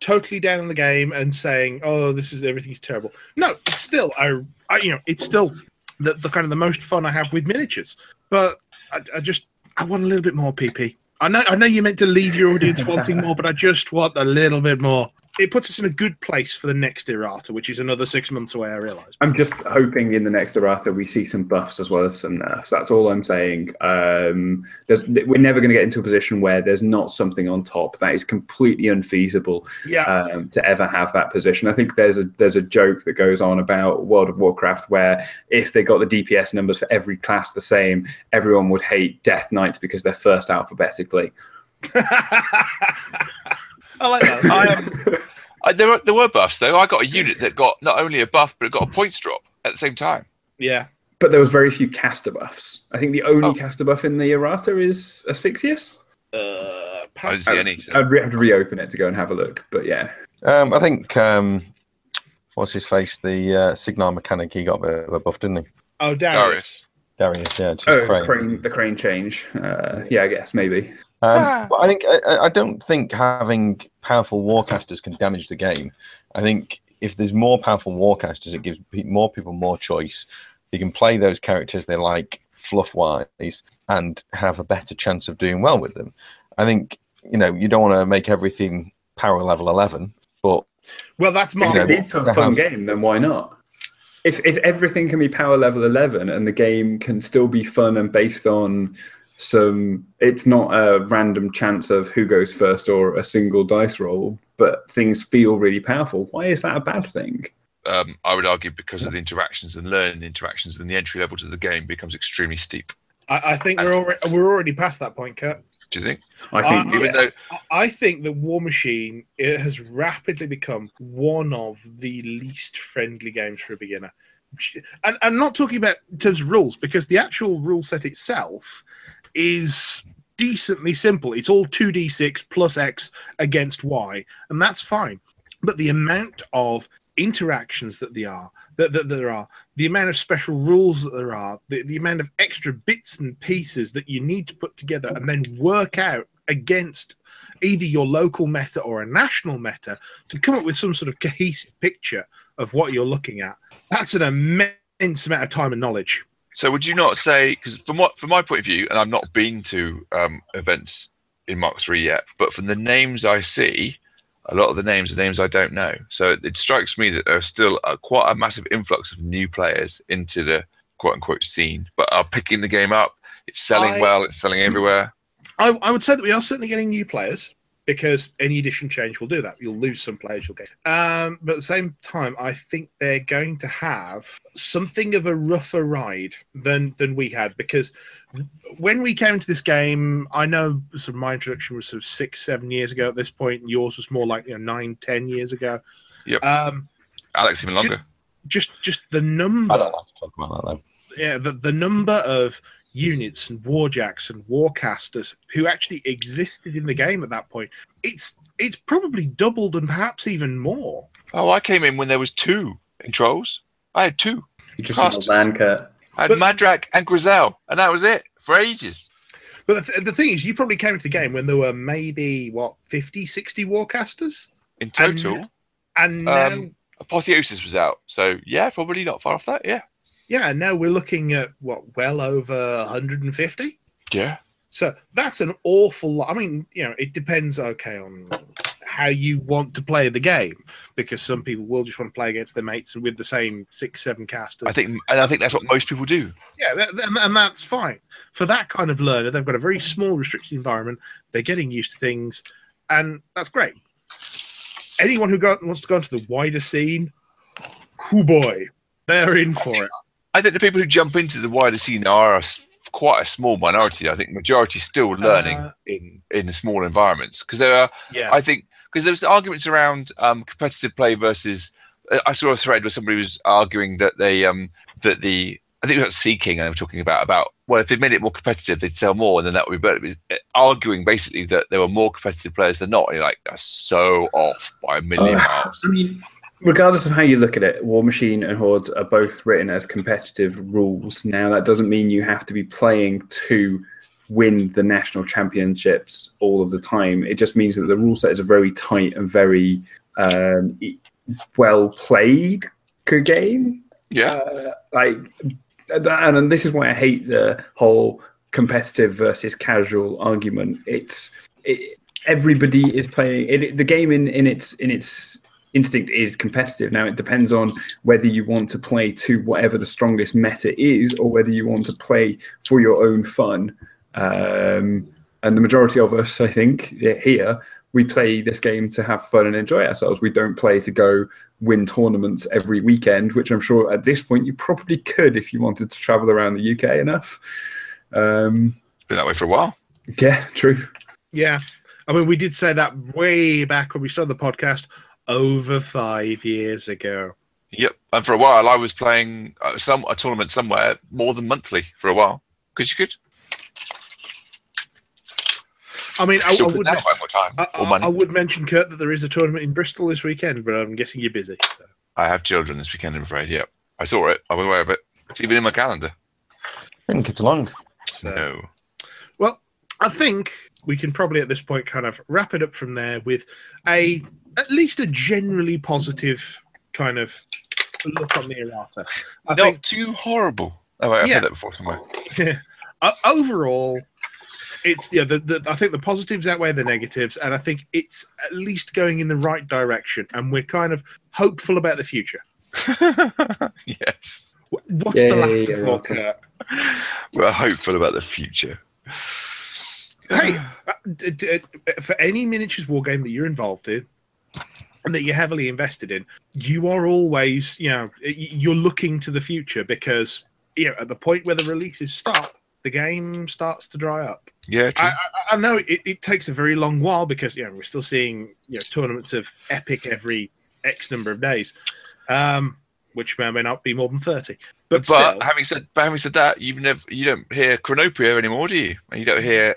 S1: totally down on the game and saying, "Oh, this is everything's terrible." No, it's still, I, I you know, it's still the, the kind of the most fun I have with miniatures. But I, I just, I want a little bit more PP. I know, I know you meant to leave your audience wanting more, but I just want a little bit more. It puts us in a good place for the next errata, which is another six months away. I realise.
S4: I'm just hoping in the next errata we see some buffs as well as some nerfs. That's all I'm saying. Um, there's, we're never going to get into a position where there's not something on top that is completely unfeasible.
S1: Yeah,
S4: um, to ever have that position. I think there's a there's a joke that goes on about World of Warcraft where if they got the DPS numbers for every class the same, everyone would hate Death Knights because they're first alphabetically.
S1: I like that.
S2: Uh, I am. Um, I, there, were, there were buffs though. I got a unit that got not only a buff but it got a points drop at the same time.
S1: yeah,
S4: But there was very few caster buffs. I think the only
S2: Oh.
S4: caster buff in the errata is Asphyxius.
S1: uh,
S2: I didn't see any. so-
S4: I'd re- have to reopen it to go and have a look. But yeah,
S6: Um, I think um, what's his face, the uh, Signar mechanic, he got a bit of a buff, didn't he?
S1: oh, Darius.
S2: Darius.
S6: Darius, yeah. just
S4: oh,
S6: crane.
S4: crane. the crane change. Uh, yeah, I guess maybe.
S2: Ah.
S6: Um, but I think I, I- I don't think having powerful warcasters can damage the game. I think if there's more powerful warcasters, it gives pe- more people more choice. They can play those characters they like fluff wise and have a better chance of doing well with them. I think you know you don't want to make everything power level eleven, but
S1: Well, that's Mark.
S6: Yeah,
S4: If it leads to a fun game, then why not? If if everything can be power level eleven and the game can still be fun and based on some, it's not a random chance of who goes first or a single dice roll, but things feel really powerful. Why is that a bad thing?
S2: Um, I would argue because of the interactions and learning interactions, then the entry level to the game becomes extremely steep.
S1: I, I think we're already we're already past that point, Kurt.
S2: Do you think?
S4: I think.
S1: Uh,
S2: Even
S4: yeah.
S2: though
S1: I- I think the War Machine it has rapidly become one of the least friendly games for a beginner. And I'm not talking about in terms of rules because the actual rule set itself is decently simple. It's all 2d6 plus x against y, and that's fine. But the amount of interactions that there are, that, that there are, the amount of special rules that there are, the, the amount of extra bits and pieces that you need to put together and then work out against either your local meta or a national meta to come up with some sort of cohesive picture of what you're looking at. That's an immense amount of time and knowledge.
S2: So would you not say because from what from my point of view, and I've not been to um, events in Mark Three yet, but from the names I see, a lot of the names are names I don't know. So it, it strikes me that there's still a, quite a massive influx of new players into the quote unquote scene, but are picking the game up. It's selling
S1: I-
S2: well. It's selling everywhere.
S1: I, I would say that we are certainly getting new players because any edition change will do that. You'll lose some players, you'll get. Um, but at the same time, I think they're going to have something of a rougher ride than than we had because when we came to this game, I know sort of my introduction was sort of six, seven years ago at this point, and yours was more like you know nine, ten years ago.
S2: Yep.
S1: Um,
S2: Alex even longer.
S1: just just the
S6: I
S1: number
S6: don't like to talk about that
S1: yeah, the, the number of units and warjacks and warcasters who actually existed in the game at that point it's it's probably doubled and perhaps even more
S2: Oh, I came in when there was two in trolls. I had two.
S4: You just want a land cut.
S2: I had
S1: But-
S2: Madrak and Grizel, and that was it for ages.
S1: but the, th- the thing is you probably came into the game when there were maybe what 50 60 warcasters
S2: In
S1: And-
S2: total,
S1: and now
S2: Um, Apotheosis was out. So yeah, probably not far off that. Yeah.
S1: yeah and now we're looking at what well over 150
S2: Yeah.
S1: So that's an awful lot. I mean, you know, it depends, okay, on how you want to play the game, because some people will just want to play against their mates and with the same six, seven casters.
S2: I think, and I think that's what most people do.
S1: yeah, that, that- and that's fine. For that kind of learner, they've got a very small, restricted environment. They're getting used to things, and that's great. Anyone who go, wants to go into the wider scene, whoo boy, they're in for it.
S2: I think the people who jump into the wider scene are a s quite a small minority. I think majority still learning
S1: Uh,
S2: in in small environments because there are.
S1: Yeah,
S2: I think because there's arguments around um, competitive play versus. uh, I- I saw a thread where somebody was arguing that they um that the I think it was Sea King I was talking about about well if they made it more competitive they'd sell more and then that would be better. It was uh, arguing basically that there were more competitive players than not. And you're like that's so off by a million
S4: Uh,
S2: miles.
S4: I mean, regardless of how you look at it, War Machine and Hordes are both written as competitive rules. Now, that doesn't mean you have to be playing to win the national championships all of the time. It just means that the rule set is a very tight and very um, e- well played c- game.
S2: Yeah.
S4: Uh, like, and- and this is why I hate the whole competitive versus casual argument. It's it, everybody is playing it, the game in, in its in its instinct is competitive now it depends on whether you want to play to whatever the strongest meta is or whether you want to play for your own fun um, and the majority of us i think yeah, here we play this game to have fun and enjoy ourselves we don't play to go win tournaments every weekend which i'm sure at this point you probably could if you wanted to travel around the uk enough um,
S2: Been that way for a while.
S4: yeah true
S1: Yeah. I mean, we did say that way back when we started the podcast over five years ago.
S2: Yep, and for a while I was playing uh, some a tournament somewhere more than monthly for a while because you could.
S1: I mean, I, I,
S2: Still could
S1: would,
S2: now buy more time
S1: I,
S2: or
S1: I,
S2: money.
S1: I would mention, Kurt, that there is a tournament in Bristol this weekend, but I'm guessing you're busy. So.
S2: I have children this weekend, I'm afraid. Yep, I saw it. I was aware of it. It's even in my calendar.
S6: one. Didn't get along.
S1: so-
S2: No.
S1: Well, I think we can probably at this point kind of wrap it up from there with a at least a generally positive kind of look on the errata. I
S2: Not
S1: think
S2: too horrible. Oh, wait, I've
S1: Yeah.
S2: heard that before somewhere.
S1: uh, overall, it's yeah. The, the, I think the positives outweigh the negatives, and I think it's at least going in the right direction, and we're kind of hopeful about the future.
S2: yes.
S1: Wh- What's the
S4: Yay,
S1: laughter for,
S4: Errata.
S1: Kurt?
S2: We're hopeful about the future.
S1: Hey, uh, d- d- uh, for any miniatures war game that you're involved in and that you're heavily invested in, you are always you know y- you're looking to the future because you know at the point where the releases stop, the game starts to dry up.
S2: Yeah, true.
S1: I, I, I know it, it takes a very long while because yeah, we're still seeing you know tournaments of epic every X number of days, um, which may or may not be more than thirty. But,
S2: but
S1: still,
S2: having said but having said that, you never you don't hear Chronopia anymore, do you? And you don't hear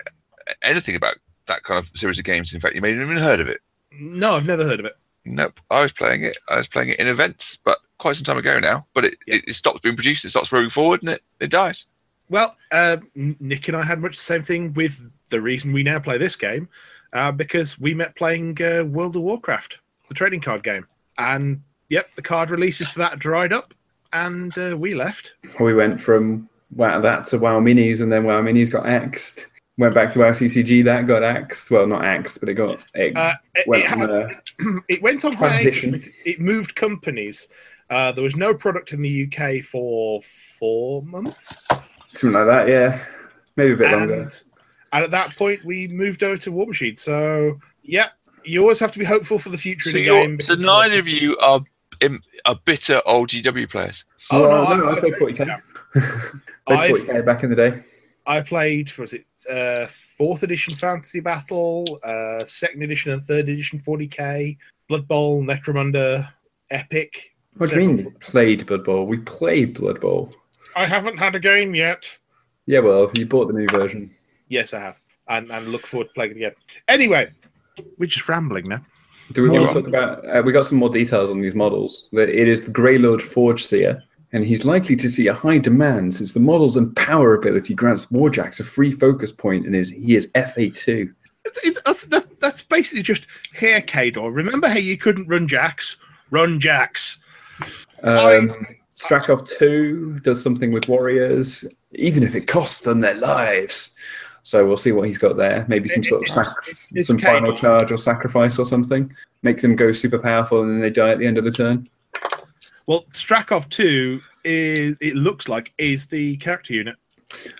S2: anything about that kind of series of games. In fact, you may have even heard of it.
S1: no, I've never heard of it.
S2: Nope. I was playing it. I was playing it in events, but quite some time ago now. But it,
S1: Yeah.
S2: it, it stops being produced. It stops moving forward, and it it dies.
S1: Well, uh, N- Nick and I had much the same thing with the reason we now play this game, uh, because we met playing uh, World of Warcraft, the trading card game, and yep, the card releases for that dried up, and uh, we left.
S4: We went from wow that to wow minis, and then wow minis got axed. Went back to wow CCG, that got axed. Well, not axed, but it got it
S1: Uh, it,
S4: went
S1: it
S4: on
S1: had-
S4: a-
S1: it went on hiatus.
S4: Transition.
S1: because It moved companies. Uh, there was no product in the UK for four months,
S4: something like that. Yeah, maybe a bit
S1: and,
S4: longer.
S1: and at that point, we moved over to War Machine. So, yep, you always have to be hopeful for the future in
S2: So,
S1: a
S2: you're-
S1: game.
S2: so
S1: because-
S2: neither of you are im- are bitter old GW players.
S1: Oh
S4: Well,
S1: no, I,
S4: I played 40k.
S1: yeah.
S4: played
S1: I've-
S4: 40k back in the day.
S1: I played was it uh, fourth edition Fantasy Battle, uh, second edition and third edition 40k, Blood Bowl, Necromunda, Epic.
S4: What do you mean?
S1: several-
S4: Played Blood Bowl. We played Blood Bowl.
S1: I haven't had a game yet.
S4: Yeah, well, you bought the new version.
S1: Yes, I have, and and look forward to playing it again. Anyway, we're just rambling now.
S4: Do we want
S1: Yeah.
S4: to talk about? Uh, we got some more details on these models. That it is the Grey Lord Forge Seer, and he's likely to see a high demand since the model's and power ability grants Warjacks a free focus point, and is he is FA two.
S1: It's, it's, that's, that, that's basically just here, Kador. Remember how you couldn't run Jacks? Run Jacks.
S4: Um, Strakov 2 does something with warriors, even if it costs them their lives. So we'll see what he's got there. Maybe some sort of sac-
S1: It's- it's
S4: some final
S1: Kano.
S4: charge or sacrifice or something. Make them go super powerful and then they die at the end of the turn.
S1: Well, Strakov two is it looks like is the character unit.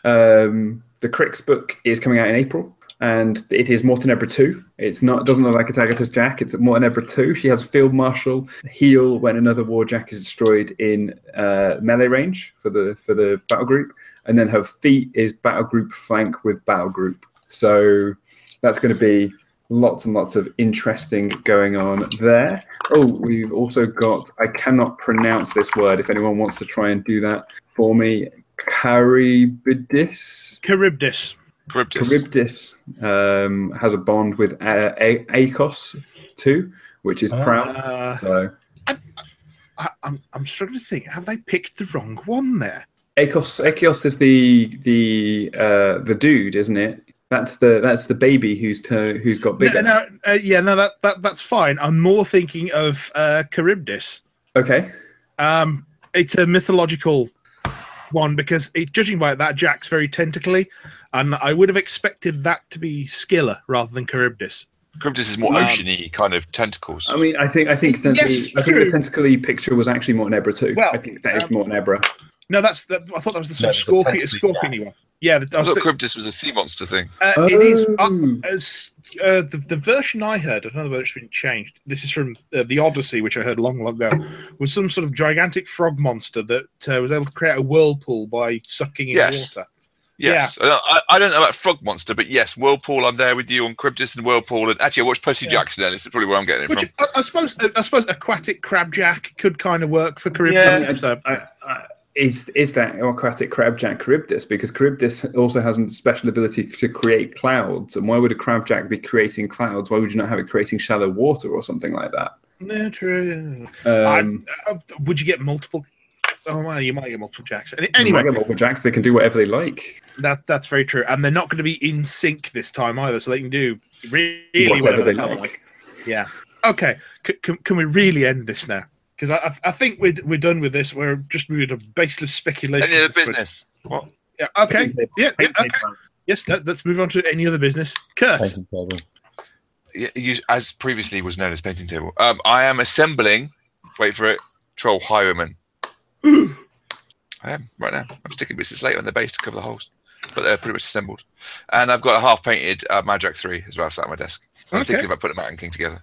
S4: Um, the Cricks book is coming out in April, and it is Mortenebra 2. It's not it doesn't look like it's Agatha's Jack. It's Mortenebra 2. She has a field marshal heal when another war jack is destroyed in uh, melee range for the for the battle group, and then her feat is battle group flank with battle group. So that's going to be lots and lots of interesting going on there. Oh, we've also got I cannot pronounce this word. If anyone wants to try and do that for me, Caribidis.
S1: Charybdis.
S2: Charybdis.
S4: Charybdis um, has a bond with uh, a- Akos too, which is proud.
S1: Uh,
S4: So
S1: I, I'm I'm struggling to think. Have they picked the wrong one there?
S4: Akos, Akios is the the uh, the dude, isn't it? That's the that's the baby who's tur who's got bigger.
S1: No, no, uh, yeah, no, that, that that's fine. I'm more thinking of uh, Charybdis.
S4: Okay,
S1: Um, it's a mythological one because, it, judging by that, Jack's very tentacly, and I would have expected that to be Skilla rather than Charybdis.
S2: Charybdis is more
S1: Um,
S2: oceany kind of tentacles.
S4: I mean, I think I think that
S1: Yes,
S4: the, I think
S1: true.
S4: the tentacly picture was actually Mortenebra too.
S1: Well,
S4: I think that is
S1: um,
S4: Mortenebra.
S1: No, that's that, I thought that was the sort of
S6: No, the
S1: scorpion,
S6: tentacly
S1: scorpion one. Yeah, the, I
S2: I
S1: was
S2: thought
S1: thi-
S2: Charybdis was a sea monster thing.
S1: uh, it is. Uh,
S4: Oh.
S1: as uh, the, the version I heard, I don't know whether it's been changed. This is from uh, the Odyssey, which I heard long, long ago, was some sort of gigantic frog monster that uh, was able to create a whirlpool by sucking in
S2: Yes.
S1: water.
S2: Yes. Uh, I, I don't know about Frog Monster, but yes, Whirlpool, I'm there with you on Charybdis and Whirlpool. And actually, I watched Percy
S1: Yeah.
S2: Jackson then. This is probably where I'm getting it
S1: Which
S2: from.
S1: I, I suppose, I, suppose, aquatic crabjack could kind of work for
S2: Yeah.
S1: Caribbean.
S4: I mean,
S1: So,
S4: I, I, is is that aquatic crabjack Charybdis? Because Charybdis also has a special ability to create clouds, and why would a crabjack be creating clouds? Why would you not have it creating shallow water or something like that?
S1: no, true.
S4: Um,
S1: I, uh, would you get multiple? Oh, well, you might get multiple jacks. Any-
S4: anyway,
S1: Anyway,
S4: jacks they can do whatever they like.
S1: that that's very true, and they're not going to be in sync this time either, so they can do really
S4: whatever
S1: whatever
S4: they
S1: they like.
S4: like.
S1: Yeah. Okay. C- can, can we really end this now? Because I, I- I think we're we're done with this. We're just moving to baseless speculation. at
S2: Any other
S1: this point.
S2: business? What?
S1: Yeah. Okay. Yeah. yeah okay. Yes. Let, let's move on to any other business. Curse.
S6: Painting table.
S2: Yeah, you- As previously was known as Painting Table, um, I am assembling, wait for it, Troll Highwayman. I am right now. I'm sticking bits later on the base to cover the holes, but they're pretty much assembled. And I've got a half painted uh, Madrak 3 as well sat on my desk. I'm
S1: Okay.
S2: thinking about putting Mountain King together.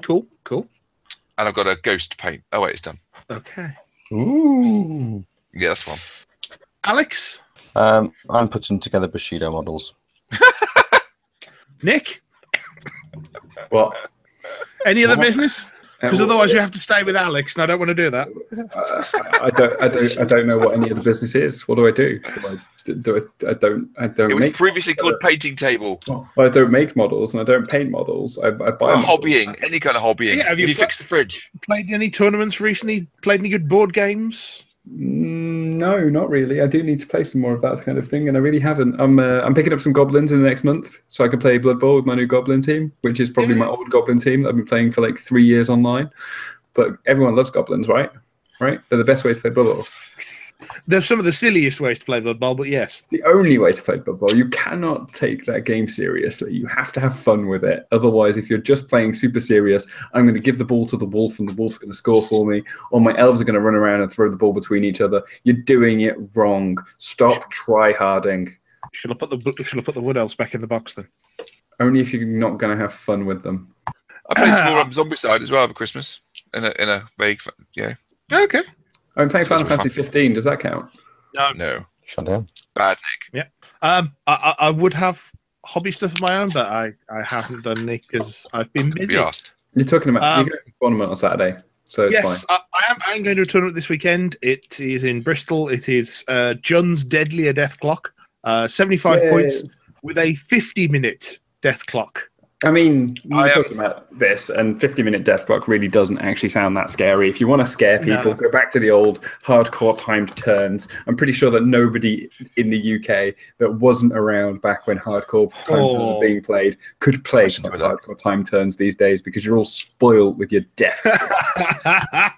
S1: Cool. Cool.
S2: And I've got a ghost paint. Oh, wait, it's done.
S1: Okay.
S6: Ooh.
S2: Yeah, that's one.
S1: Alex.
S6: Um, I'm putting together Bushido models.
S1: Nick,
S4: Well,
S1: any other
S4: What?
S1: business? Because otherwise you have to stay with Alex, and I don't want to do that.
S4: Uh, I don't, I don't, I don't know what any other business is. What do I do? Do I, do, I, I don't, I
S2: It
S4: don't
S2: was
S4: make.
S2: previously called painting table.
S4: well, I don't make models and I don't paint models. I, I buy
S2: Or
S4: models.
S2: hobbying, any kind of hobbying.
S1: Yeah, have
S2: you,
S1: you pla-
S2: fix the fridge?
S1: Played any tournaments recently? Played any good board games?
S4: Mm, No, not really. I do need to play some more of that kind of thing, and I really haven't. I'm uh, I'm picking up some goblins in the next month, so I can play Blood Bowl with my new goblin team, which is probably my old goblin team that I've been playing for like three years online. But everyone loves goblins, right? Right? They're the best way to play Blood Bowl.
S1: They're some of the silliest ways to play Blood Bowl, but yes.
S4: the only way to play Blood Bowl. You cannot take that game seriously. You have to have fun with it. Otherwise, if you're just playing super serious, I'm going to give the ball to the wolf and the wolf's going to score for me, or my elves are going to run around and throw the ball between each other. You're doing it wrong. Stop tryharding.
S1: Should I put the should I put the wood elves back in the box then?
S4: Only if you're not going to have fun with them.
S2: I played War on Zombie Side as well for Christmas. In a, in a vague, fa- yeah,
S1: Okay.
S4: I'm playing Final Fantasy 15. Does that count?
S2: no.
S6: Shut down.
S2: Bad
S1: Um, I, I, I would have hobby stuff of my own, but I, I haven't done any because I've been
S2: Nick,
S1: busy.
S2: be asked.
S4: You're talking about
S1: Um,
S4: you're going to a tournament on Saturday, so it's
S1: Yes, I, I am. I am going to a tournament this weekend. It is in Bristol. It is uh, John's Deadlier Death Clock. Uh, Seventy-five
S4: Yay.
S1: points with a fifty-minute death clock.
S4: I mean, we
S2: I
S4: were
S2: am-
S4: talking about this, and 50 minute death clock really doesn't actually sound that scary. If you want to scare
S1: No.
S4: people, go back to the old hardcore timed turns. I'm pretty sure that nobody in the UK that wasn't around back when hardcore time turns
S1: Oh.
S4: was being played could play
S2: should do that.
S4: hardcore time turns these days because you're all spoiled with your death.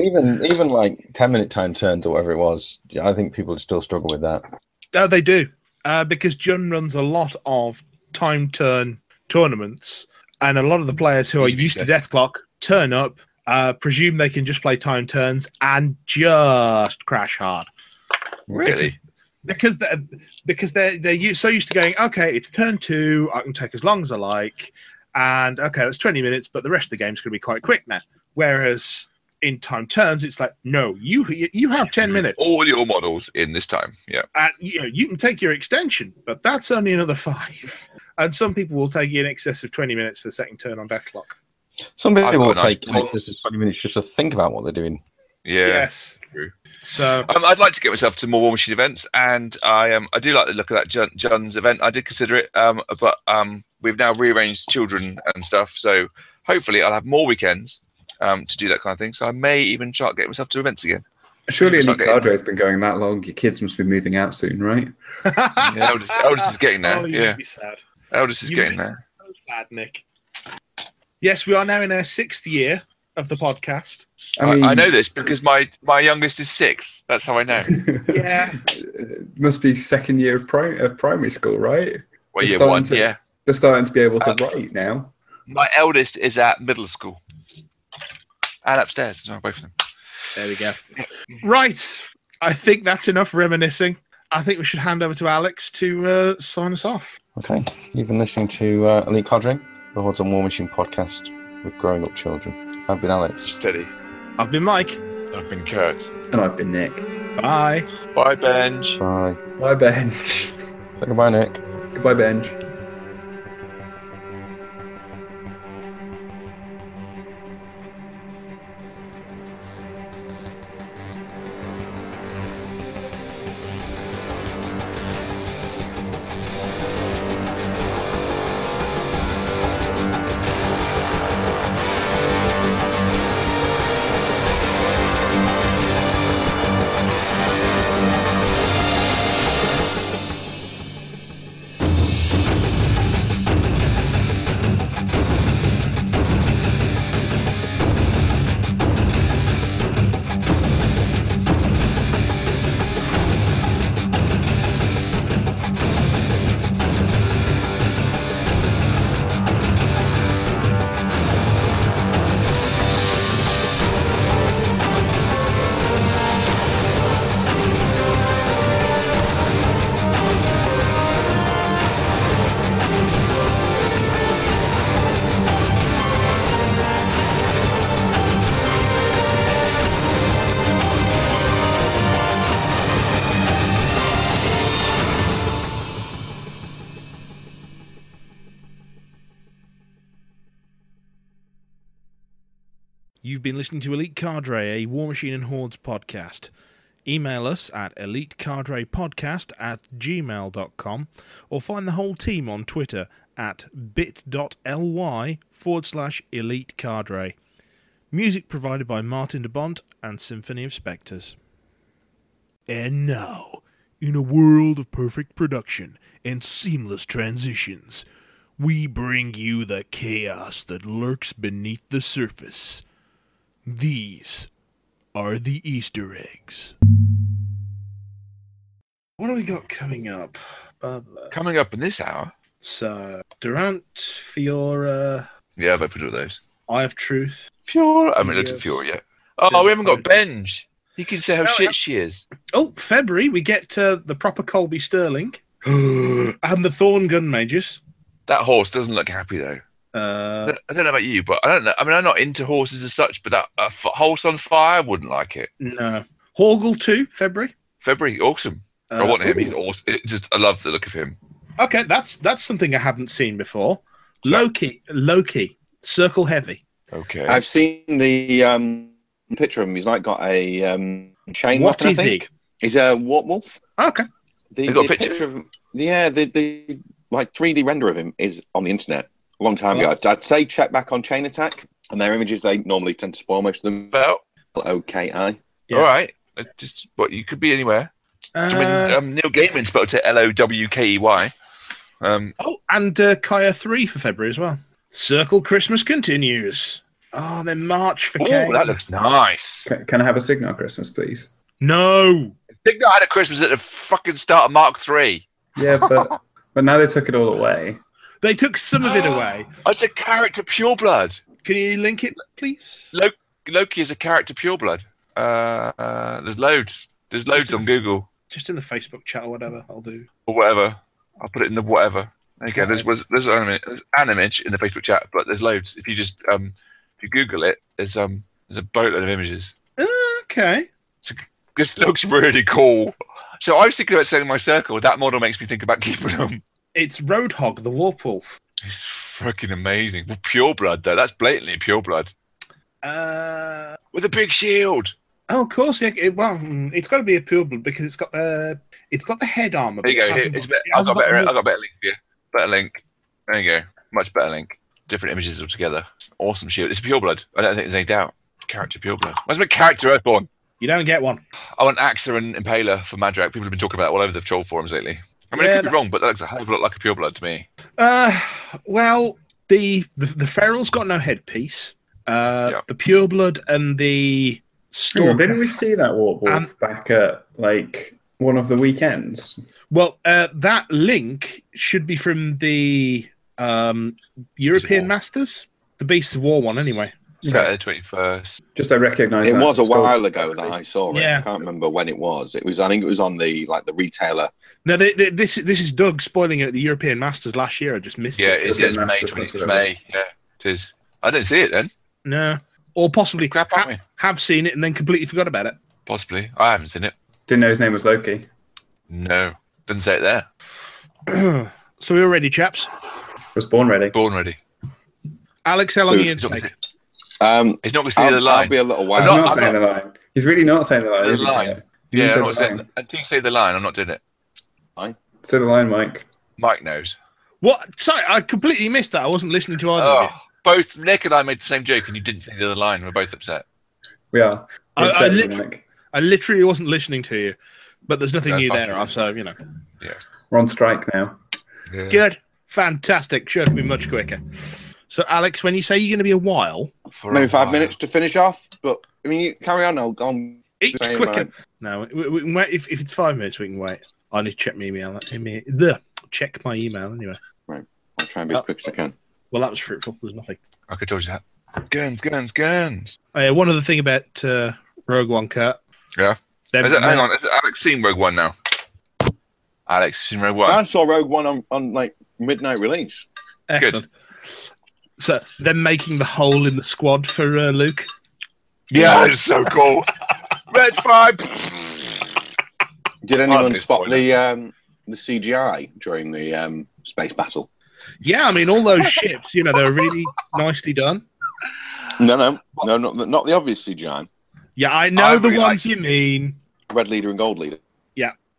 S6: Even even like ten minute time turns or whatever it was, yeah, I think people would still struggle with that.
S1: Oh, they do. Uh, because Jun runs a lot of time turn tournaments, and a lot of the players who are used to Death Clock turn up, uh, presume they can just play time turns, and just crash hard.
S2: Really?
S1: Because they're, because they're, they're u- so used to going, okay, it's turn two, I can take as long as I like, and okay, that's 20 minutes, but the rest of the game's going to be quite quick now. Whereas in time turns, it's like, no, you you have 10 minutes.
S2: All your models in this time. Yeah.
S1: and Uh, you know you can take your extension, but that's only another five. And some people will take you in excess of twenty minutes for the second turn on death clock.
S6: Somebody
S2: I've got
S6: will
S2: an idea.
S6: take like, this is twenty minutes just to think about what they're doing.
S2: Yeah.
S1: yes.
S2: true.
S1: So
S2: Um, I'd like to get myself to more War Machine events, and I um, I do like the look of that Jun, Jun's event. I did consider it, um, but um, we've now rearranged children and stuff, so hopefully I'll have more weekends um, to do that kind of thing. So I may even start getting myself to events again.
S4: Surely
S2: It's
S4: any
S2: not getting-
S4: cadre has been going that long. Your kids must be moving out soon, right?
S2: Eldest, Eldest is getting there.
S1: Oh, you
S2: yeah,
S1: make me sad.
S2: Eldest is
S1: you
S2: getting
S1: make me
S2: there.
S1: so sad, Nick. Yes, we are now in our sixth year of the podcast.
S2: I, I know this because my my youngest is six. That's how I know.
S1: Yeah.
S4: It must be second year of, pri- of primary school, right?
S2: Well,
S4: It's
S2: year
S4: starting
S2: one.
S4: to-
S2: Yeah,
S4: They're starting to be able to
S2: Uh,
S4: write now.
S2: my eldest is at middle school, and upstairs. No, both of them.
S1: There we go. Right. I think that's enough reminiscing. I think we should hand over to Alex to uh, sign us off.
S6: Okay. You've been listening to uh, Elite Codring, the Hordes on War Machine podcast with growing up children. I've been Alex.
S2: Steady.
S1: I've been Mike.
S2: I've been Kurt.
S4: And I've been Nick.
S1: Bye.
S2: Bye, Benj.
S6: Bye.
S4: Bye, Benj.
S6: Say goodbye, Nick.
S4: Goodbye, Benj.
S1: You've been listening to Elite Cadre, a War Machine and Hordes podcast. Email us at elitecadrepodcast at gmail.com or find the whole team on Twitter at bit.ly forward slash elite cadre. Music provided by Martin de Bont and Symphony of Spectres. And now, in a world of perfect production and seamless transitions, we bring you the chaos that lurks beneath the surface. These are the Easter eggs. What have we got coming up? Uh,
S2: Coming up in this hour,
S1: so, Durant, Fiora,
S2: yeah, I've opened all those.
S1: Eye of Truth.
S2: Pure, I haven't looked at
S1: Yes.
S2: Pure yet. Oh, we haven't got
S1: Disappointed.
S2: Benj. He can say how
S1: No,
S2: shit she is.
S1: Oh, February, we get uh, the proper Colby Sterling and the Thorn Gun Mages.
S2: That horse doesn't look happy though. I
S1: Uh,
S2: don't- I don't know about you, but I don't know. I mean, I'm not into horses as such, but that a f- horse on fire I wouldn't like it.
S1: no. Horgle 2, February.
S2: February, awesome.
S1: Uh,
S2: I want him.
S1: ooh.
S2: He's awesome. It just, I love the look of him.
S1: Okay, that's that's something I haven't seen before. Loki, Loki, Circle Heavy.
S2: Okay.
S5: I've seen the um, picture of him. He's like got a um, chain.
S1: What
S5: weapon,
S1: is
S5: I think.
S1: he?
S5: He's a warp wolf.
S1: Okay.
S5: The,
S2: They got a
S5: the
S2: picture?
S5: picture? of him, yeah, the, the like 3D render of him is on the internet a long time ago. I'd, I'd say check back on Chain Attack and their images. They normally tend to spoil most of them.
S2: Well,
S5: Okay, I
S1: Yeah.
S2: all right. I Just what you could be anywhere. I mean,
S1: Uh,
S2: um, Neil Gaiman spelled to L O W K E Y. Um,
S1: oh, and uh, Kaya 3 for February as well. Circle Christmas continues. Oh, then March for
S2: oh,
S1: Kane.
S2: that looks nice.
S4: Can, can I have a Signar Christmas, please?
S1: No.
S2: Think I had a Christmas at the fucking start of Mark Three.
S4: Yeah, but but now they took it all away.
S1: They took some of it
S2: Ah.
S1: away.
S2: As a character, pure blood.
S1: Can you link it, please?
S2: Lo- Loki is a character, pure blood. Uh, uh, there's loads. There's loads on Google
S1: Just in the Facebook chat or whatever, I'll do.
S2: or whatever. I'll put it in the whatever. Okay, there's was there's an image, there's an image in the Facebook chat, but there's loads. If you just um, if you Google it, there's um, there's a boatload of images.
S1: Okay.
S2: This looks really cool. So I was thinking about selling my circle. That model makes me think about keeping them.
S1: It's Roadhog, the Warpwolf.
S2: It's fucking amazing. Well, pure blood though. That's blatantly pure blood
S1: Uh,
S2: with a big shield.
S1: oh, of course. Yeah, it, well, mm, it's got to be a pure blood because it's got uh, it's got the head armor.
S2: There you
S1: but it
S2: go. Here,
S1: hasn't
S2: it's
S1: got-
S2: better,
S1: it
S2: I've
S1: hasn't
S2: got better. e- uh,
S1: got
S2: I've got better link for you. Better link. There you go. Much better link. Different images altogether. It's an awesome shield. It's pure blood. I don't think there's any doubt. Character pure blood. Where's my character Earthborn?
S1: You don't get one.
S2: I want Axa and Impaler for Madrak. People have been talking about it all over the troll forums lately. I mean,
S1: Yeah,
S2: I could
S1: that-
S2: be wrong, but that looks a hell of a lot like a pure blood to me.
S1: Uh, well, the the, the feral's got no headpiece. Uh,
S2: Yeah.
S1: the pure blood and the
S4: Hang on,
S1: stalker.
S4: Oh, didn't we see that warp wolf
S1: Um,
S4: back at like one of the weekends?
S1: Well, uh, that link should be from the um, European
S2: War.
S1: Masters, the Beasts of War one, anyway.
S2: Saturday twenty first.
S4: Just I recognise
S5: it
S4: that
S5: was a
S4: skull.
S5: while ago that I saw it.
S1: Yeah.
S5: I can't remember when it was. It was I think it was on the like the retailer.
S1: No, they, they, this this is Doug spoiling it at the European Masters last year. I just missed
S2: Yeah,
S1: it.
S2: it's, yeah, it's
S4: Masters,
S2: May
S4: that's
S2: twenty sixth
S4: what I
S2: May. Yeah, it is. I didn't see it then.
S1: No, or possibly
S2: Crap, aren't
S1: ha-
S2: we?
S1: have seen it and then completely forgot about it.
S2: Possibly. I haven't seen it.
S4: Didn't know his name was Loki.
S2: No, didn't say it there.
S1: so we're ready, chaps.
S4: Was born ready.
S2: Born ready.
S1: Alex, how long are you
S2: He's not
S1: going to
S2: gonna see-
S1: take?
S5: Um,
S2: he's not going to see
S5: I'll,
S2: the
S5: I'll
S2: line.
S5: be a little
S4: He's
S5: while.
S2: I'm
S4: not
S2: not-
S4: saying the line. He's really not saying the line.
S2: The
S4: is he,
S2: line.
S4: Kyle? He
S2: Yeah,
S4: didn't say
S2: I'm not
S4: the
S2: saying,
S4: line.
S2: until Uh, you say the line, I'm not doing it.
S4: Say the line, Mike.
S2: Mike knows.
S1: What? Sorry, I completely missed that. I wasn't listening to either of you.
S2: Oh, both Nick and I made the same joke, and you didn't say the other line. We're both upset.
S4: We are.
S1: I-
S4: It's
S1: I
S4: over,
S1: literally-
S4: Mike.
S1: I literally wasn't listening to you. But there's nothing
S2: No,
S1: new
S2: fuck
S1: there,
S2: you.
S1: so you know.
S4: We're on strike now.
S1: Good, fantastic. Should be much quicker. So, Alex, when you say you're going to be a while,
S2: For a
S5: Maybe five
S2: while.
S5: minutes to finish off, but I mean, you carry on. I'll, I'll
S1: it's
S5: Same,
S1: quicker.
S5: mate.
S1: No, we, we can wait. If, if it's five minutes, we can wait. I need to check my email. email the, check my email anyway.
S5: I'll try and be as
S1: Oh.
S5: quick as I can.
S1: Well, that was fruitful. There's nothing.
S2: I could told you that. Guns, guns, guns.
S1: Uh, one other thing about uh, Rogue One, Kurt.
S2: Yeah.
S1: Them-
S2: Is it, hang
S1: them-
S2: on, is it Alex seen Rogue One now? Alex seen Rogue One.
S5: I saw Rogue One on, on like midnight release.
S1: Excellent. So they're making the hole in the squad for uh, Luke.
S2: Yeah, it's so cool. Red five.
S5: Did
S2: Hardly
S5: anyone
S2: a
S5: spot
S2: spoiler.
S5: the um, the CGI during the um, space battle?
S1: Yeah, I mean all those ships. You know they're really nicely done.
S5: No, no, no, not, the- not the obviously Jime.
S1: Yeah, I know
S2: I
S1: the
S2: really
S1: ones you mean.
S5: Red leader and gold leader.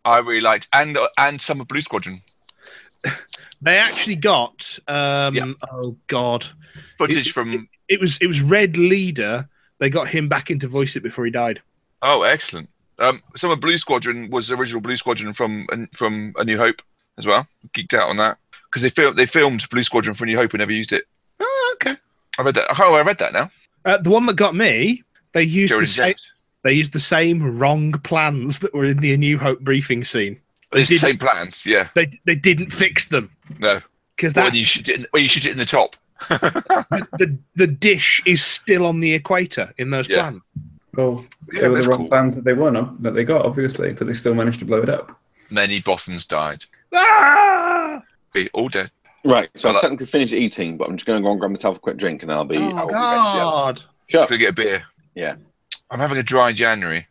S2: I really liked and and some of Blue Squadron,
S1: They actually got um
S2: Yeah.
S1: oh god.
S2: footage
S1: It-
S2: from.
S1: It was it was Red Leader. They got him back in to voice it before he died.
S2: Oh, excellent. Um, some of Blue Squadron was the original Blue Squadron from from A New Hope as well. Geeked out on that because they filmed they filmed Blue Squadron for A New Hope and never used it.
S1: Oh, okay.
S2: I read that. Oh, I read that now.
S1: Uh, the one that got me, they used
S2: Jerry
S1: the same
S2: Jones.
S1: they used the same wrong plans that were in the A New Hope briefing scene.
S2: It's the
S1: did-
S2: same plans. Yeah.
S1: They they didn't fix them
S2: No.
S1: because
S2: Well,
S1: that
S2: when you shoot it, in, when you shoot it in the top.
S1: the the dish is still on the equator in those
S2: Yeah.
S1: plans.
S4: Well,
S2: yeah,
S4: they were
S2: that's
S4: the wrong
S2: cool.
S4: plans that they won of- that they got, obviously, but they still managed to blow it up.
S2: Many Bothans died.
S1: Ah!
S2: Be all dead.
S5: Right, so
S2: Hello.
S5: I've technically finished eating, but I'm just going to go and grab myself a quick drink, and I'll be.
S1: Oh
S5: I'll be back to you.
S1: God!
S5: Shut up.
S2: Go get a beer.
S5: Yeah.
S2: I'm having a dry January,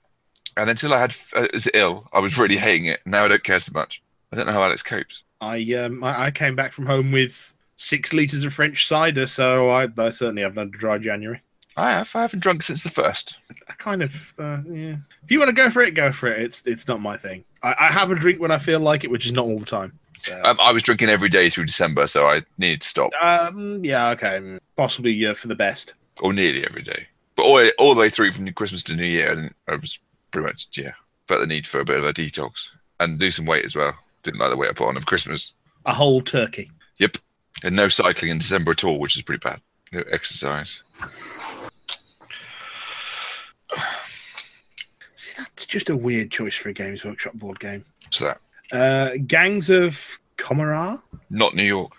S2: and until I had uh, is it ill, I was really hating it. Now I don't care so much. I don't know how Alex copes.
S1: I um I, I came back from home with six liters of French cider, so I, I certainly haven't had a dry January.
S2: I have. I haven't drunk since the first.
S1: I kind of uh, yeah. If you want to go for it, go for it. It's it's not my thing. I, I have a drink when I feel like it, which is not all the time. So.
S2: Um, I was drinking every day through December, so I needed to stop,
S1: Um, yeah, okay, mm, possibly uh, for the best.
S2: or nearly every day, but all, all the way through from Christmas to New Year, and I was pretty much yeah. Felt the need for a bit of a detox and lose some weight as well. Didn't like the weight I put on of Christmas,
S1: A whole turkey.
S2: and no cycling in December at all, which is pretty bad. No exercise.
S1: See, that's just a weird choice for a Games Workshop board game.
S2: So that
S1: Uh, Gangs of Comara.
S2: not New York.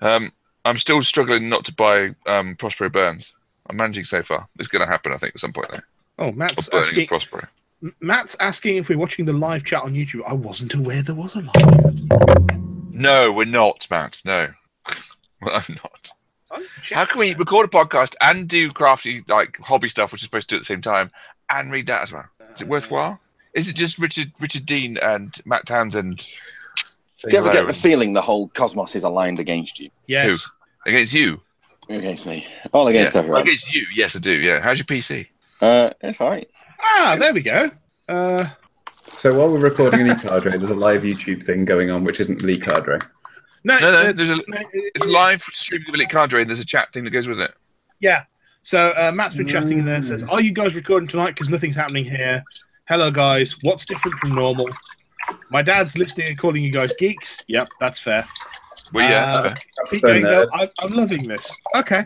S2: Um, I'm still struggling not to buy um, Prospero Burns. I'm managing so far. It's going to happen, I think, at some point. There.
S1: Oh, Matt's
S2: Burning
S1: asking.
S2: Prospero.
S1: M- Matt's asking if we're watching the live chat on YouTube. I wasn't aware there was a live.
S2: No, we're not, Matt. No, well, I'm not.
S1: I've
S2: How
S1: checked
S2: can we
S1: that.
S2: record a podcast and do crafty like hobby stuff, which is supposed to do at the same time, and read that as well? Is it worthwhile? Is it just Richard Richard Dean and Matt Townsend?
S5: Do you ever
S2: Hello.
S5: get the feeling the whole cosmos is aligned against you?
S1: Uh, Yes.
S2: against you?
S5: Against me. All against
S2: yeah.
S5: everyone.
S2: Against you? Yes, I do. Yeah. How's your PC?
S5: Uh, it's all right.
S1: Ah, there we go. Uh,
S4: So while we're recording an eCardre, there's a live YouTube thing going on, which isn't the eCardre.
S1: no,
S2: No,
S1: uh,
S2: no. There's a
S1: no, uh,
S2: it's live streaming of Elite Cadre, and there's a chat thing that goes with it.
S1: yeah. So uh, Matt's been chatting in there.
S2: Mm.
S1: Says, "Are you guys recording tonight? Because nothing's happening here." Hello, guys. What's different from normal? My dad's listening and calling you guys geeks. Yep, that's fair.
S2: Well, yeah. that's
S1: Uh,
S2: fair.
S1: Keep
S4: Fair
S1: going, though.
S4: nerd.
S1: I'm, I'm loving this. Okay.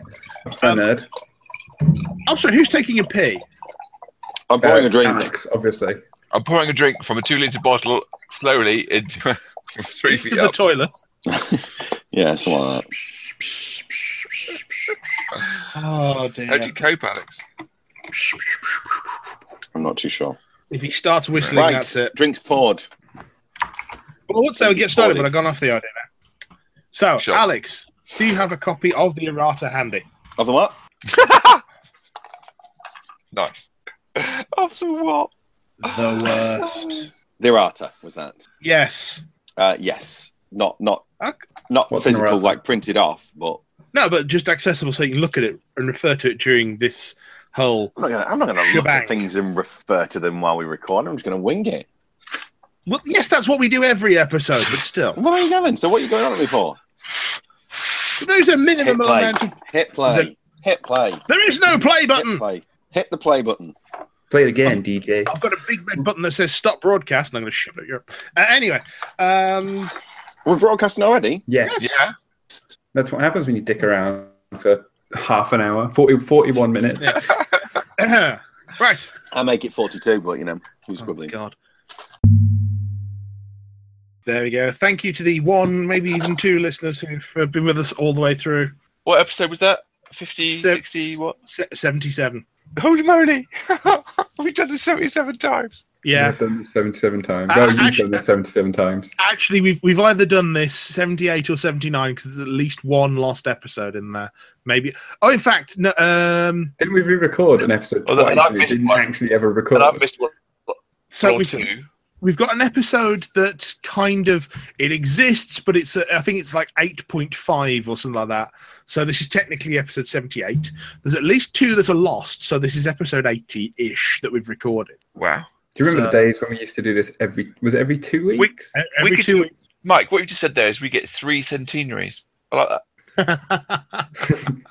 S4: Fair
S1: Um,
S4: nerd.
S1: I'm sorry. Who's taking a pee?
S5: I'm pouring
S4: Uh,
S5: a drink.
S4: Alex, obviously.
S2: I'm pouring a drink from a two-liter bottle slowly into a three
S1: Into
S2: feet
S1: the
S2: up.
S1: toilet.
S5: Yeah, something like that.
S1: Oh
S2: How do you
S1: dear.
S2: cope, Alex?
S5: I'm not too sure.
S1: If he starts whistling,
S5: Right.
S1: that's it.
S5: Drink's poured.
S1: Well, I would say we get started, but I've gone off the idea now. So,
S2: Sure.
S1: Alex, do you have a copy of the errata handy?
S5: Of the what?
S2: Nice. After what?
S1: The worst.
S5: The errata was that.
S1: yes.
S5: Uh, yes. Not not
S1: Ok.
S5: not
S4: What's an
S5: physical,
S4: errata?
S5: like printed off, but
S1: No, but just accessible so you can look at it and refer to it during this whole.
S5: I'm not gonna, I'm not gonna look
S1: Shebang.
S5: at things and refer to them while we record. I'm just gonna wing it.
S1: Well, yes, that's what we do every episode, but still,
S5: Well, there you go then. So what are you going on at me for?
S1: there's a
S5: Hit
S1: minimum
S5: play.
S1: amount of.
S5: Hit play. Hit play.
S1: There is no play button.
S5: Hit play. Hit the play button.
S4: Play it again, DJ.
S1: I've got a big red button that says stop broadcast, and I'm going to shove it at Europe. Uh, anyway, um,
S5: We're broadcasting already.
S4: Yes.
S2: Yeah.
S4: That's what happens when you dick around for half an hour, 40, 41 minutes.
S1: Yeah. uh, right.
S5: I make it 42, but you know, who's
S1: Oh,
S5: quibbling?
S1: God. There we go. Thank you to the one, maybe even two listeners who've uh, been with us all the way through
S2: What episode was that? 50,
S1: Se-
S2: 60, what?
S1: Se- 77.
S2: Holy moly! We've done this 77 times.
S1: Yeah.
S4: I've done this 77 times.
S1: Uh,
S4: well, you've
S1: actually-
S4: done this 77 times.
S1: Actually, we've we've either done this 78 or 79 because there's at least one lost episode in there. Maybe. Oh, in fact, no, um,
S4: Didn't we re-record an episode
S2: Well,
S4: twice
S2: and I've
S4: and it
S2: missed
S4: didn't
S2: one.
S4: actually ever record?
S2: And I've missed one
S1: so
S2: or
S1: we
S2: two.
S1: we've got an episode that kind of it exists, but it's uh, I think it's like eight point five or something like that. So this is technically episode seventy eight. There's at least two that are lost, so this is episode eighty ish that we've recorded.
S2: Wow.
S4: Do you remember
S1: So-
S4: the days when we used to do this every was it every two weeks?
S1: E- Every
S2: could
S1: two
S2: do-
S1: weeks.
S2: Mike, what you just said there is we get three centenaries. I like that.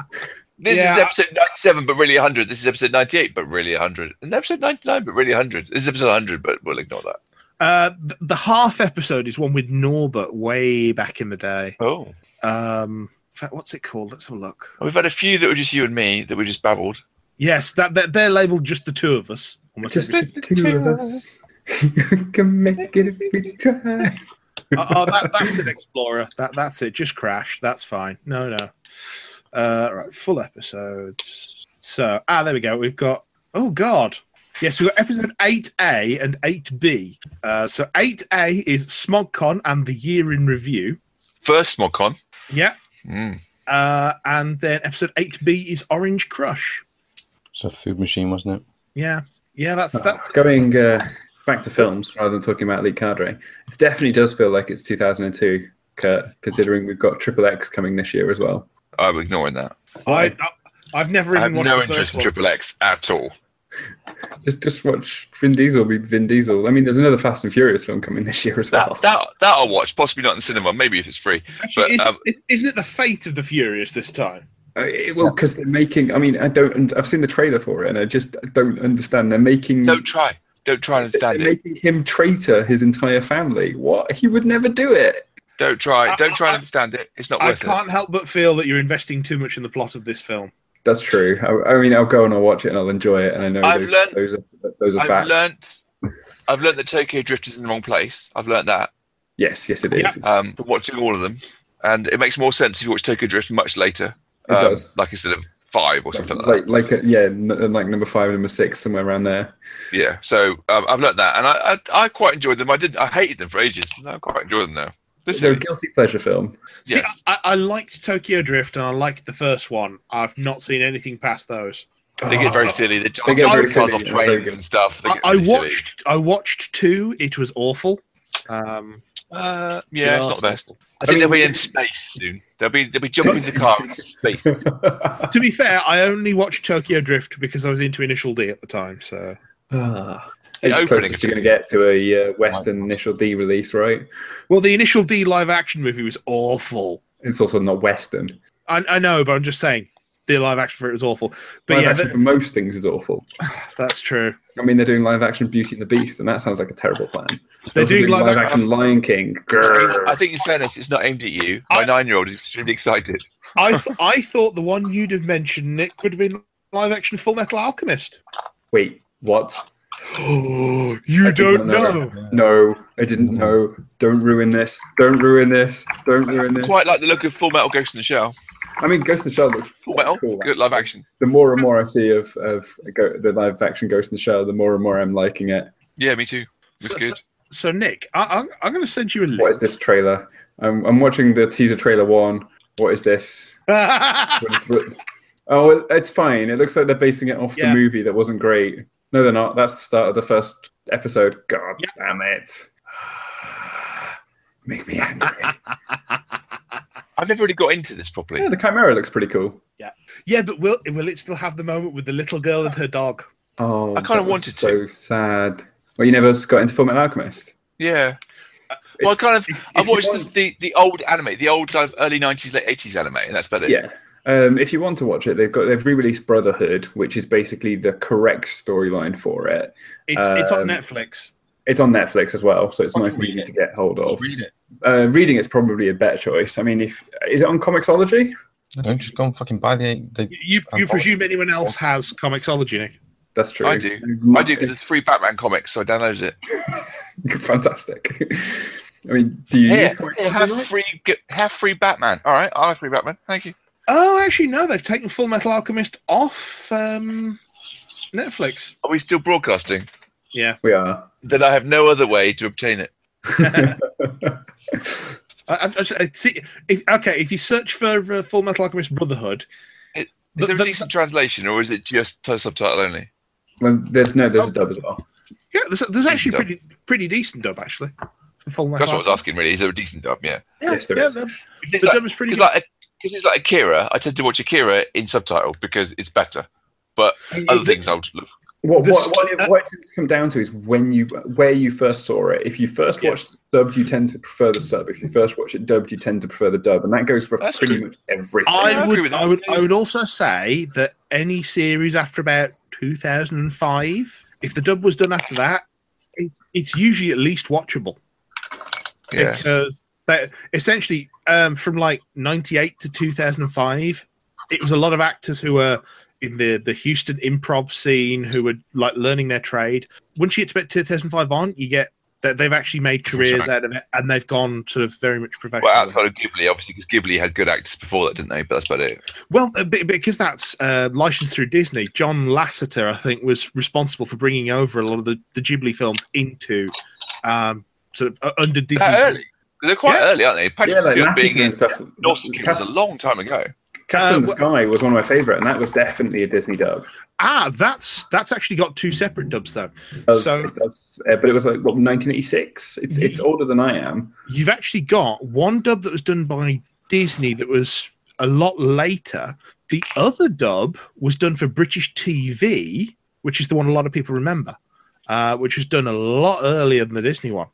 S2: This
S1: Yeah, I-
S2: is episode 97, but really 100. This is episode 98, but really 100. And episode 99, but really 100. This is episode 100, but we'll ignore that.
S1: uh, th- the half episode is one with Norbert way back in the day.
S2: Oh.
S1: Um, in fact, what's it called? Let's have a look.
S2: We've had a few that were just you and me that we just babbled.
S1: Yes, that they're, they're labeled just the two of us. Almost
S4: Just
S1: every-
S4: the two of us. You can make it if we try.
S1: oh, oh, that, that's an explorer. That that's it. Just crashed. That's fine. No, no. Uh, right, full episodes. So ah, there we go. We've got oh god. Yes, we've got episode eight A and eight B. Uh, so eight A is SmogCon and the year in review.
S2: First SmogCon.
S1: Yeah.
S2: Mm.
S1: Uh, and then episode eight B is Orange Crush.
S6: It's a food machine, wasn't it?
S1: Yeah, yeah. That's that.
S4: Oh, Going uh, back to films rather than talking about Lee Cadre, it definitely does feel like it's 2002, Kurt, considering we've got Triple X coming this year as well.
S2: I'm ignoring that.
S1: I, I I've never
S2: I
S1: even
S2: Ah, have
S1: watched
S2: no
S1: the first
S2: interest in
S1: one.
S2: Triple X at all.
S1: Oh.
S4: Just just watch Vin Diesel be Vin Diesel. I mean, there's another Fast and Furious film coming this year as well.
S2: That, that, that I'll watch, possibly not in cinema, maybe if it's free.
S1: Actually,
S2: but,
S1: isn't,
S2: um,
S1: isn't it the fate of the Furious this time?
S4: Uh, it- well, because they're making. I mean, I don't. and I've seen the trailer for it, and I just don't understand. They're
S1: Hmm.
S4: making.
S2: Don't try. Don't try and
S4: they're
S2: stand it.
S4: making him traitor his entire family. What? He would never do it.
S2: Don't try. Don't try
S1: I- I-
S2: and understand it. It's not
S1: I
S2: worth it.
S1: can't help but feel that you're investing too much in the plot of this film.
S4: That's true. I, I mean, I'll go and I'll watch it and I'll enjoy it, and I know
S2: I've
S4: those,
S2: learned-
S4: those are those are
S2: I've
S4: facts.
S2: learnt. I've learnt that Tokyo Drift is in the wrong place. I've learnt that
S4: Yes, yes, it is. It's-
S2: um, from watching all of them, and it makes more sense if you watch Tokyo Drift much later.
S4: It
S2: um,
S4: does.
S2: Like instead of five or something like,
S4: like like uh, yeah, n- like number five, number six, somewhere around there.
S2: that. Yeah. So um, I've learnt that, and I, I I quite enjoyed them. I did. I hated them for ages. but I quite enjoy them now. This
S4: They're a
S2: is-
S4: guilty pleasure film.
S1: See,
S2: Yes.
S1: I, I liked Tokyo Drift and I liked the first one. I've not seen anything past those.
S2: they get very
S1: I-
S2: silly. They,
S4: They get
S2: jump
S1: very
S2: cars
S4: silly,
S2: off
S4: yeah, very
S2: trains
S4: good.
S2: and stuff. They
S1: I,
S2: get
S1: I
S2: really silly.
S1: watched. I watched two. It was awful. Um,
S2: Uh, yeah, it's not
S1: just
S2: the best.
S1: awful.
S2: I think
S4: mean-
S2: they'll be in space soon. They'll be they'll be jumping the car into space.
S1: To be fair, I only watched Tokyo Drift because I was into Initial D at the time. So
S4: Ah.
S2: The
S4: It's
S2: opening
S4: closest you're going to get to a uh, Western initial D release, right?
S1: well, the Initial D live action movie was awful.
S4: It's also not Western.
S1: I, I know, but I'm just saying the live action for it was awful. But
S4: But
S1: yeah,
S4: action
S1: that,
S4: for most things is awful.
S1: that's true.
S4: I mean, they're doing live action Beauty and the Beast, and that sounds like a terrible plan.
S1: They're
S4: also
S1: doing live
S4: live action Lion King. Grrr.
S2: I think, in fairness, it's not aimed at you. My
S1: I-
S2: nine-year-old is extremely excited.
S1: I th- I thought the one you'd have mentioned, Nick, would have been live action Full Metal Alchemist.
S4: Wait, what?
S1: Oh, you
S4: I did
S1: don't
S4: not
S1: know.
S4: know No, I didn't know. Don't ruin this. Don't ruin this. Don't ruin
S2: I
S4: this.
S2: quite like the look of Full Metal Ghost in the Shell.
S4: I mean, Ghost in the Shell looks
S2: Full Metal,
S4: cool.
S2: good live action.
S4: The more and more I see of, of go, the live action Ghost in the Shell, the more and more I'm liking it.
S2: Yeah, me too. It
S1: So,
S2: was good.
S1: so, Nick, I, I'm, I'm going to send you a
S4: What
S1: link.
S4: is this trailer? I'm, I'm watching the teaser trailer one. What is this? oh, it- it's fine. It looks like they're basing it off
S1: Yeah.
S4: the movie that wasn't great. No, they're not. That's the start of the first episode. God
S1: Yeah.
S4: damn it. Make me angry.
S2: I've never really got into this properly.
S4: yeah, the Chimera looks pretty cool.
S1: yeah, but will will it still have the moment with the little girl and her dog?
S4: Oh,
S2: I kinda
S4: that was
S2: wanted
S4: so
S2: to.
S4: sad. Well, you never got into Full Metal Alchemist.
S2: Yeah. Well, I kind of.
S4: If-
S2: I
S4: if you
S2: watched
S4: want-
S2: the, the, the old anime, the old kind of early 90s, late 80s anime, and that's about it.
S4: Yeah. Um, if you want to watch it, they've got they've re-released Brotherhood, which is basically the correct storyline for it.
S1: It's it's on
S4: Um,
S1: Netflix.
S4: It's on Netflix as well, so it's
S6: Oh,
S4: nice and
S6: read
S4: easy
S6: it.
S4: to get hold of.
S6: Read it.
S4: Uh, reading it's probably a better choice. I mean, if is it on Comixology?
S6: I don't just go and fucking buy the. the
S1: You you,
S6: I'm
S1: presume anyone else has Comixology, Nick?
S4: That's true.
S2: I do. I do because it's free Batman comics, so I downloaded it.
S4: Fantastic. I mean, do you
S2: Yeah,
S4: use Comixology?
S2: have free, get- have free Batman. All right, I have free Batman. Thank you.
S1: Oh, actually, no. They've taken Full Metal Alchemist off um, Netflix.
S2: Are we still broadcasting?
S1: Yeah,
S4: We are.
S2: Then I have no other way to obtain it.
S1: I, I, I just- I see. If, okay, if you search for uh, Full Metal Alchemist Brotherhood,
S2: It-
S1: the-
S2: Is there
S1: the-
S2: a decent translation, or is it just subtitle only?
S4: Well, there's no, there's a dub as well.
S1: Yeah, there's, there's actually
S2: Decent
S1: pretty pretty decent dub actually. For Full Metal
S2: That's what I was
S1: Alchemist.
S2: asking, really. Is there a decent dub? Yeah.
S1: Yeah,
S4: Yes, there
S1: yeah,
S4: is.
S1: the,
S2: If
S1: the
S2: it's like,
S1: dub is pretty
S2: cause
S1: good.
S2: like, cause it's like Akira, I tend to watch Akira in subtitle because it's better. But other things I'll look.
S4: What,
S1: This-
S4: what, what, it, what it tends to come down to is when you where you first saw it. If you first
S1: Yeah.
S4: watched it dubbed, you tend to prefer the sub. If you first watch it dubbed, you tend to prefer the dub, and that goes for
S2: That's
S4: pretty
S2: true.
S4: much everything.
S2: Yeah, I
S1: I
S2: agree
S1: would,
S2: with that.
S1: I would, I would also say that any series after about 2005, if the dub was done after that, it, it's usually at least watchable
S2: Yeah.
S1: because that essentially um, from like 98 to 2005, it was a lot of actors who were in the the Houston improv scene who were like learning their trade. Once you get to about 2005 on, you get that they've actually made careers out of it and they've gone sort of very much professional.
S2: Well, outside of Ghibli, obviously, because Ghibli had good actors before that, didn't they? But that's about it.
S1: Well, uh, be- because that's uh, licensed through Disney, John Lasseter, I think, was responsible for bringing over a lot of the, the Ghibli films into um, sort of uh, under Disney.
S2: That early. 'Cause They're quite
S1: Yeah.
S2: early, aren't they? Patrick
S4: yeah, like
S2: Stewart being
S4: Laputa
S2: in
S4: and stuff.
S2: Dawson Uh, was
S4: Cas-
S2: a long time ago.
S4: Castle in
S1: Uh,
S4: the
S1: wh-
S4: Sky was one of my favourite, and that was definitely a Disney dub.
S1: Ah, that's that's actually got two separate dubs though.
S4: As-
S1: So-
S4: as- uh, but it was like what 1986. It's it's
S2: Mm-hmm.
S4: older than I am.
S1: You've actually got one dub that was done by Disney that was a lot later. The other dub was done for British TV, which is the one a lot of people remember, uh, which was done a lot earlier than the Disney one.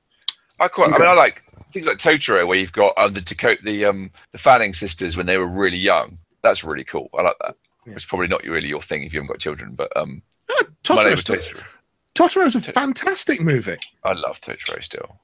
S2: I quite. I
S4: Okay.
S2: mean, I like things like Totoro, where you've got um, the Dakota, the um, the Fanning sisters when they were really young. That's really cool. I like that.
S1: Yeah.
S2: It's probably not really your thing if you haven't got children, but um, my name
S1: Uh, Totoro
S2: is
S1: still,
S2: Totoro.
S1: Totoro's a
S2: Tot-
S1: fantastic movie.
S2: I love Totoro still.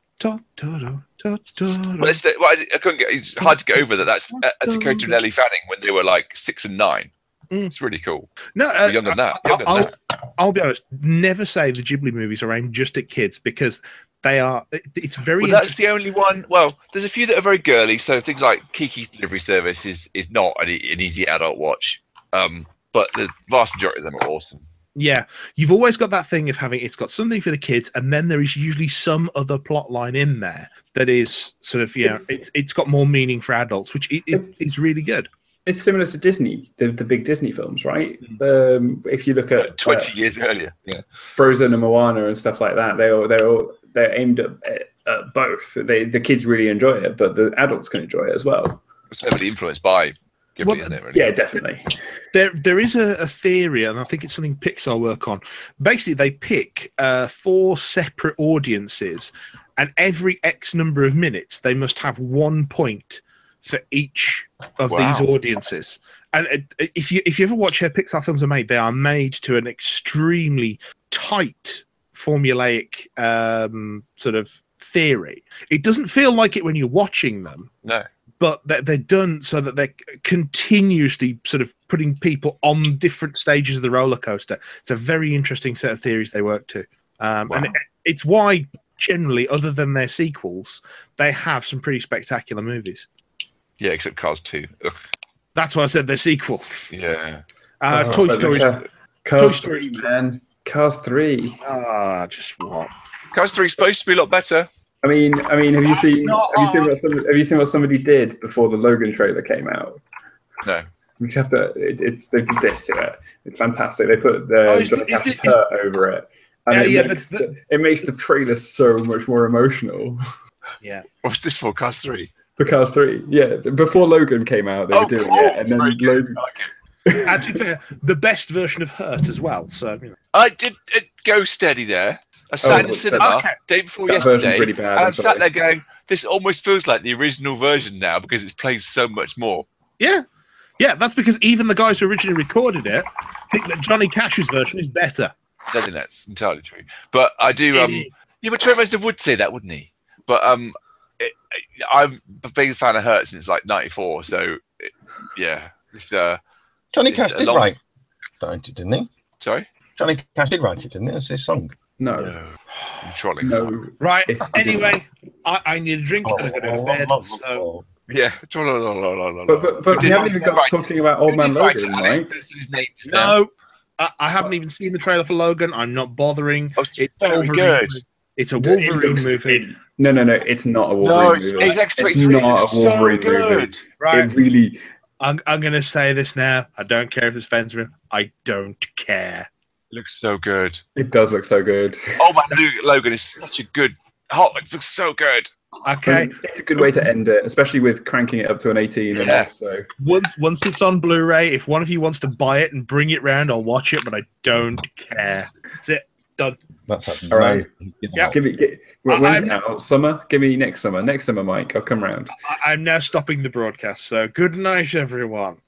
S1: Totoro,
S2: But
S1: Totoro.
S2: it's, well, I, I couldn't get. It's hard to get over that. That's a, a Dakota and Ellie Fanning when they were like six and nine.
S1: Mm.
S2: It's really cool.
S1: No, uh,
S2: Younger than that.
S1: I-
S2: Younger than
S1: I'll,
S2: that.
S1: I'll be honest. Never say the Ghibli movies are aimed just at kids because they are. it- It's very.
S2: Well, that's the only one. Well, there's a few that are very girly. So things like Kiki's Delivery Service is is not an, e- an easy adult watch. Um, but the vast majority of them are awesome.
S1: yeah, you've always got that thing of having it's got something for the kids, and then there is usually some other plot line in there that is sort of yeah, it's it's got more meaning for adults, which it, it is really good.
S4: It's similar to Disney, the, the big Disney films, right? Um, if you look at uh,
S2: Mm. Twenty years earlier. Yeah.
S4: Frozen and Moana and stuff like that. They all they're all they're aimed at, at both. They, the kids really enjoy it, but the adults can enjoy it as well.
S2: was heavily influenced by Ghibli,
S1: Well,
S2: isn't it? Really?
S4: Yeah, definitely.
S1: There, there is a, a theory, and I think it's something Pixar work on. Basically, they pick uh, four separate audiences, and every X number of minutes, they must have one point for each of
S2: Wow.
S1: these audiences. And uh, if you if you ever watch how Pixar films are made, they are made to an extremely tight, formulaic um, sort of theory. It doesn't feel like it when you're watching them,
S2: No.
S1: but they're, they're done so that they're continuously sort of putting people on different stages of the roller coaster. It's a very interesting set of theories they work to, um, and
S2: Wow.
S1: it, it's why generally, other than their sequels, they have some pretty spectacular movies.
S2: Yeah, except Cars 2. Ugh,
S1: That's why I said they're sequels.
S2: yeah.
S1: Uh,
S4: Oh,
S1: Toy
S4: but
S1: Story.
S4: Ca- Cars
S1: Toy Story.
S4: three, man. Cars three.
S1: Ah, just what?
S2: Cars 3 is supposed to be a lot better.
S4: I mean, I mean, have you
S1: That's
S4: seen
S1: not
S4: have you seen,
S1: hard.
S4: what somebody, have you seen what somebody did before the Logan trailer came out?
S2: No.
S4: You just have to. It, it's they did this to it. It's fantastic. They put the
S1: Oh, is
S4: Johnny
S1: it- is it-
S4: Cash's hurt over it, and
S1: Yeah,
S4: it,
S1: yeah,
S4: makes
S1: that's the-
S4: the, it makes the trailer so much more emotional.
S2: What's this for? Cars 3.
S4: For Cars 3, yeah. Before Logan came out, they
S2: Oh,
S4: were doing
S2: cool.
S4: it, and then
S2: Very good.
S4: Logan.
S1: and to be fair, the best version of Hurt as well. So you know.
S2: I did it go steady there. I sat in
S4: but-
S2: cinema
S1: okay.
S2: day before
S4: Oh, That
S2: yesterday. Um,
S4: version's really bad.
S2: and
S4: I'm
S2: I'm
S4: sorry.
S2: sat there going, this almost feels like the original version now because it's played so much more.
S1: yeah, yeah, that's because even the guys who originally recorded it think that Johnny Cash's version is better.
S2: I think that's entirely true. But I do. Um,
S1: It
S2: yeah, but Trent Reznor would say that, wouldn't he? But um, it, it- I'm a big fan of Hurt since like 94. So, it, yeah. It's, uh,
S6: Johnny
S2: It's
S6: Cash
S2: a
S6: did
S2: long-
S6: write write it, didn't he?
S2: sorry?
S6: Johnny Cash did write it, didn't he? That's his song.
S4: No,
S2: I'm trolling.
S4: no.
S1: Right.
S4: If-
S1: Anyway, I, I need a drink and I'm going to go to bed. So
S2: Yeah. But,
S4: But but, but we
S2: did-
S4: haven't even got
S2: right.
S4: to talking about Old Man
S2: Right,
S4: Logan,
S2: Alex,
S4: Mike.
S2: this is his name. Yeah.
S1: no, I, I haven't even seen the trailer for Logan. I'm not bothering.
S2: Oh, it's
S1: It's
S2: very
S1: Wolverine.
S2: good.
S1: movie. It's a Wolverine
S4: It-
S1: movie,
S4: it- no, no, no. It's not a
S2: No,
S4: Wolverine
S2: it's,
S4: movie.
S2: it's X
S4: it's not a Wolverine movie.
S1: right?
S4: It really.
S1: I'm, I'm going to say this now. I don't care if this offends me. I don't care.
S2: looks so good.
S4: It does look so good.
S2: Oh my Luke, Logan is such a good. Oh, it looks so good.
S1: Okay,
S4: And It's a good way to end it, especially with cranking it up to an 18 and
S2: Yeah.
S4: all, so
S1: once once it's on Blu-ray, if one of you wants to buy it and bring it round, I'll watch it, but I don't care. That's it.
S6: That's that.
S4: All right.
S1: Yeah.
S4: give me give,
S1: I-
S4: when's
S1: I'm-
S4: it out? Summer? Give me next summer. Next summer, Mike. I'll come round.
S1: I- I'm now stopping the broadcast. So good night, everyone.